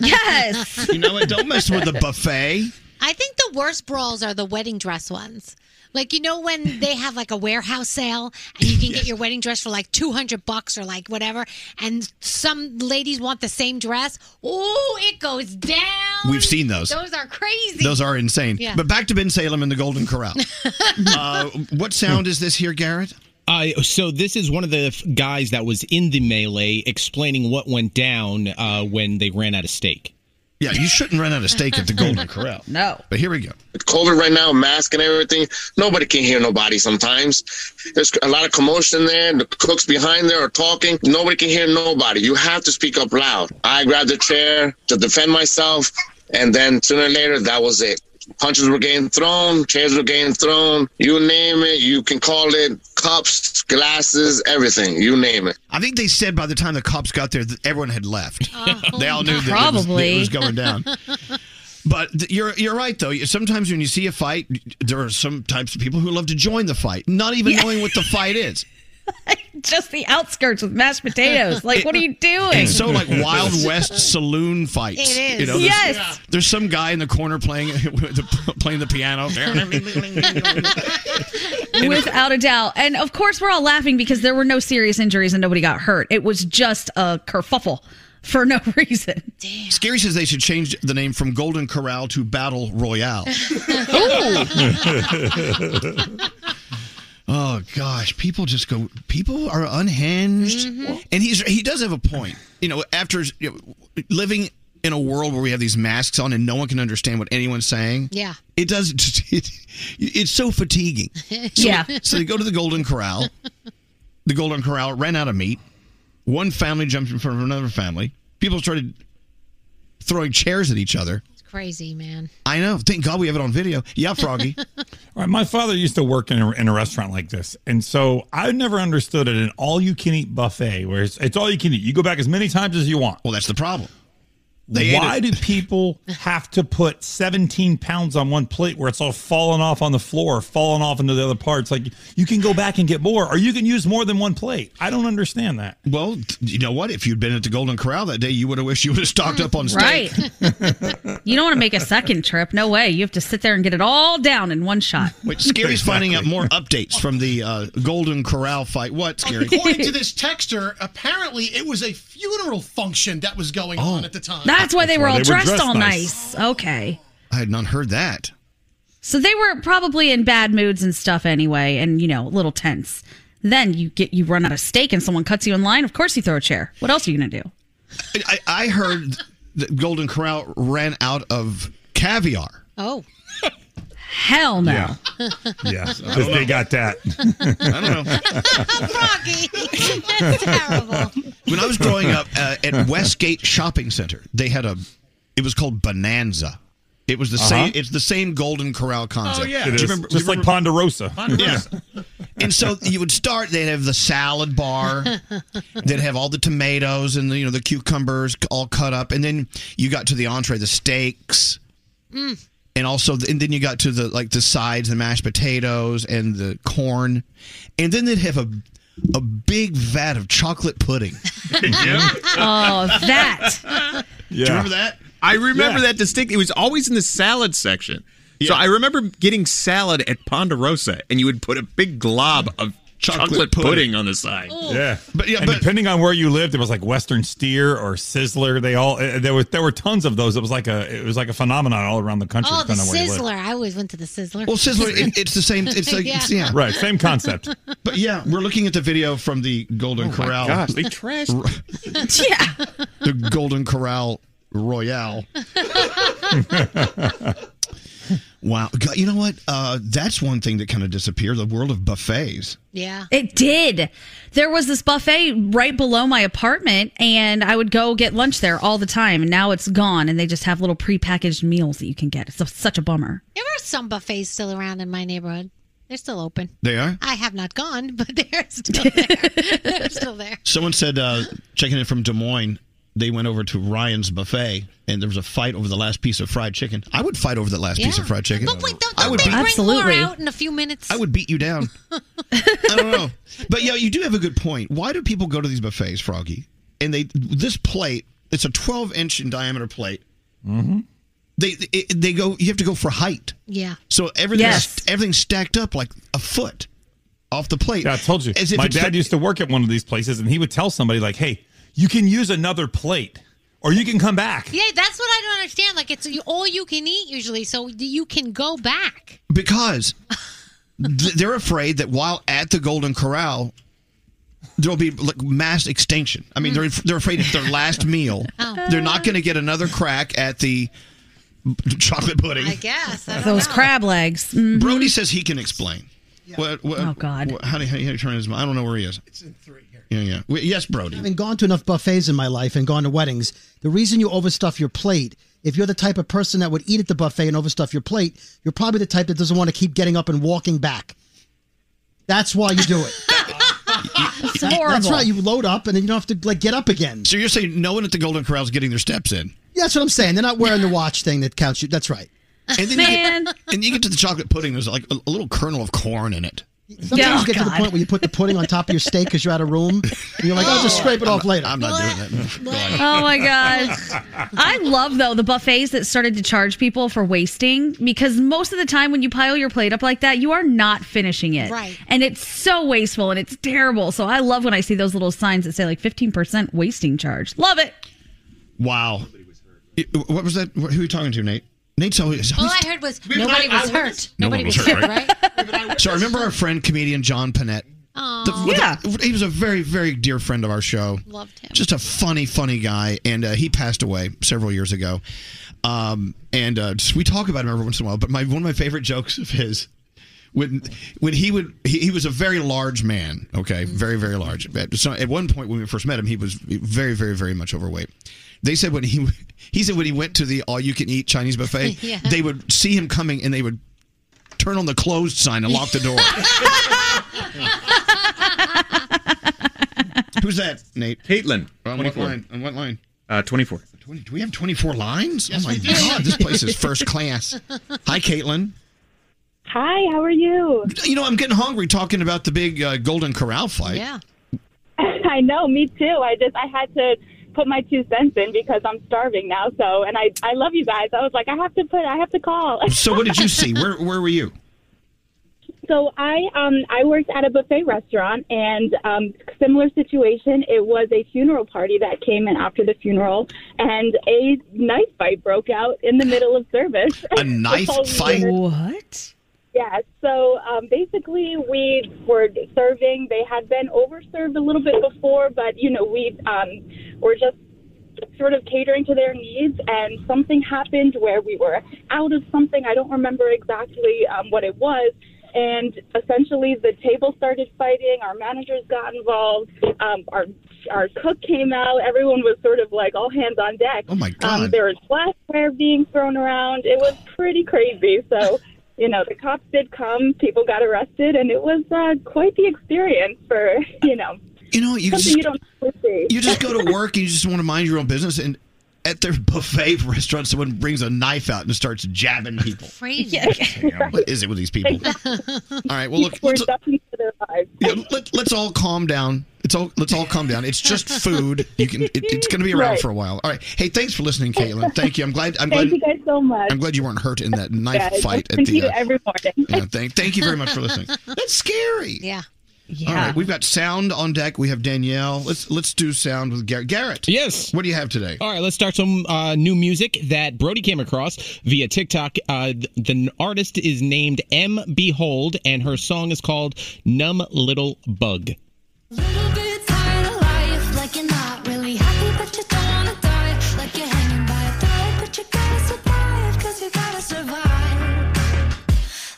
Speaker 11: yes.
Speaker 4: You know what? Don't mess with the buffet.
Speaker 13: I think the worst brawls are the wedding dress ones. Like you know when they have like a warehouse sale and you can get your wedding dress for like 200 bucks or like whatever and some ladies want the same dress. Oh, it goes down.
Speaker 4: We've seen those.
Speaker 13: Those are crazy.
Speaker 4: Those are insane.
Speaker 13: Yeah.
Speaker 4: But back to Ben Salem and the Golden Corral. uh, what sound is this here, Garrett?
Speaker 23: Uh, so this is one of the f- guys that was in the melee explaining what went down uh, when they ran out of steak.
Speaker 4: Yeah, you shouldn't run out of steak at the Golden Corral.
Speaker 11: No.
Speaker 4: But here we go.
Speaker 25: It's colder right now, mask and everything. Nobody can hear nobody sometimes. There's a lot of commotion there. The cooks behind there are talking. Nobody can hear nobody. You have to speak up loud. I grabbed a chair to defend myself. And then sooner or later, that was it. punches were getting thrown, chairs were getting thrown. You name it, you can call it cups, glasses, everything. You name it.
Speaker 4: I think they said by the time the cops got there, that everyone had left.
Speaker 9: Oh,
Speaker 13: Oh.
Speaker 4: they all knew that it was-
Speaker 11: Probably.
Speaker 4: that it was going down. But th- you're you're right though. Sometimes when you see a fight, there are some types of people who love to join the fight, not even knowing what the fight is.
Speaker 11: Just the outskirts with mashed potatoes. Like, what are you doing?
Speaker 4: It's so like Wild West saloon fights.
Speaker 11: It is.
Speaker 4: You know, there's,
Speaker 11: Yes. Yeah.
Speaker 4: There's some guy in the corner playing the, playing the piano.
Speaker 11: Without a doubt. And of course, we're all laughing because there were no serious injuries and nobody got hurt. It was just a kerfuffle for no reason.
Speaker 4: Scary says they should change the name from Golden Corral to Battle Royale. oh gosh, people just go. People are unhinged,
Speaker 11: Mm-hmm.
Speaker 4: and he's he does have a point. You know, after you know, living in a world where we have these masks on and no one can understand what anyone's saying.
Speaker 13: Yeah.
Speaker 4: It does. It, it's so fatiguing. So,
Speaker 13: Yeah.
Speaker 4: So they go to the Golden Corral. The Golden Corral ran out of meat. One family jumped in front of another family. People started throwing chairs at each other.
Speaker 13: It's crazy, man.
Speaker 4: I know. Thank God we have it on video. Yeah, Froggy.
Speaker 6: All right, my father used to work in a, in a restaurant like this, and so I never understood it. An all-you-can-eat buffet, where it's, it's all you can eat. You go back as many times as you want.
Speaker 4: Well, that's the problem.
Speaker 2: They ate
Speaker 6: Why
Speaker 2: it.
Speaker 6: do people have to put 17 pounds on one plate where it's all falling off on the floor, falling off into the other parts? Like you can go back and get more, or you can use more than one plate. I don't understand that.
Speaker 4: Well, you know what? If you'd been at the Golden Corral that day, you would have wished you would have stocked up on steak.
Speaker 11: Right. you don't want to make a second trip. No way. You have to sit there and get it all down in one shot.
Speaker 4: Which Scary's finding out more updates from the uh, Golden Corral fight. What, Scary?
Speaker 21: According to this texter, apparently it was a funeral function that was going on at the time.
Speaker 11: That's why they were all dressed, all nice. Okay.
Speaker 4: I had not heard that.
Speaker 11: So they were probably in bad moods and stuff anyway, and you know, a little tense. Then you get you run out of steak and someone cuts you in line. Of course, you throw a chair. What else are you gonna do?
Speaker 4: I, I heard that Golden Corral ran out of caviar.
Speaker 13: Oh.
Speaker 11: Hell no.
Speaker 6: Yeah. Yeah, because they got that.
Speaker 4: I don't know.
Speaker 13: Froggy.
Speaker 4: When I was growing up uh, at Westgate Shopping Center, they had a. It was called Bonanza. It was the
Speaker 6: Uh-huh.
Speaker 4: same. It's the same Golden Corral
Speaker 13: Oh,
Speaker 4: concept.
Speaker 6: yeah.
Speaker 4: Oh,
Speaker 6: It
Speaker 4: Do you
Speaker 6: is.
Speaker 4: remember-
Speaker 6: Just
Speaker 4: do you
Speaker 6: like
Speaker 4: remember-
Speaker 6: Ponderosa. Ponderosa.
Speaker 4: Yeah. and so you would start. They'd have the salad bar. they'd have all the tomatoes and the, you know the cucumbers all cut up, and then you got to the entree, the steaks.
Speaker 13: Mm.
Speaker 4: and also and then you got to the like the sides the mashed potatoes and the corn and then they'd have a a big vat of chocolate pudding
Speaker 11: Oh, that.
Speaker 4: Do you remember that?
Speaker 16: I remember
Speaker 4: Yeah.
Speaker 16: that distinct. It was always in the salad section. So I remember getting salad at Ponderosa, and you would put a big glob of chocolate, pudding. on the side.
Speaker 6: Yeah, but yeah, and depending on where you lived, it was like Western Steer or Sizzler. They all eh, there was there were tons of those. It was like a it was like a phenomenon all around the country.
Speaker 13: Oh, the
Speaker 6: depending on where you lived.
Speaker 13: Sizzler. I always went to the Sizzler.
Speaker 4: well sizzler it, it's the same it's like it's- yeah.
Speaker 6: right same concept
Speaker 4: but yeah we're looking at the video from the golden corral
Speaker 16: Oh gosh, they trashed
Speaker 11: yeah
Speaker 4: the golden corral royale wow God, you know what uh, that's one thing that kind of disappeared the world of buffets
Speaker 13: Yeah.
Speaker 11: It did. There was this buffet right below my apartment, and I would go get lunch there all the time. And now it's gone, and they just have little prepackaged meals that you can get. It's such a bummer.
Speaker 13: There are some buffets still around in my neighborhood. They're still open.
Speaker 4: they are
Speaker 13: I have not gone, but they're still there. they're still there.
Speaker 4: Someone said, uh, checking in from Des Moines, they went over to Ryan's buffet and there was a fight over the last piece of fried chicken. I would fight over that last piece of fried chicken.
Speaker 13: But wait, don't,
Speaker 4: I
Speaker 13: don't
Speaker 4: would
Speaker 13: they
Speaker 4: beat,
Speaker 13: bring more out in a few minutes?
Speaker 4: I would beat you down. I don't know, but yeah, you do have a good point. Why do people go to these buffets, Froggy? And they this plate, it's a twelve inch in diameter plate. Mm-hmm. They it, they go. You have to go for height.
Speaker 13: Yeah.
Speaker 4: So everything's
Speaker 13: Yes.
Speaker 4: everything's stacked up like a foot off the plate.
Speaker 6: Yeah, I told you.
Speaker 4: As if
Speaker 6: My
Speaker 4: it's
Speaker 6: dad
Speaker 4: the-
Speaker 6: used to work at one of these places, and he would tell somebody like, "Hey, you can use another plate, or you can come back."
Speaker 13: Yeah, that's what I don't understand. Like it's you- all you can eat usually, so you can go back.
Speaker 4: because th- they're afraid that while at the Golden Corral, there'll be like mass extinction. I mean, they're they're afraid it's their last meal.
Speaker 13: Oh.
Speaker 4: They're not going to get another crack at the chocolate pudding.
Speaker 13: I guess. I don't
Speaker 11: Those
Speaker 13: know.
Speaker 11: crab legs. Mm-hmm.
Speaker 4: Brody says he can explain. What, what,
Speaker 11: Oh, God.
Speaker 4: What, how do you, how do you turn his? I don't know where he is. It's in three here. Yeah, yeah. Wait, yes, Brody.
Speaker 9: Having gone to enough buffets in my life and gone to weddings, the reason you overstuff your plate If you're the type of person that would eat at the buffet and overstuff your plate, you're probably the type that doesn't want to keep getting up and walking back. That's why you do it.
Speaker 11: That's
Speaker 9: That's right. You load up and then you don't have to like get up again.
Speaker 4: So you're saying no one at the Golden Corral is getting their steps in.
Speaker 9: Yeah, that's what I'm saying. They're not wearing the watch thing that counts you. That's right.
Speaker 4: And then You get, and you get to the chocolate pudding. There's like a, a little kernel of corn in it.
Speaker 9: Sometimes
Speaker 11: Oh,
Speaker 4: Oh,
Speaker 9: you get to the point where you put the pudding on top of your steak because you're out of room, and you're like, "I'll just scrape it off later."
Speaker 4: I'm not doing that.
Speaker 11: Oh my gosh. I love though the buffets that started to charge people for wasting because most of the time when you pile your plate up like that, you are not finishing it.
Speaker 13: Right.
Speaker 11: And it's so wasteful and it's terrible. So I love when I see those little signs that say like 15% wasting charge. Love it.
Speaker 4: Wow. It- What was that? Who are you talking to, Nate? Nate's always.
Speaker 13: All I heard was
Speaker 8: Maybe
Speaker 13: nobody
Speaker 8: I-
Speaker 13: was
Speaker 8: I
Speaker 13: hurt.
Speaker 4: No
Speaker 13: Nobody
Speaker 4: one
Speaker 13: was
Speaker 4: was
Speaker 13: hurt,
Speaker 4: hurt,
Speaker 13: right?
Speaker 4: So I remember our friend comedian John Panette.
Speaker 13: Aw.
Speaker 4: yeah, he was a very, very dear friend of our show.
Speaker 13: Loved him.
Speaker 4: Just a funny, funny guy, and uh, he passed away several years ago. Um, and uh, just- we talk about him every once in a while. But my one of my favorite jokes of his when when he would he, he was a very large man. Okay,
Speaker 13: Mm-hmm.
Speaker 4: very, very large. But so at one point when we first met him, he was very, very, very much overweight. They said when he he said when he went to the all you can eat Chinese buffet,
Speaker 13: Yeah.
Speaker 4: they would see him coming and they would turn on the closed sign and lock the door. Who's that, Nate?
Speaker 16: Caitlin.
Speaker 4: On what
Speaker 16: 24.
Speaker 4: line? On what line?
Speaker 16: Uh, 24.
Speaker 4: 20, do we have 24 lines?
Speaker 16: Yes,
Speaker 4: oh my
Speaker 16: we do.
Speaker 4: God, this place is first class. Hi, Caitlin.
Speaker 20: Hi, how are you?
Speaker 4: You know, I'm getting hungry talking about the big uh, Golden Corral fight.
Speaker 20: I know, me too. I just I had to put my two cents in because I'm starving now. So, and I I love you guys. I was like, I have to put, I have to call.
Speaker 4: So, what did you see? Where where were you?
Speaker 20: So I um I worked at a buffet restaurant and um similar situation. It was a funeral party that came in after the funeral and a knife fight broke out in the middle of service.
Speaker 4: A knife
Speaker 20: So
Speaker 4: fight?
Speaker 20: weird.
Speaker 11: What?
Speaker 20: Yeah, so um, basically we were serving. They had been overserved a little bit before, but you know we um, were just sort of catering to their needs. And something happened where we were out of something. I don't remember exactly um, what it was. And essentially, the table started fighting. Our managers got involved. Um, our our cook came out. Everyone was sort of like all hands on deck.
Speaker 4: Oh my
Speaker 20: Um,
Speaker 4: God.
Speaker 20: there was glassware being thrown around. It was pretty crazy. So, you know, the cops did come. People got arrested, and it was uh, quite the experience for you know.
Speaker 4: You know, you
Speaker 20: something
Speaker 4: just-
Speaker 20: you don't normally see.
Speaker 4: You just go to work and you just want to mind your own business, and at their buffet restaurant, someone brings a knife out and starts jabbing people.
Speaker 13: Crazy.
Speaker 4: What is it with these people? All right, well look,
Speaker 20: We're
Speaker 4: let's,
Speaker 20: ducking for their lives.
Speaker 4: yeah, let, let's all calm down. It's all let's all calm down. It's just food. You can. It, it's going to be around
Speaker 20: Right.
Speaker 4: for a while. All right. Hey, thanks for listening, Caitlin. Thank you. I'm glad. I'm glad.
Speaker 20: Thank you guys so much.
Speaker 4: I'm glad you weren't hurt in that knife
Speaker 20: guys.
Speaker 4: fight
Speaker 20: I
Speaker 4: at
Speaker 20: listen to
Speaker 4: the.
Speaker 20: you
Speaker 4: Uh,
Speaker 20: every morning.
Speaker 4: yeah, thank, thank you very much for listening. That's scary.
Speaker 13: Yeah.
Speaker 4: All right, we've got sound on deck. We have Danielle. Let's let's do sound with Garrett. Garrett.
Speaker 23: Yes.
Speaker 4: What do you have today?
Speaker 23: All right, let's start some uh, new music that Brody came across via TikTok. Uh, th- the artist is named M. Behold, and her song is called Numb Little Bug.
Speaker 24: Like you're not really happy, but you don't wanna die. Like you're hanging by a thread, but you gotta survive, 'cause you gotta survive.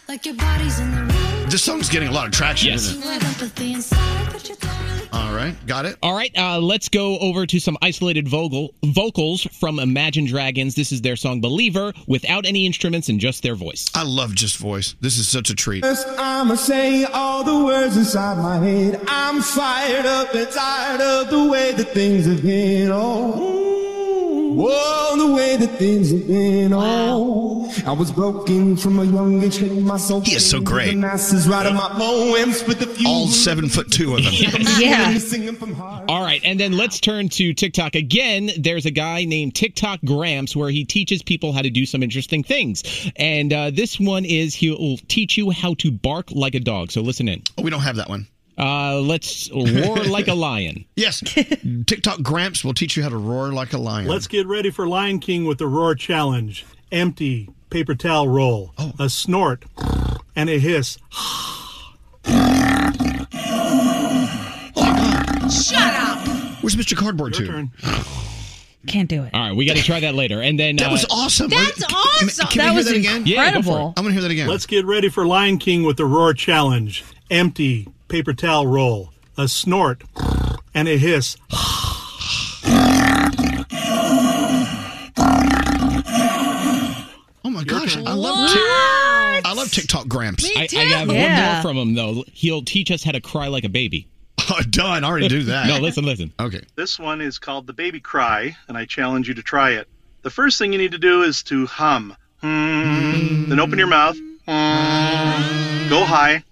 Speaker 24: Like your body's in the room
Speaker 4: This song's getting a lot of traction.
Speaker 23: Yes.
Speaker 4: Isn't
Speaker 24: with empathy inside, but you don't really
Speaker 4: it? All right. Got it.
Speaker 23: All right, uh, let's go over to some isolated vocal vocals from Imagine Dragons. This is their song "Believer" without any instruments and just their voice.
Speaker 4: I love just voice. This is such a treat.
Speaker 26: First, I'ma say all the words inside my head. I'm fired up and tired of the way that things have been. Oh, whoa, the way that things have been. Oh, I was broken from a young age, hidden my soul. He
Speaker 4: is so great.
Speaker 26: The masses writing my poems with a few.
Speaker 4: All seven foot two of them.
Speaker 26: Yeah. Singing from heart.
Speaker 23: All right, and then let's turn to TikTok again. There's a guy named TikTok Gramps where he teaches people how to do some interesting things, and uh, this one is he'll teach you how to bark like a dog. So listen in.
Speaker 4: Oh, we don't have that one.
Speaker 23: Uh, let's roar like a lion.
Speaker 4: Yes. TikTok Gramps will teach you how to roar like a lion.
Speaker 36: Let's get ready for Lion King with the roar challenge. Empty paper towel roll, a snort, and a hiss.
Speaker 11: Shut up.
Speaker 4: Where's Mr. Cardboard
Speaker 11: Your
Speaker 4: to?
Speaker 11: turn. Can't do it.
Speaker 23: All right, we got to try that later. And then
Speaker 36: That
Speaker 23: uh,
Speaker 36: was awesome. That's Can- can- awesome. can we hear that again?
Speaker 23: Yeah, go for it.
Speaker 36: I'm
Speaker 4: gonna hear that again.
Speaker 36: Let's get ready for Lion King with the roar challenge. Empty paper towel roll, a snort, and a hiss.
Speaker 4: Oh gosh, I love
Speaker 23: What?
Speaker 4: Tik- I love TikTok gramps.
Speaker 23: I, I have one more from him though. He'll teach us how to cry like a baby.
Speaker 4: Oh, done. I already do that.
Speaker 23: no, listen, listen.
Speaker 4: Okay.
Speaker 37: This one is called The Baby Cry, and I challenge you to try it. The first thing you need to do is to hum. Hmm. Then open your mouth. Hmm. Go high.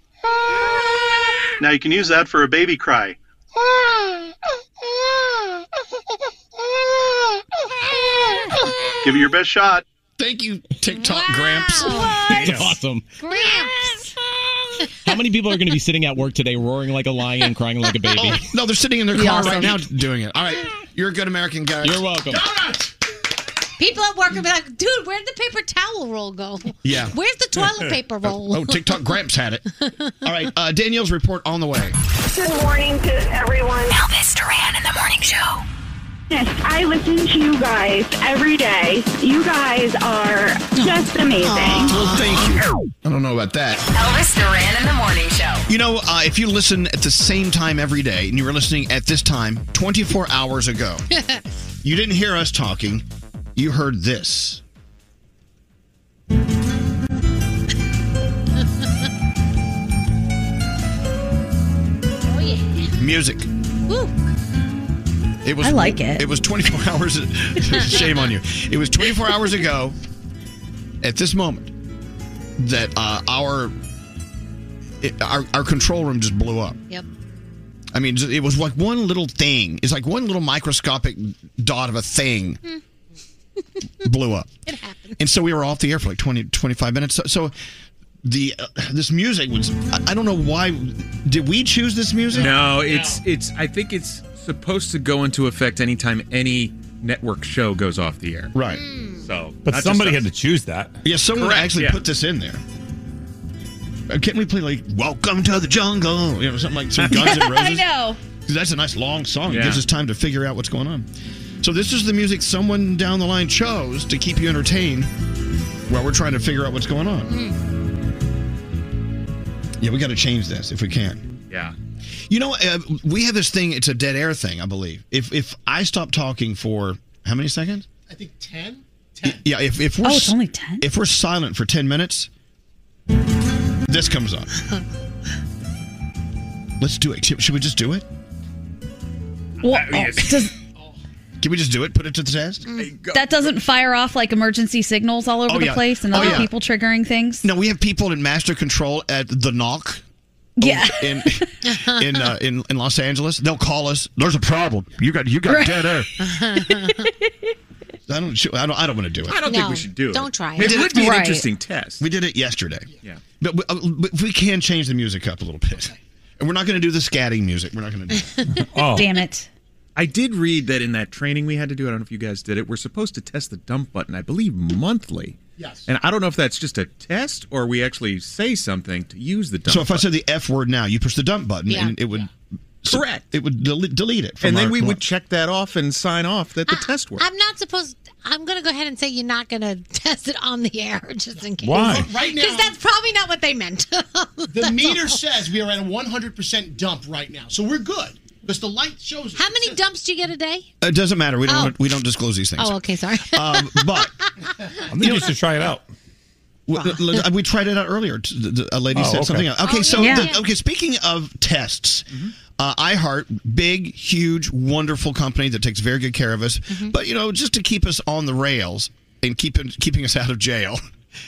Speaker 37: Now you can use that for a baby cry. Give it your best shot.
Speaker 4: Thank you, TikTok Gramps.
Speaker 23: That's awesome. How many people are going to be sitting at work today, roaring like a lion and crying like a baby?
Speaker 4: Oh, No, they're sitting in their
Speaker 23: Be
Speaker 4: car
Speaker 23: awesome.
Speaker 4: right now doing it. All right. You're a good American, guys.
Speaker 23: You're welcome.
Speaker 13: People at work are like, dude, where'd the paper towel roll go?
Speaker 4: Yeah.
Speaker 13: Where's the toilet paper roll?
Speaker 4: Oh, TikTok Gramps had it. All right. Uh, Danielle's report on the way.
Speaker 17: Good morning to everyone.
Speaker 15: Elvis Duran in the morning show.
Speaker 17: Yes, I listen to you guys every day. You guys are just amazing.
Speaker 4: Well, thank you. I don't know about that.
Speaker 15: Elvis Duran in the morning show.
Speaker 4: You know, uh, if you listen at the same time every day and you were listening at this time 24 hours ago, you didn't hear us talking, you heard this.
Speaker 13: Oh, yeah.
Speaker 4: Music.
Speaker 13: Woo.
Speaker 4: It was
Speaker 13: I like it.
Speaker 4: It was 24 hours. shame on you. It was 24 hours ago at this moment that uh, our, it, our our control room just blew up.
Speaker 13: Yep.
Speaker 4: I mean, it was like one little thing. It's like one little microscopic dot of a thing
Speaker 13: Hmm.
Speaker 4: blew up. It happened. And so we were off the air for like 20, 25 minutes. So, so the uh, this music was. I, I don't know why. Did we choose this music?
Speaker 16: No, it's it's. I think it's supposed to go into effect anytime any network show goes off the air.
Speaker 4: Right.
Speaker 16: So,
Speaker 4: But somebody had
Speaker 16: to
Speaker 6: choose that.
Speaker 4: Yeah, someone
Speaker 16: Correct,
Speaker 4: actually
Speaker 16: yeah.
Speaker 4: put this in there. Uh, Can't we play like "Welcome to the Jungle"? You know, something like some Guns N'
Speaker 11: I
Speaker 4: Roses.
Speaker 11: know.
Speaker 4: 'Cause that's a nice long song. It
Speaker 11: Yeah.
Speaker 4: gives us time to figure out what's going on. So this is the music someone down the line chose to keep you entertained while we're trying to figure out what's going on.
Speaker 11: Hmm.
Speaker 4: Yeah, we got to change this if we can.
Speaker 16: Yeah.
Speaker 4: You know, uh, we have this thing. It's a dead air thing, I believe. If if I stop talking for how many seconds?
Speaker 21: I think ten.
Speaker 4: Yeah, if, if we're
Speaker 21: Oh, it's
Speaker 4: only ten. If we're silent for ten minutes, this comes on. Let's do it. Should we just do it?
Speaker 11: Well,
Speaker 4: Can we just do it? Put it to the test.
Speaker 11: um, that doesn't fire off like emergency signals all over
Speaker 4: Oh,
Speaker 11: the
Speaker 4: yeah.
Speaker 11: place and
Speaker 4: Oh,
Speaker 11: other
Speaker 4: yeah.
Speaker 11: people triggering things.
Speaker 4: No, we have people in master control at the knock.
Speaker 36: Oh.
Speaker 11: Yeah.
Speaker 4: In in uh, in in Los Angeles, they'll call us. There's a problem. You got you got dead air. I don't. I don't. I don't want to do it.
Speaker 16: I don't think we No, should do it. don't try it. It
Speaker 4: We did
Speaker 16: would be an Right. interesting test.
Speaker 4: We did it yesterday.
Speaker 16: Yeah.
Speaker 4: But, we- uh, but if we can change the music up a little bit, and we're not going to do the scatting music. We're not going to do.
Speaker 16: Oh.
Speaker 11: Damn it.
Speaker 16: I did read that in that training we had to do. I don't know if you guys did it. We're supposed to test the dump button, I believe, monthly.
Speaker 21: Yes.
Speaker 16: And I don't know if that's just a test or we actually say something to use the dump.
Speaker 4: So if I said the F word now, you push the dump button,
Speaker 16: Yeah.
Speaker 4: and it would.
Speaker 16: Correct.
Speaker 4: It would delete, delete it. From
Speaker 16: and then
Speaker 4: our-
Speaker 16: we would check that off and sign off that the test worked.
Speaker 13: I'm not supposed. I'm going to go ahead and say you're not going to test it on the air, just in case.
Speaker 21: Why? Right now-
Speaker 13: Because that's probably not what they meant.
Speaker 21: The meter says we are at a 100% dump right now, so we're good because the light shows.
Speaker 13: How many dumps do you get a day?
Speaker 4: It doesn't matter. We don't.
Speaker 13: Oh.
Speaker 4: wanna- we don't disclose these things.
Speaker 13: Oh, okay, sorry.
Speaker 4: Um, but
Speaker 6: I'm interested to try it out.
Speaker 4: We, we tried it out earlier. T- the- the- A lady
Speaker 6: Oh,
Speaker 4: said
Speaker 6: okay.
Speaker 4: something else. Okay,
Speaker 6: Oh,
Speaker 4: so
Speaker 6: yeah.
Speaker 4: the-
Speaker 6: Yeah.
Speaker 4: okay. Speaking of tests,
Speaker 6: Mm-hmm.
Speaker 4: uh, iHeart, big, huge, wonderful company that takes very good care of us.
Speaker 13: Mm-hmm.
Speaker 4: But you know, just to keep us on the rails and keep keeping us out of jail.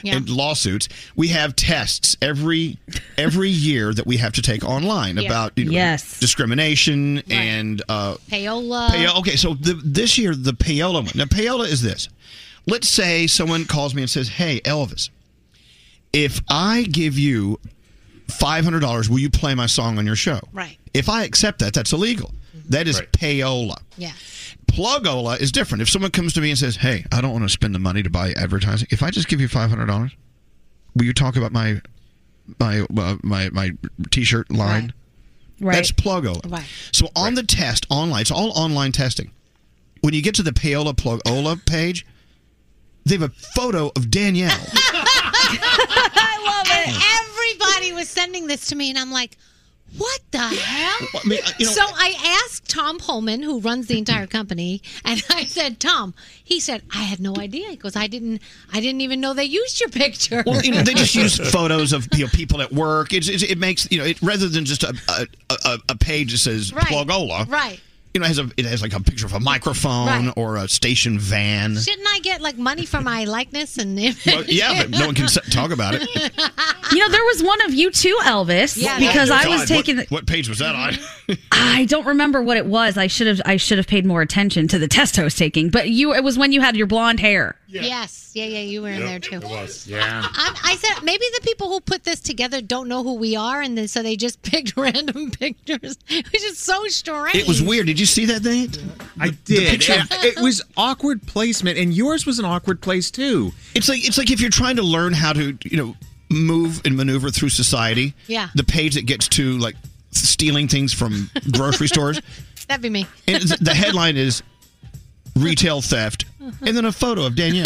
Speaker 7: Yeah.
Speaker 4: And lawsuits. We have tests every every year that we have to take online
Speaker 13: Yeah.
Speaker 4: about you know,
Speaker 13: Yes.
Speaker 4: discrimination and uh,
Speaker 13: Payola.
Speaker 4: Payola. Okay, so the, this year the payola one. Now payola is this. Let's say someone calls me and says, "Hey, Elvis, if I give you five hundred dollars, will you play my song on your show?"
Speaker 13: Right.
Speaker 4: If I accept that, that's illegal. That is payola.
Speaker 13: Yeah.
Speaker 4: Plugola is different. If someone comes to me and says, "Hey, I don't want to spend the money to buy advertising. If I just give you five hundred dollars, will you talk about my my uh, my my t-shirt line?"
Speaker 11: Right.
Speaker 4: That's plugola.
Speaker 11: Right.
Speaker 4: So on the test online, it's all online testing. When you get to the payola plugola page, they have a photo of Danielle.
Speaker 13: I love it. Everybody was sending this to me, and I'm like, What the hell?
Speaker 21: I mean, uh, you know-
Speaker 13: so I asked Tom Holman, who runs the entire company, and I said, "Tom," he said, "I had no idea." He goes, "I didn't, I didn't even know they used your picture."
Speaker 4: Well, you know, they just use photos of you know, people at work. It's, it's, it makes you know, it, rather than just a a, a, a page that says
Speaker 13: Right.
Speaker 4: Plugola,
Speaker 13: Right.
Speaker 4: You know, it has a it has like a picture of a microphone
Speaker 13: Right.
Speaker 4: or a station van.
Speaker 13: Shouldn't I get like money for my likeness and image?
Speaker 4: Well, yeah, but no one can s- talk about it.
Speaker 11: You know, there was one of you too, Elvis, because
Speaker 36: Oh,
Speaker 11: I was
Speaker 4: God,
Speaker 11: taking.
Speaker 4: What, what page was that on?
Speaker 11: I don't remember what it was. I should have. I should have paid more attention to the test I was taking. But you, it was when you had your blonde hair.
Speaker 13: Yes, yeah, yeah, you were in there too.
Speaker 6: was. Yeah.
Speaker 13: I, I said maybe the people who put this together don't know who we are, and then so they just picked random pictures, which is so strange.
Speaker 4: It was weird. Did you see that, Nate?
Speaker 16: I did.
Speaker 4: picture-
Speaker 16: And it was awkward placement, and yours was an awkward place too.
Speaker 4: It's like it's like if you're trying to learn how to you know move and maneuver through society.
Speaker 13: Yeah.
Speaker 4: The page that gets to like stealing things from grocery stores.
Speaker 13: That'd be me.
Speaker 4: And th- the headline is retail theft,
Speaker 13: Uh-huh.
Speaker 4: and then a photo of Danielle.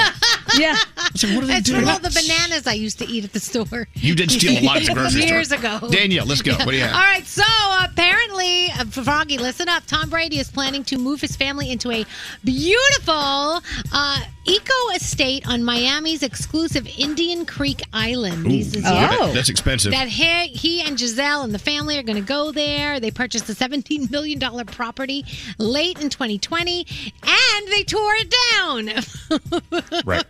Speaker 11: Yeah.
Speaker 4: what are they
Speaker 13: It's
Speaker 4: doing?
Speaker 13: from all the bananas I used to eat at the store.
Speaker 4: You did steal a lot at the grocery store.
Speaker 13: Years ago.
Speaker 4: Danielle, let's go. What do you have?
Speaker 13: All right. So apparently, uh, Froggy, listen up. Tom Brady is planning to move his family into a beautiful uh, eco estate on Miami's exclusive Indian Creek Island. These is-
Speaker 4: That- that's expensive.
Speaker 13: That he, he and Giselle and the family are going to go there. They purchased a $17 million property late in 2020 and they tore it down.
Speaker 6: Right.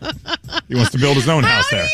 Speaker 6: He wants to build his own house there.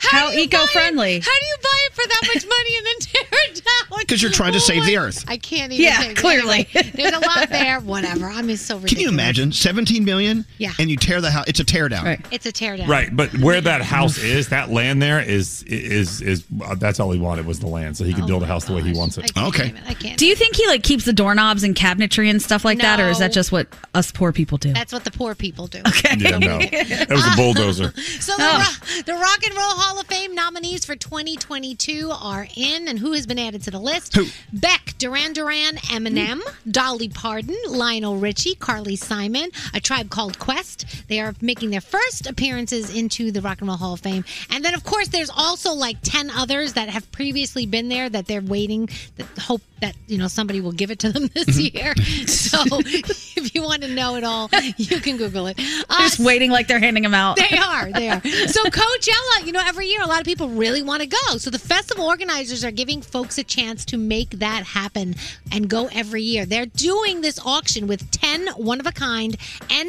Speaker 13: How,
Speaker 11: eco
Speaker 13: friendly. How do you buy it for that much money and then tear it down?
Speaker 4: 'Cause you're trying to save the
Speaker 13: Oh my-
Speaker 4: earth.
Speaker 13: I can't even.
Speaker 11: Yeah,
Speaker 13: take it.
Speaker 11: clearly.
Speaker 13: Anyway, there's a lot there. Whatever. I mean, it's so
Speaker 4: Can
Speaker 13: ridiculous.
Speaker 4: you imagine 17 million?
Speaker 13: Yeah.
Speaker 4: And you tear the house. It's a teardown.
Speaker 13: It's a teardown.
Speaker 6: Right, but where that house is, that land there is is is uh, that's all he wanted was the land, so he could build a house the way he wants it.
Speaker 4: Oh Okay.
Speaker 11: Do you think he like keeps the doorknobs and cabinetry and stuff like that, or is that just what us poor people do?
Speaker 13: That's what the poor people do.
Speaker 6: Yeah, no. That was a bulldozer.
Speaker 13: So the, Ro- the Rock and Roll Hall of Fame nominees for 2022 are in, and who has been added to the list? Beck, Duran Duran, Eminem, Dolly Parton, Lionel Richie, Carly Simon, A Tribe Called Quest. They are making their first appearances into the Rock and Roll Hall of Fame. And then, of course, there's also like 10 others that have previously been there that they're waiting, that hope that, you know, somebody will give it to them this year. so if you want to know it all, you can Google it. Uh,
Speaker 11: Just waiting like they're handing them out.
Speaker 13: they are. They are. So Coachella, you know, every year a lot of people really want to go. So the festival organizers are giving folks a chance to make that happen and go every year. They're doing this auction with 10 one of a kind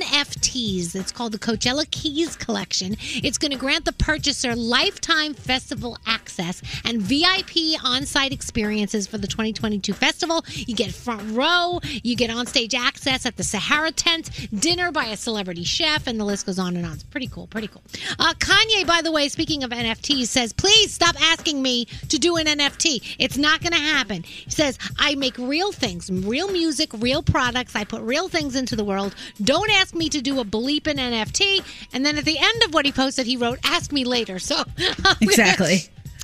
Speaker 13: NFTs. It's called the Coachella Keys Collection. It's going to grant the purchaser lifetime festival access and VIP on site experiences for the 2022 festival. You get front row, you get on stage access at the Sahara tent, dinner by a celebrity chef, and the list goes on and on. It's pretty cool, pretty cool. Uh, Kanye, by the way, speaking of NFTs, says, please stop asking me to do an NFT. It's not going to happen. He says, I make real things, real music, real products. I put real things into the world. Don't ask me to do a bleep in NFT. And then at the end of what he posted, he wrote, ask me later. So
Speaker 4: Exactly.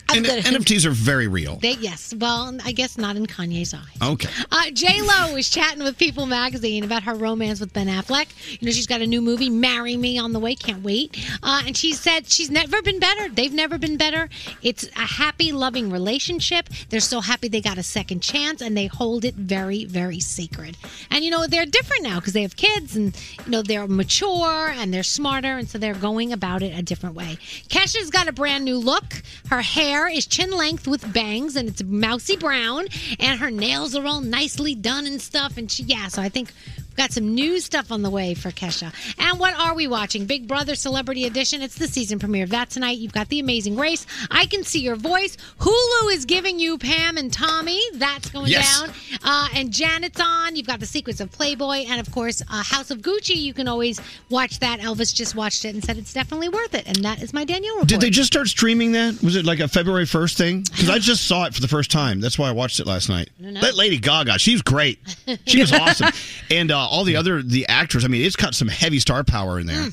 Speaker 13: I'm
Speaker 4: And
Speaker 13: gonna-
Speaker 4: NFTs are very real.
Speaker 13: They, yes. Well, I guess not in Kanye's eye.
Speaker 4: Okay.
Speaker 13: Uh, J Lo was chatting with People Magazine about her romance with Ben Affleck. You know, she's got a new movie, "Marry Me," on the way. Can't wait. Uh, and she said she's never been better. They've never been better. It's a happy, loving relationship. They're so happy they got a second chance, and they hold it very, very sacred. And you know, they're different now because they have kids, and you know, they're mature and they're smarter, and so they're going about it a different way. Kesha's got a brand new look. Her hair is chin length with bangs, and it's mousy brown, and her nails are all nicely done and stuff. And she, yeah, so I think we've got some new stuff on the way for Kesha. And what are we watching? Big Brother Celebrity Edition. It's the season premiere of that tonight. You've got The Amazing Race. I Can See Your Voice. Hulu is giving you Pam and Tommy. That's going
Speaker 10: Yes.
Speaker 13: down. Uh, and Janet's on. You've got The Secrets of Playboy. And of course, uh, House of Gucci. You can always watch that. Elvis just watched it and said it's definitely worth it. And that is my Danielle report.
Speaker 4: Did they just start streaming that? Was it like a February 1st thing? Because I just saw it for the first time. That's why I watched it last night.
Speaker 13: I don't know.
Speaker 4: That Lady Gaga, she was great. She was awesome. And uh, all the other the actors, I mean, it's got some heavy star power in there.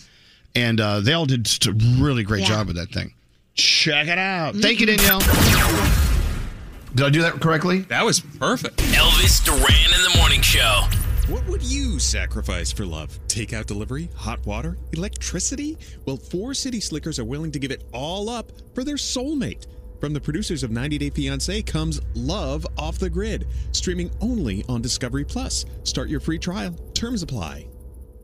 Speaker 4: And uh, they all did just a really great
Speaker 12: Yeah.
Speaker 4: job with that thing. Check it out. Thank you, Danielle.
Speaker 12: Did I do that correctly?
Speaker 16: That was perfect.
Speaker 14: Elvis Duran in the morning show.
Speaker 19: What would you sacrifice for love? Takeout delivery? Hot water? Electricity? Well, four city slickers are willing to give it all up for their soulmate. From the producers of 90 Day Fiancé comes Love Off the Grid, streaming only on Discovery Plus. Start your free trial. Terms apply.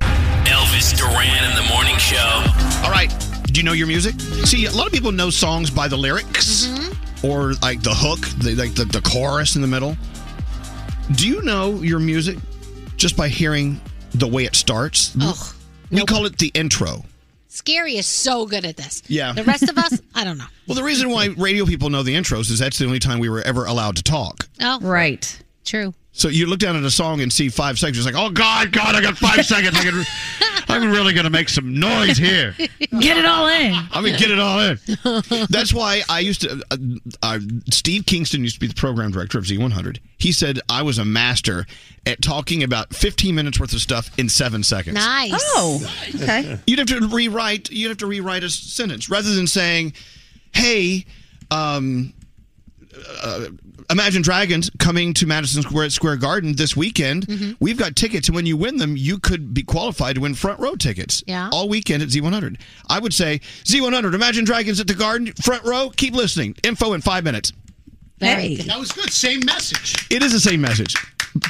Speaker 14: Elvis Duran in the morning show.
Speaker 4: All right. Do you know your music? See, a lot of people know songs by the lyrics
Speaker 13: Mm-hmm.
Speaker 4: or like the hook, the, like the, the chorus in the middle. Do you know your music just by hearing the way it starts? we call it the intro.
Speaker 13: Scary is so good at this.
Speaker 4: Yeah.
Speaker 13: The rest of us, I don't know.
Speaker 4: Well, the reason why radio people know the intros is that's the only time we were ever allowed to talk.
Speaker 13: Oh,
Speaker 11: right.
Speaker 13: True.
Speaker 4: So you look down at a song and see five seconds. It's like, oh God, God, I got five seconds. I can, I'm really gonna make some noise here.
Speaker 11: Get it all in.
Speaker 4: I'm gonna get it all in. That's why I used to. Uh, uh, Steve Kingston used to be the program director of Z100. He said I was a master at talking about 15 minutes worth of stuff in seven seconds.
Speaker 13: Nice.
Speaker 11: Oh, okay.
Speaker 4: You'd have to rewrite. You'd have to rewrite a sentence rather than saying, "Hey, um, uh, Imagine Dragons coming to Madison Square Square Garden this weekend. We've got tickets, and when you win them, you could be qualified to win front row tickets.
Speaker 13: Yeah.
Speaker 4: all weekend at Z100. I would say Z100. Imagine Dragons at the Garden, front row. Keep listening. Info in five minutes.
Speaker 21: That was good. Same message.
Speaker 4: It is the same message.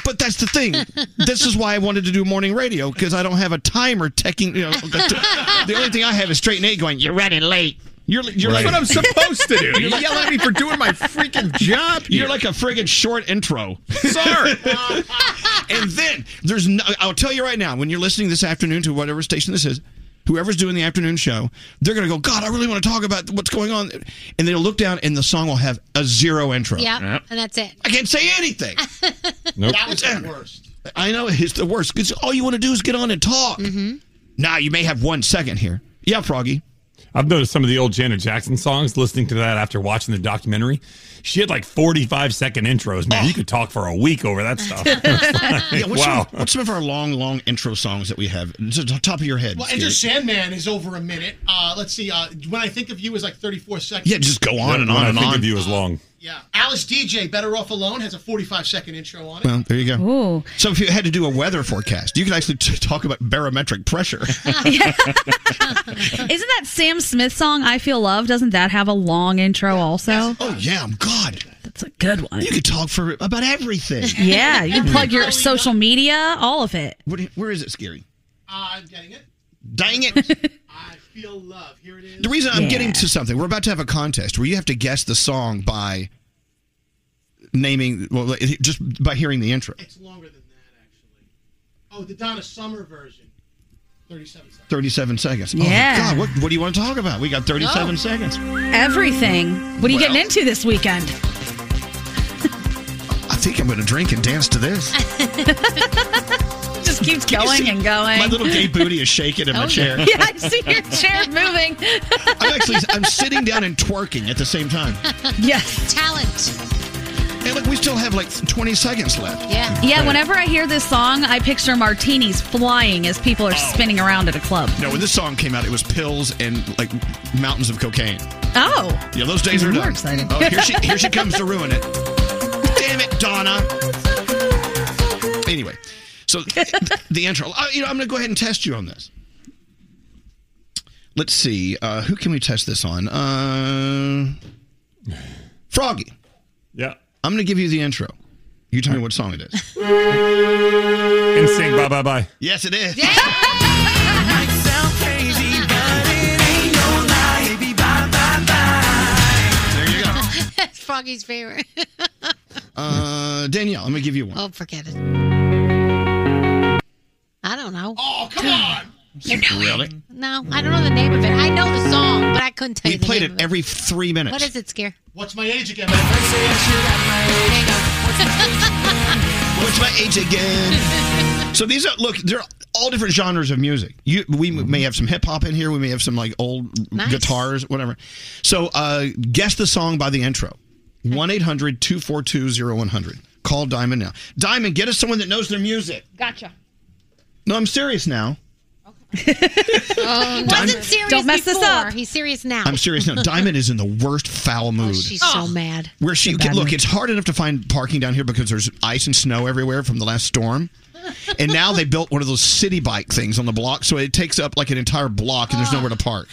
Speaker 4: But that's the thing. this is why I wanted to do morning radio because I don't have a timer teching. You know, the only thing I have is straight and eight going. You're running late. You're, you're
Speaker 16: That's
Speaker 4: like,
Speaker 16: what I'm supposed to do. You
Speaker 4: You're like-
Speaker 16: yell at me for doing my freaking job.
Speaker 4: You're like a friggin' short intro.
Speaker 16: Sorry.
Speaker 4: and then there's no, I'll tell you right now, when you're listening this afternoon to whatever station this is, whoever's doing the afternoon show, they're going to go, God, I really want to talk about what's going on. And they'll look down and the song will have a zero intro.
Speaker 13: Yeah. And that's it.
Speaker 4: I can't say anything. Nope.
Speaker 21: That was the worst.
Speaker 4: I know it's the worst because all you want to do is get on and talk. Mm-hmm. Now you may have one second here. Yeah, Froggy.
Speaker 6: I've noticed some of the old Janet Jackson songs, listening to that after watching the documentary. She had like 45 second intros.
Speaker 4: Oh.
Speaker 6: Man, you could talk for a week over that stuff.
Speaker 4: Yeah, what's,
Speaker 6: wow.
Speaker 4: some, what's some of our long, long intro songs that we have? Just on top of your head.
Speaker 21: Well, Enter
Speaker 4: Scary.
Speaker 21: Sandman is over a minute. Uh, let's see. Uh, when I think of you is like 34 seconds.
Speaker 4: yeah, just go on and on
Speaker 6: I
Speaker 4: and
Speaker 6: think
Speaker 4: on.
Speaker 6: of you as long.
Speaker 21: Yeah. Alice DJ, Better Off Alone, has a 45 second intro on it.
Speaker 4: Well, there you go. So if you had to do a weather forecast, you could actually t- talk about barometric pressure.
Speaker 11: Isn't that Sam Smith song "I Feel Love"? Doesn't that have a long intro also?
Speaker 4: Oh yeah, God,
Speaker 11: that's a good one.
Speaker 4: You could talk for about everything.
Speaker 11: Yeah, you can plug your social media, all of it.
Speaker 4: What, where is it, Scary?
Speaker 21: Uh, I'm getting it.
Speaker 4: Dang it.
Speaker 21: I feel love. Here it is.
Speaker 4: The reason I'm getting to something, we're about to have a contest where you have to guess the song by naming, well, it- just by hearing the intro.
Speaker 21: It's longer than that, actually. Oh, the Donna Summer version. 37 seconds.
Speaker 4: 37 seconds.
Speaker 11: Yeah.
Speaker 4: Oh, God, what, what do you want to talk about? We got 37
Speaker 11: Oh.
Speaker 4: seconds.
Speaker 11: Everything. What are you
Speaker 4: Well.
Speaker 11: getting into this weekend?
Speaker 4: I think I'm going to drink and dance to this.
Speaker 11: Just keeps going and going.
Speaker 4: My little gay booty is shaking in my
Speaker 11: Oh,
Speaker 4: chair.
Speaker 11: Yeah, I see your chair moving.
Speaker 4: I'm actually I'm sitting down and twerking at the same time.
Speaker 11: yes.
Speaker 13: Talent.
Speaker 4: Hey, look, we still have like 20 seconds left.
Speaker 13: Yeah.
Speaker 11: Yeah, whenever I hear this song, I picture martinis flying as people are
Speaker 4: Oh.
Speaker 11: spinning around at a club.
Speaker 4: No, when this song came out, it was pills and like mountains of cocaine.
Speaker 11: Oh.
Speaker 4: Yeah, those days are
Speaker 11: Even
Speaker 4: done.
Speaker 11: more exciting.
Speaker 4: Oh, here she here she comes to ruin it. Damn it, Donna. Anyway, so th- the intro. Uh, you know, I'm going to go ahead and test you on this. Let's see. Uh, who can we test this on? Uh, Froggy.
Speaker 6: Yeah.
Speaker 4: I'm going to give you the intro. You tell me what song it is.
Speaker 6: And sing bye bye bye.
Speaker 4: Yes, it is. There you go.
Speaker 13: That's Froggy's favorite.
Speaker 4: Uh, Danielle, I'm going to give you one.
Speaker 13: Oh, forget it. I don't know.
Speaker 21: Oh, come on.
Speaker 4: Really?
Speaker 13: No, I don't know the name of it. I know the song, but I couldn't tell
Speaker 4: We
Speaker 13: you the
Speaker 4: played
Speaker 13: name
Speaker 4: it every three
Speaker 13: of it. What
Speaker 4: minutes.
Speaker 13: is it, Scare?
Speaker 21: What's my age again?
Speaker 4: What's my age again? so these are look, they're all different genres of music. You, we may have some hip hop in here. We may have some like old
Speaker 13: Nice.
Speaker 4: guitars, whatever. So uh, guess the song by the intro. 1-800-242-0100. Call Diamond now. Diamond, get us someone that knows their music.
Speaker 13: Gotcha.
Speaker 4: No, I'm serious now.
Speaker 13: Oh, he
Speaker 4: Diamond-
Speaker 13: wasn't serious
Speaker 11: Don't mess this
Speaker 13: before.
Speaker 11: up.
Speaker 13: He's serious now.
Speaker 4: I'm serious now. Diamond is in the worst foul mood.
Speaker 13: She's so mad.
Speaker 4: Where she
Speaker 13: Bad
Speaker 4: look,
Speaker 13: mood.
Speaker 4: it's hard enough to find parking down here because there's ice and snow everywhere from the last storm. And now they built one of those city bike things on the block, so it takes up like an entire block, and there's nowhere to park.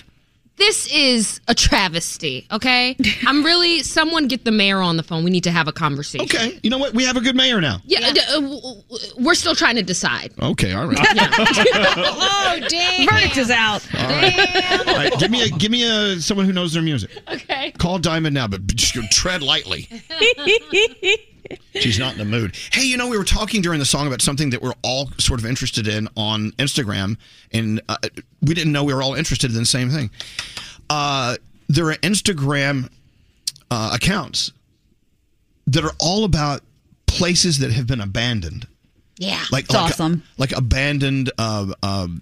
Speaker 9: This is a travesty, okay? I'm really, someone get the mayor on the phone. We need to have a conversation.
Speaker 4: Okay. You know what? We have a good mayor now.
Speaker 9: Yeah, uh, d- uh, w- w- we're still trying to decide.
Speaker 4: Okay, all right.
Speaker 9: oh, damn. Verdict is out.
Speaker 4: All right. All right, Give me a give me a someone who knows their music.
Speaker 9: Okay.
Speaker 4: Call Diamond now, but just tread lightly. She's not in the mood. Hey, you know, we were talking during the song about something that we're all sort of interested in on Instagram, and uh, we didn't know we were all interested in the same thing. Uh, there are Instagram uh, accounts that are all about places that have been abandoned,
Speaker 13: Yeah.
Speaker 4: like like, like abandoned. Uh, uh, mm-hmm.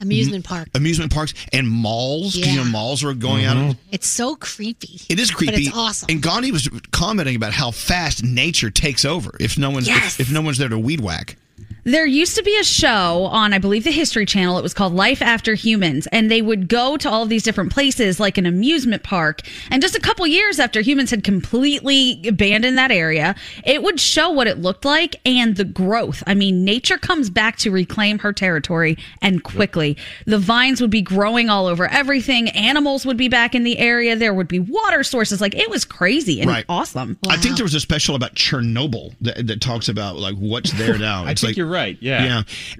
Speaker 13: Amusement park.
Speaker 4: Amusement parks and malls. 'cause, You know,
Speaker 13: Yeah.
Speaker 4: malls are going out. of-
Speaker 13: It's so creepy.
Speaker 4: It is creepy.
Speaker 13: But it's awesome.
Speaker 4: And Gandhi was commenting about how fast nature takes over if no one's
Speaker 11: Yes.
Speaker 4: if, if no one's there to weed whack.
Speaker 11: There used to be a show on, I believe, the History Channel. It was called Life After Humans. And they would go to all of these different places, like an amusement park. And just a couple years after humans had completely abandoned that area, it would show what it looked like and the growth. I mean, nature comes back to reclaim her territory and quickly. The vines would be growing all over everything. Animals would be back in the area. There would be water sources. Like it was crazy and
Speaker 4: Right.
Speaker 11: awesome.
Speaker 4: I think there was a special about Chernobyl that, that talks about like what's there now.
Speaker 11: I
Speaker 4: It's
Speaker 11: think
Speaker 4: like,
Speaker 11: you're right, yeah.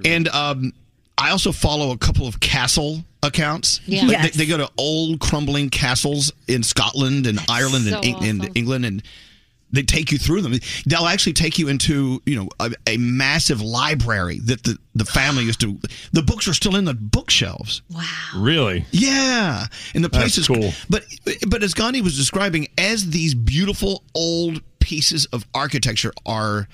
Speaker 4: Yeah. And um, I also follow a couple of castle accounts.
Speaker 11: Yeah.
Speaker 4: Like,
Speaker 11: Yes.
Speaker 4: they, they go to old crumbling castles in Scotland and Ireland
Speaker 11: so
Speaker 4: and, Eng- and England and they take you through them. They'll actually take you into, you know, a, a massive library that the, the family used to the books are still in the bookshelves. Wow.
Speaker 38: Really?
Speaker 4: Yeah, and the place
Speaker 38: That's
Speaker 4: is cool. But but as Gandhi was describing, as these beautiful old pieces of architecture are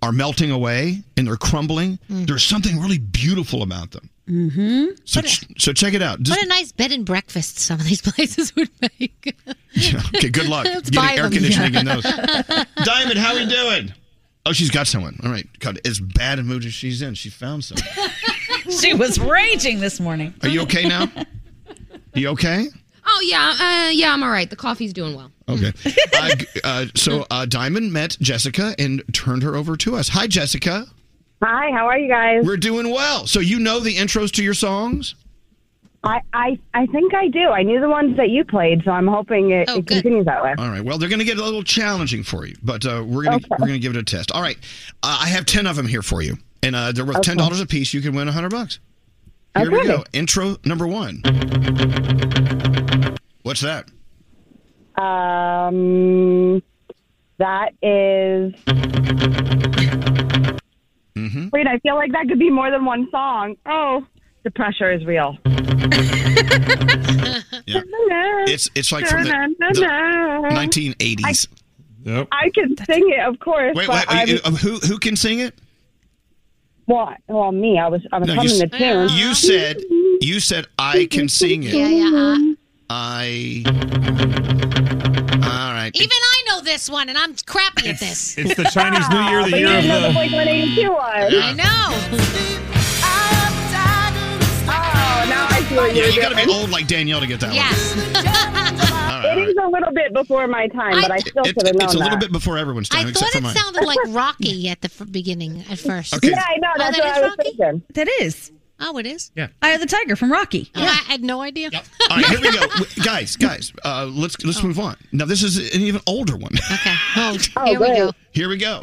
Speaker 4: are melting away and they're crumbling,
Speaker 13: Mm.
Speaker 4: there's something really beautiful about them.
Speaker 13: Mm-hmm.
Speaker 4: So ch- so check it out. Just-
Speaker 13: what a nice bed and breakfast some of these places would make.
Speaker 4: okay, good luck
Speaker 13: Let's buy
Speaker 4: getting air
Speaker 13: them.
Speaker 4: conditioning in
Speaker 13: Yeah.
Speaker 4: those. Diamond, how we doing? Oh, she's got someone. All right, God, as bad a mood as she's in, she found someone.
Speaker 11: she was raging this morning.
Speaker 4: Are you okay now? You okay?
Speaker 9: Oh, yeah. Uh, yeah, I'm all right. The coffee's doing well.
Speaker 4: Okay. uh, g- uh, so uh, Diamond met Jessica and turned her over to us. Hi, Jessica.
Speaker 20: Hi, how are you guys?
Speaker 4: We're doing well. So you know the intros to your songs?
Speaker 20: I, I, I think I do. I knew the ones that you played, so I'm hoping it,
Speaker 15: Oh,
Speaker 20: it continues that way.
Speaker 4: All right. Well, they're going to get a little challenging for you, but uh, we're going to we're going to give it a test. All right. Uh, I have ten of them here for you, and uh, they're worth ten dollars a piece. You can win hundred bucks. Here we
Speaker 20: Okay.
Speaker 4: go. Intro number one. What's that?
Speaker 20: Um, that is.
Speaker 4: Mm-hmm.
Speaker 20: Wait, I feel like that could be more than one song. Oh, the pressure is real.
Speaker 4: Yeah. It's it's like from the,
Speaker 20: Uh-huh.
Speaker 4: the 1980s. Yep.
Speaker 20: I can sing it, of course.
Speaker 4: Wait, wait,
Speaker 20: but
Speaker 4: are you-
Speaker 20: I'm-
Speaker 4: uh, who who can sing it?
Speaker 20: well, well, me. I was, I was
Speaker 4: No,
Speaker 20: humming
Speaker 4: you,
Speaker 20: the
Speaker 4: s-
Speaker 20: tune.
Speaker 4: you said you said I can sing it.
Speaker 20: yeah.
Speaker 4: I. All right.
Speaker 13: Even I know this one, and I'm crappy at this.
Speaker 4: It's the Chinese New Year, the
Speaker 20: But you
Speaker 4: year of
Speaker 20: didn't know
Speaker 4: the-
Speaker 20: the Blink 182 was.
Speaker 4: Yeah. I
Speaker 13: know.
Speaker 20: Oh, now I see what
Speaker 4: Yeah,
Speaker 20: you're
Speaker 4: you got to
Speaker 20: doing.
Speaker 4: be old like Danielle to get that one. All right, all
Speaker 20: It
Speaker 4: right.
Speaker 20: is a little bit before my time, but I still
Speaker 4: It's,
Speaker 20: should have known
Speaker 4: it's a little
Speaker 20: that.
Speaker 4: bit before everyone's time,
Speaker 13: I
Speaker 4: except
Speaker 13: thought
Speaker 4: for
Speaker 13: it
Speaker 4: mine.
Speaker 13: sounded like Rocky at the f- beginning, at first.
Speaker 4: Okay. Yeah,
Speaker 20: I know,
Speaker 13: Oh,
Speaker 20: that's
Speaker 13: that
Speaker 20: what
Speaker 13: is
Speaker 20: I was
Speaker 13: Rocky?
Speaker 20: thinking.
Speaker 11: That is.
Speaker 13: Oh, it is?
Speaker 4: Yeah.
Speaker 11: Eye of the Tiger from Rocky.
Speaker 13: Oh, I had no idea.
Speaker 4: All right, here we go, W- guys. Guys, uh, let's let's move on. Now this is an even older one.
Speaker 13: Okay.
Speaker 20: here we go.
Speaker 4: Here we go.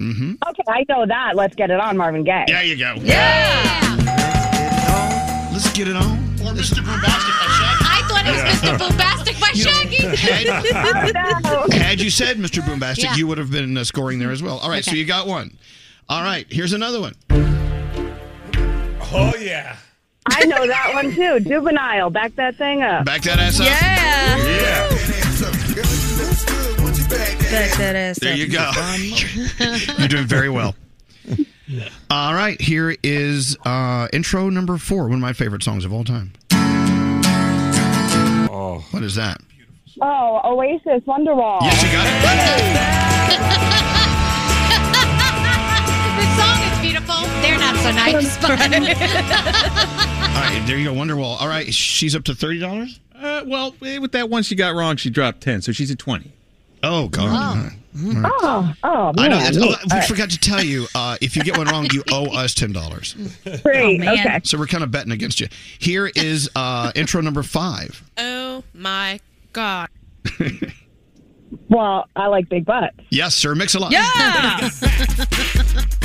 Speaker 4: Mm-hmm.
Speaker 20: Okay, I know that. Let's get it on, Marvin Gaye.
Speaker 4: There you go.
Speaker 20: Yeah.
Speaker 4: Let's get it on.
Speaker 20: Or Mr. Bombastic by
Speaker 13: I thought it was
Speaker 4: Yeah.
Speaker 13: Mr. Bombastic by
Speaker 4: You know, had,
Speaker 20: Shaggy.
Speaker 4: had you said Mr. Boombastic,
Speaker 13: Yeah.
Speaker 4: you would have been uh, scoring there as well. All right, so
Speaker 13: Okay.
Speaker 4: you got one. All right, here's another one.
Speaker 38: Oh yeah.
Speaker 20: I know that one too. Juvenile, back that thing up.
Speaker 4: Back that ass up. Yeah.
Speaker 20: Back
Speaker 11: that ass
Speaker 4: There you go. You're doing very well. All right, here is uh, intro number four, one of my favorite songs of all time. Oh. What is that?
Speaker 20: Oh, Oasis, Wonderwall.
Speaker 4: Yes, you got it.
Speaker 13: The song is beautiful. They're not so nice, but.
Speaker 4: All right, there you go, Wonderwall. All right, she's up to thirty dollars.
Speaker 16: Uh, well, eh, with that one she got wrong, she dropped ten, so she's at twenty.
Speaker 4: Oh God.
Speaker 20: Oh, oh, man.
Speaker 4: I know. that's-
Speaker 20: Yeah.
Speaker 4: oh, we
Speaker 20: All right.
Speaker 4: forgot to tell you. Uh, if you get one wrong, you owe us ten dollars.
Speaker 20: Great. okay.
Speaker 4: So we're kind of betting against you. Here is uh, intro number five.
Speaker 9: Oh my god.
Speaker 20: Well, I like big butts.
Speaker 4: Yes, sir. Mix a lot.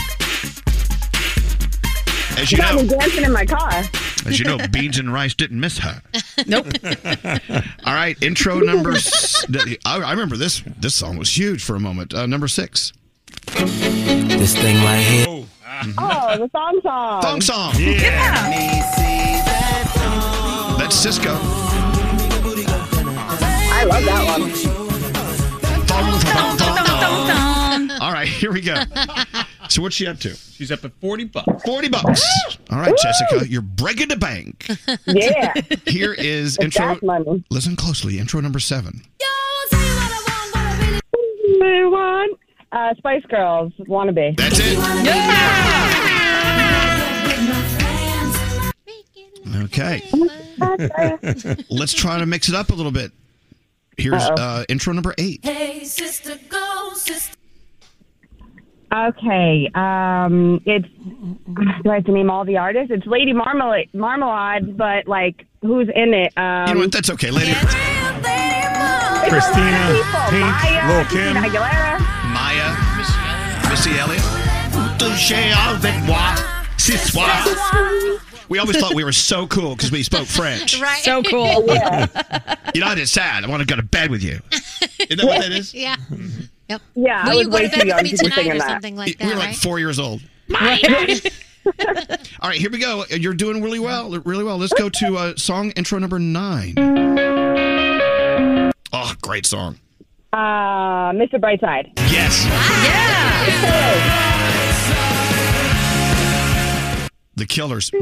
Speaker 4: As you
Speaker 20: I've
Speaker 4: know,
Speaker 20: been dancing in my car.
Speaker 4: as you know, beans and rice didn't miss her.
Speaker 20: Nope.
Speaker 4: All right, intro number. S- I, I remember this. This song was huge for a moment. Uh, number six. This thing right here.
Speaker 20: oh, the thong song.
Speaker 4: Thong song.
Speaker 20: Yeah.
Speaker 4: That's Cisco.
Speaker 20: I love that one.
Speaker 4: All right, here we go. So what's she up to?
Speaker 16: She's up at 40 bucks.
Speaker 4: 40 bucks. All right, Jessica, you're breaking the bank.
Speaker 20: Yeah.
Speaker 4: Here is
Speaker 20: The
Speaker 4: intro.
Speaker 20: gas money.
Speaker 4: Listen closely. Intro number seven.
Speaker 20: Blue one. Uh, Spice Girls, wannabe.
Speaker 4: That's it. Okay. Let's try to mix it up a little bit. Here's
Speaker 20: Uh-oh.
Speaker 4: uh, intro number eight.
Speaker 9: Hey sister go sister
Speaker 20: Okay. Um, it's do I have to name all the artists? It's Lady Marmalade, Marmalade, but like who's in it? Um,
Speaker 4: You know what? That's okay, lady.
Speaker 39: Christina, Pink, Lil Kim.
Speaker 4: Maya, Missy Elliott. Touché avec moi ce soir. We always thought we were so cool because we spoke French.
Speaker 9: Right.
Speaker 20: So cool. Yeah.
Speaker 4: You know, it's sad. I want to go to bed with you. Isn't that what that is?
Speaker 13: Yeah. Yep.
Speaker 20: Yeah, I
Speaker 13: Will you
Speaker 20: was
Speaker 13: go
Speaker 20: way
Speaker 13: to
Speaker 20: too
Speaker 13: bed
Speaker 20: young
Speaker 13: with me
Speaker 20: to be
Speaker 13: tonight
Speaker 20: singing
Speaker 13: or
Speaker 20: that.
Speaker 13: something like
Speaker 4: we
Speaker 13: that,
Speaker 4: were like
Speaker 13: right?
Speaker 4: four years old. All right, here we go. You're doing really well, really well. Let's go to uh, song intro number nine. Oh, great song.
Speaker 20: Uh, Mr. Brightside.
Speaker 4: Yes. The Killers. I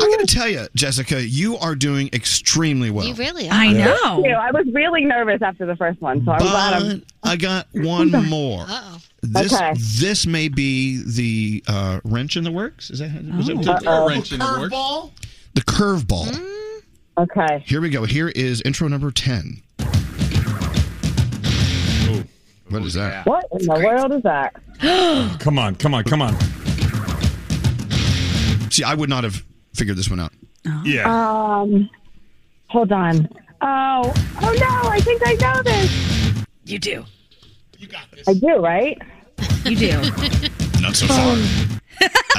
Speaker 4: got to tell you, Jessica, you are doing extremely well.
Speaker 13: really
Speaker 4: are. I know.
Speaker 20: Ew, I was really nervous after the first one, so I'm glad I'm.
Speaker 4: But I got one more.
Speaker 13: Uh-oh.
Speaker 4: This
Speaker 20: Okay.
Speaker 4: this may be the uh, wrench in the works. Is that how
Speaker 20: Oh.
Speaker 4: was it?
Speaker 16: Took the wrench in the works.
Speaker 21: Curveball.
Speaker 4: The curveball.
Speaker 20: Mm. Okay.
Speaker 4: Here we go. Here is intro number ten. What is that?
Speaker 20: What in the world is that?
Speaker 4: Come on, come on, come on. See, I would not have figured this one out. Oh. Yeah.
Speaker 20: Um, hold on. Oh, oh no! I think I know this.
Speaker 40: You do.
Speaker 20: I do, right?
Speaker 40: You do.
Speaker 4: Not so far. I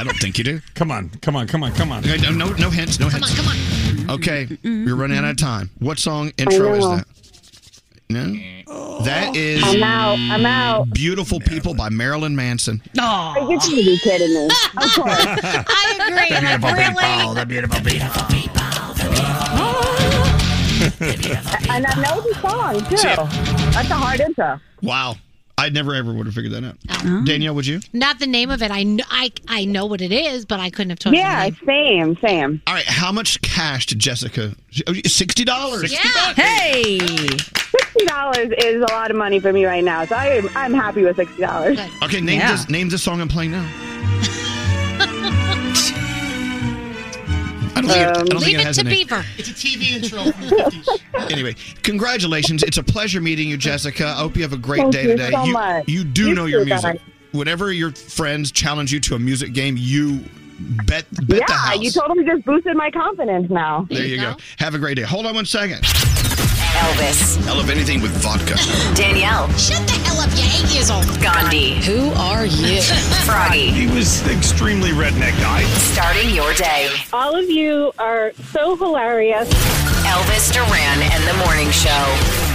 Speaker 4: don't think you do. Come on, come on, come on, come on. No, no, no hints, no hints. Come on, come on. Okay, we're running out of time. What song intro is
Speaker 20: know.
Speaker 4: that? No, that is.
Speaker 20: I'm out, I'm out.
Speaker 4: Beautiful people by Marilyn Manson.
Speaker 20: No. Are you gotta be kidding me? Of course.
Speaker 13: I agree.
Speaker 4: The
Speaker 13: I'm
Speaker 4: beautiful
Speaker 13: like, really?
Speaker 4: people, the beautiful people.
Speaker 20: and I know the song too.
Speaker 21: Oh.
Speaker 20: That's a hard intro.
Speaker 4: Wow, I never ever would have figured that out. Danielle, would you?
Speaker 13: Not the name of it. I know, I, I know what it is, but I couldn't have told
Speaker 20: Yeah,
Speaker 13: you.
Speaker 20: same, same.
Speaker 4: All right, how much cash did Jessica? oh, Sixty dollars.
Speaker 20: Hey. Sixty dollars is a lot of money for me right now, so I am, I'm happy with sixty dollars.
Speaker 4: Okay, name
Speaker 20: Yeah.
Speaker 4: this name this song I'm playing now. I don't think, it, I don't think it has a name.
Speaker 21: It's a TV intro from the 50s.
Speaker 4: Anyway, congratulations. It's a pleasure meeting you, Jessica. I hope you have a great
Speaker 21: Thank
Speaker 4: day
Speaker 21: you
Speaker 4: today.
Speaker 21: so much.
Speaker 4: you do
Speaker 21: You
Speaker 4: know your
Speaker 21: too,
Speaker 4: music.
Speaker 21: guys.
Speaker 4: Whenever your friends challenge you to a music game, you bet bet the
Speaker 20: Yeah,
Speaker 4: house.
Speaker 20: you totally just boosted my confidence now.
Speaker 4: there you go. Have a great day. Hold on one second. Elvis. I love anything with vodka.
Speaker 15: Danielle. Shut the hell up, you're eight years old. Gandhi. Who are you? Froggy.
Speaker 6: He was extremely redneck guy.
Speaker 15: Starting your day.
Speaker 9: All of you are so hilarious.
Speaker 15: Elvis Duran and the Morning Show.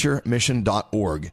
Speaker 4: stbonaventuremission.org.